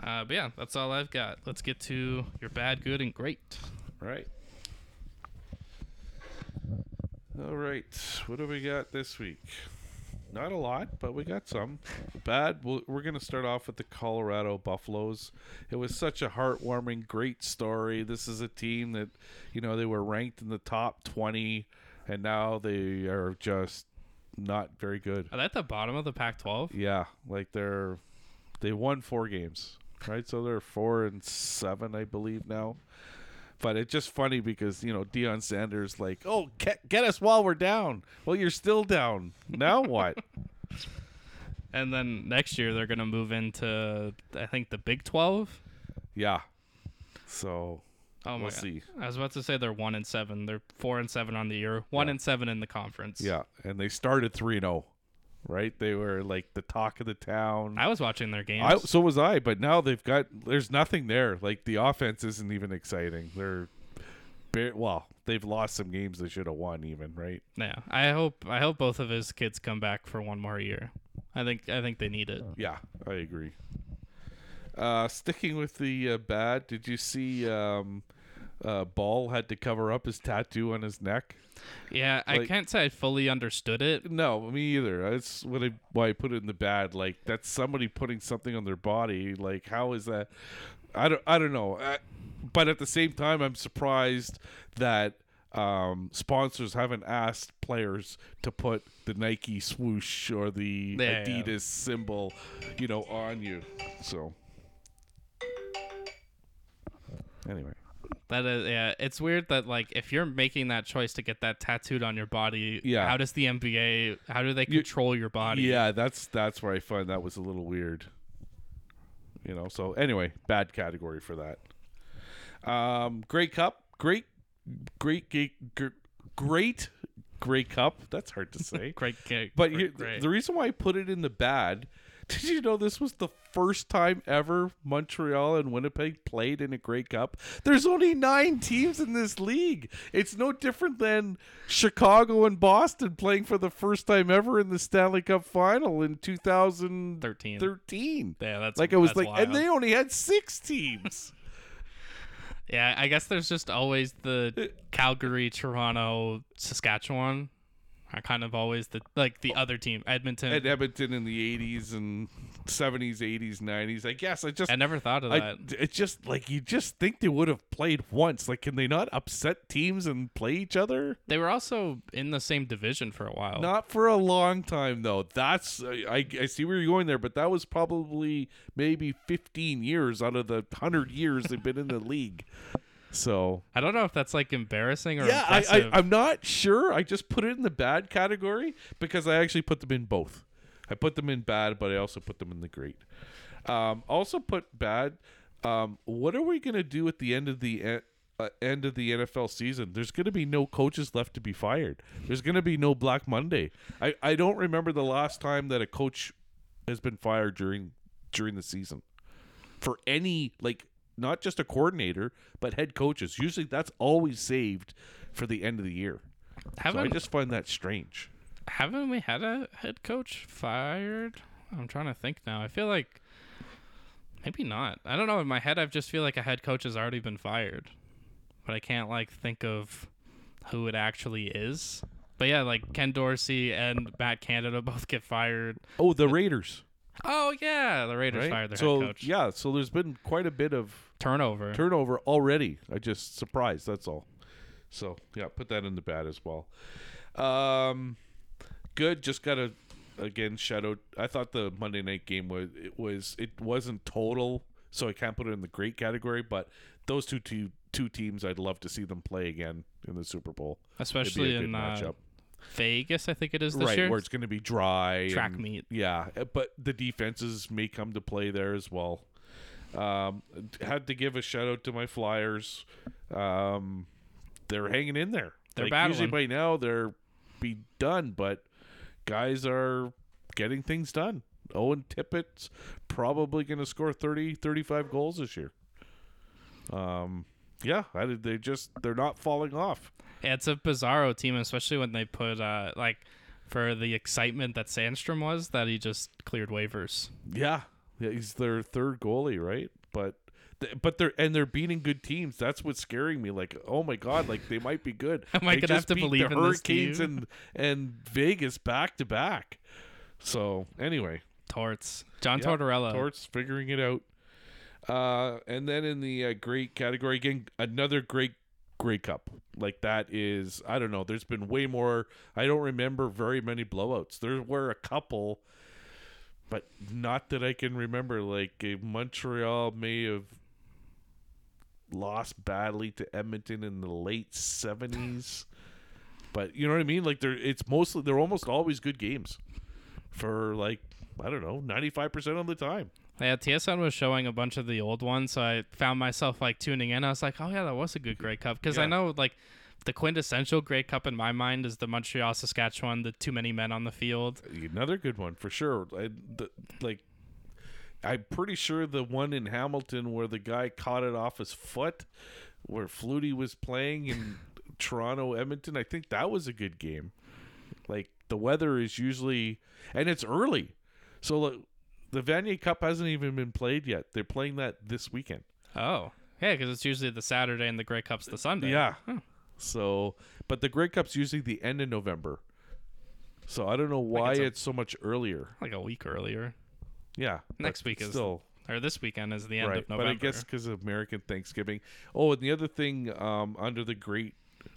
A: Uh, but yeah, that's all I've got. Let's get to your bad, good, and great.
B: Right. All right. What do we got this week? Not a lot, but we got some. Bad. We'll, we're going to start off with the Colorado Buffaloes. It was such a heartwarming, great story. This is a team that, you know, they were ranked in the top 20, and now they are just not very good.
A: Are they at the bottom of the Pac-12?
B: Yeah, like they're they won four games, right? So they're four and seven, I believe now. But it's just funny because you know Deion Sanders like, oh, get, get us while we're down. Well, you're still down. Now what?
A: And then next year they're gonna move into I think the Big Twelve.
B: yeah. So
A: Oh my
B: we'll
A: God.
B: see.
A: I was about to say they're one and seven. They're four and seven on the year. One and seven in the conference.
B: Yeah, and they started three and zero, right? They were like the talk of the town.
A: I was watching their games.
B: I, so was I, but now they've got there's nothing there. Like the offense isn't even exciting. They're bare, well, they've lost some games they should have won even, right?
A: yeah. I hope I hope both of his kids come back for one more year. I think I think they need it.
B: Yeah, I agree. Uh, sticking with the uh, bad, did you see um, uh, Ball had to cover up his tattoo on his neck?
A: Yeah, I
B: Like-
A: can't say I fully understood it.
B: No, me either. That's what I, why I put it in the bad. Like that's somebody putting something on their body. Like how is that? I don't. I don't know. I, but at the same time, I'm surprised that um, sponsors haven't asked players to put the Nike swoosh or the
A: Yeah, yeah.
B: Adidas symbol, you know, on you. So anyway,
A: That is uh, yeah, it's weird that like if you're making that choice to get that tattooed on your body,
B: Yeah.
A: how does the NBA how do they control your body?
B: yeah, that's that's where I find that was a little weird. You know, so anyway, bad category for that. Um, Grey Cup, great, great, great, great, Grey Cup. That's hard to say.
A: Great gig.
B: But
A: Great-
B: you,
A: great.
B: the reason why I put it in the bad, <laughs> did you know this was the first time ever Montreal and Winnipeg played in a Grey Cup? There's only nine teams in this league. It's no different than Chicago and Boston playing for the first time ever in the Stanley Cup final in 2013.
A: thirteen. Yeah, that's
B: Like I was
A: that's
B: like, and
A: wild.
B: they only had six teams.
A: Yeah, I guess there's just always
B: <laughs>
A: the Calgary, Toronto, Saskatchewan. Are kind of always the like the other team, Edmonton.
B: <laughs> at Edmonton in the 80s and 70s, 80s, 90s. I guess I just
A: I never thought of
B: I,
A: that.
B: it's just like you just think they would have played once. Like, can they not upset teams and play each other?
A: They were also in the same division for a while.
B: Not for a long time, though. That's uh, I, I see where you're going there, but that was probably maybe 15 years out of the 100 years they've been in the <laughs> league. So
A: I don't know if that's like embarrassing or
B: yeah, I, I,
A: impressive.
B: I'm not sure. I just put it in the bad category because I actually put them in both. I put them in bad, but I also put them in the great. Um, also put bad. Um, what are we gonna do at the end of the en- uh, end of the NFL season? There's gonna be no coaches left to be fired. There's gonna be no Black Monday. I, I don't remember the last time that a coach has been fired during during the season for any like not just a coordinator but head coaches usually that's always saved for the end of the year so i
A: haven't
B: just find that strange
A: haven't we had a head coach fired? I'm trying to think now. I feel like maybe not. I don't know. In my head, I just feel like a head coach has already been fired, but I can't like think of who it actually is. But yeah, like Ken Dorsey and Matt Canada <laughs> both get fired.
B: oh the raiders
A: Oh yeah, the Raiders
B: right
A: fired their
B: so
A: head coach.
B: yeah so there's been quite a bit of
A: Turnover.
B: turnover already i just surprised that's all so yeah put that in the bad as well um good just gotta again shout out i thought the monday night game was it was it wasn't total so i can't put it in the great category but those two two two teams i'd love to see them play again in the super bowl It'd be
A: especially
B: a good
A: in uh,
B: matchup.
A: Vegas, I think it is this
B: right
A: year.
B: where it's going to be dry
A: Track
B: and-
A: meet.
B: yeah uh, but the defenses may come to play there as well um had to give a shout out to my flyers um they're hanging in there
A: They're
B: like, usually
A: battling.
B: by now they're be done but guys are getting things done owen tippett's probably going to score 30 35 goals this year um yeah I, they just they're not falling off
A: Yeah, it's a bizarro team, especially when they put uh, like for the excitement that Sandstrom was that he just cleared waivers.
B: Yeah, yeah, he's their third goalie, right? But th- but they're and they're beating good teams. That's what's scaring me. Like, oh my god, like they might be good.
A: <laughs> Am I
B: They
A: gonna have
B: just
A: to
B: beat
A: believe
B: the
A: in this
B: Hurricanes
A: team?
B: and and Vegas back to back? So anyway,
A: Torts, John
B: Yeah,
A: Tortorella.
B: Torts figuring it out. Uh, and then in the uh, great category again, another great Grey Cup. Like that is, I don't know. There's been way more. I don't remember very many blowouts. There were a couple, but not that I can remember. Like uh, Montreal may have lost badly to Edmonton in the late seventies, but you know what I mean. Like they're it's mostly they're almost always good games for like I don't know ninety five percent of the time.
A: yeah, TSN was showing a bunch of the old ones, so I found myself like tuning in. I was like, oh yeah, that was a good Grey Cup because I
B: Yeah.
A: know like the quintessential Grey Cup in my mind is the Montreal Saskatchewan, the too many men on the field.
B: Another good one for sure. I, the, like I'm pretty sure the one in Hamilton where the guy caught it off his foot, where Flutie was playing in <laughs> Toronto Edmonton. I think that was a good game. Like the weather is usually and it's early, so like, the Vanier Cup hasn't even been played yet. They're playing that this weekend.
A: Oh. Yeah, because it's usually the Saturday and the Grey Cup's the Sunday.
B: Yeah. So, but the Grey Cup's usually the end of November. So I don't know why
A: it's
B: it's,
A: a-
B: so much earlier.
A: Like a week earlier.
B: Yeah. but
A: Next week is
B: still
A: Or this weekend is the end
B: right,
A: of
B: but
A: November.
B: I guess because of American Thanksgiving. Oh, and the other thing um, under the great,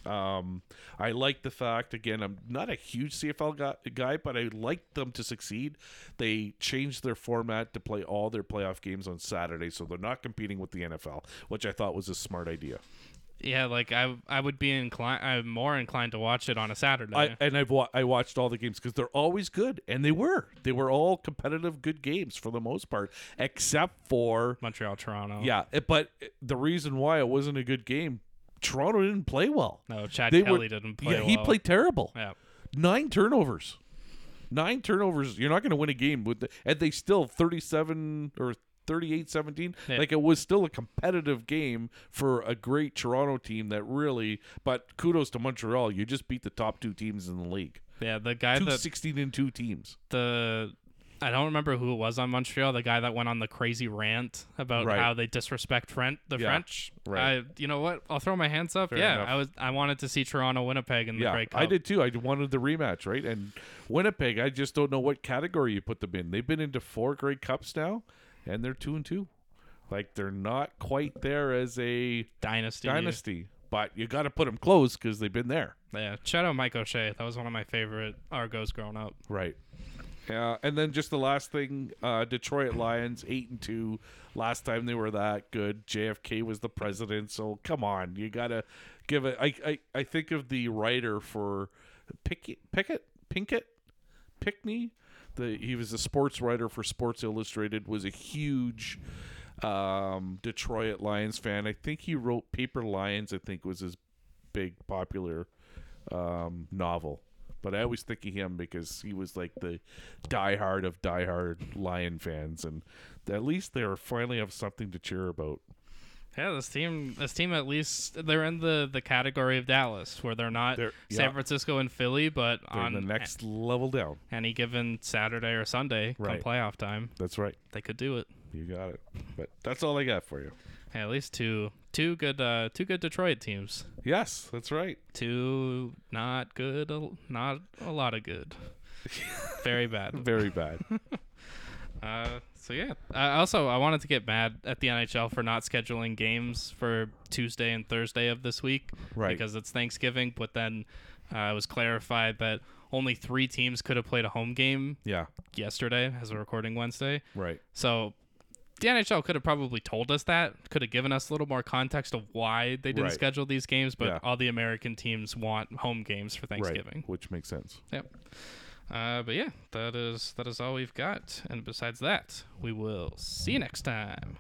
B: um, I like the fact again. I'm not a huge CFL gu- guy, but I like them to succeed. They changed their format to play all their playoff games on Saturday, so they're not competing with the NFL, which I thought was a smart idea.
A: Yeah, like I I would be inclined I'm more inclined to watch it on a Saturday.
B: I, and I've wa- I watched all the games because they're always good, and they were they were all competitive, good games for the most part, except for
A: Montreal, Toronto.
B: yeah. it- but eh, the reason why it wasn't a good game, Toronto didn't play well.
A: No, Chad
B: They
A: Kelly
B: were-
A: didn't play.
B: yeah, he
A: well.
B: played terrible.
A: Yeah.
B: Nine turnovers, nine turnovers. You're not going to win a game with the, and they still 37 or 38-17.
A: Yeah.
B: Like it was still a competitive game for a great Toronto team that really. But kudos to Montreal, you just beat the top two teams in the league.
A: Yeah, the guy
B: Two
A: that
B: 16 and two teams.
A: the I don't remember who it was on Montreal, the guy that went on the crazy rant about
B: Right.
A: how they disrespect French, the
B: Yeah,
A: French.
B: right.
A: I, you know what? I'll throw my hands up.
B: Fair
A: yeah,
B: enough.
A: I was I wanted to see Toronto Winnipeg in the
B: Yeah,
A: Grey Cup.
B: I did too. I wanted the rematch, right? And Winnipeg, I just don't know what category you put them in. They've been into four great cups now, and they're two and two. Like they're not quite there as a
A: Dynasty.
B: dynasty, but you got to put them close because they've been there,
A: Yeah. Shout out Mike O'Shea. That was one of my favorite Argos growing up.
B: right? Uh, and then just the last thing, uh, Detroit Lions eight and two. Last time they were that good, JFK was the president. So come on, you gotta give it. I I, I think of the writer for Pickett, Pickett, Pinkett, Pickney. The he was a sports writer for Sports Illustrated. Was a huge um, Detroit Lions fan. I think he wrote Paper Lions. I think was his big popular um, novel. But I always think of him because he was like the diehard of diehard Lion fans, and at least they are finally have something to cheer about.
A: Yeah, this team, this team at least they're in the, the category of Dallas, where they're not
B: They're-
A: San
B: yeah.
A: Francisco and Philly, but
B: They're
A: on
B: the next level down.
A: a- any given Saturday or Sunday
B: Right.
A: come playoff time,
B: That's right.
A: they could do it.
B: You got it. But that's all I got for you.
A: Hey, at least two two good uh, two good Detroit teams,
B: Yes, that's right.
A: two not good, a- not a lot of
B: <laughs>
A: good, very bad. <laughs>
B: Very bad.
A: Uh, so yeah. I also, I wanted to get mad at the NHL for not scheduling games for Tuesday and Thursday of this week,
B: Right.
A: Because it's Thanksgiving, but then uh, it was clarified that only three teams could have played a home game
B: yeah.
A: yesterday, as we're recording Wednesday.
B: Right.
A: So the NHL could have probably told us that, could have given us a little more context of why they didn't
B: Right.
A: schedule these games, but
B: Yeah.
A: all the American teams want home games for
B: Right.
A: Thanksgiving.
B: Which makes sense.
A: Yep. Uh, but yeah, that is that is all we've got. And besides that, we will see you next time.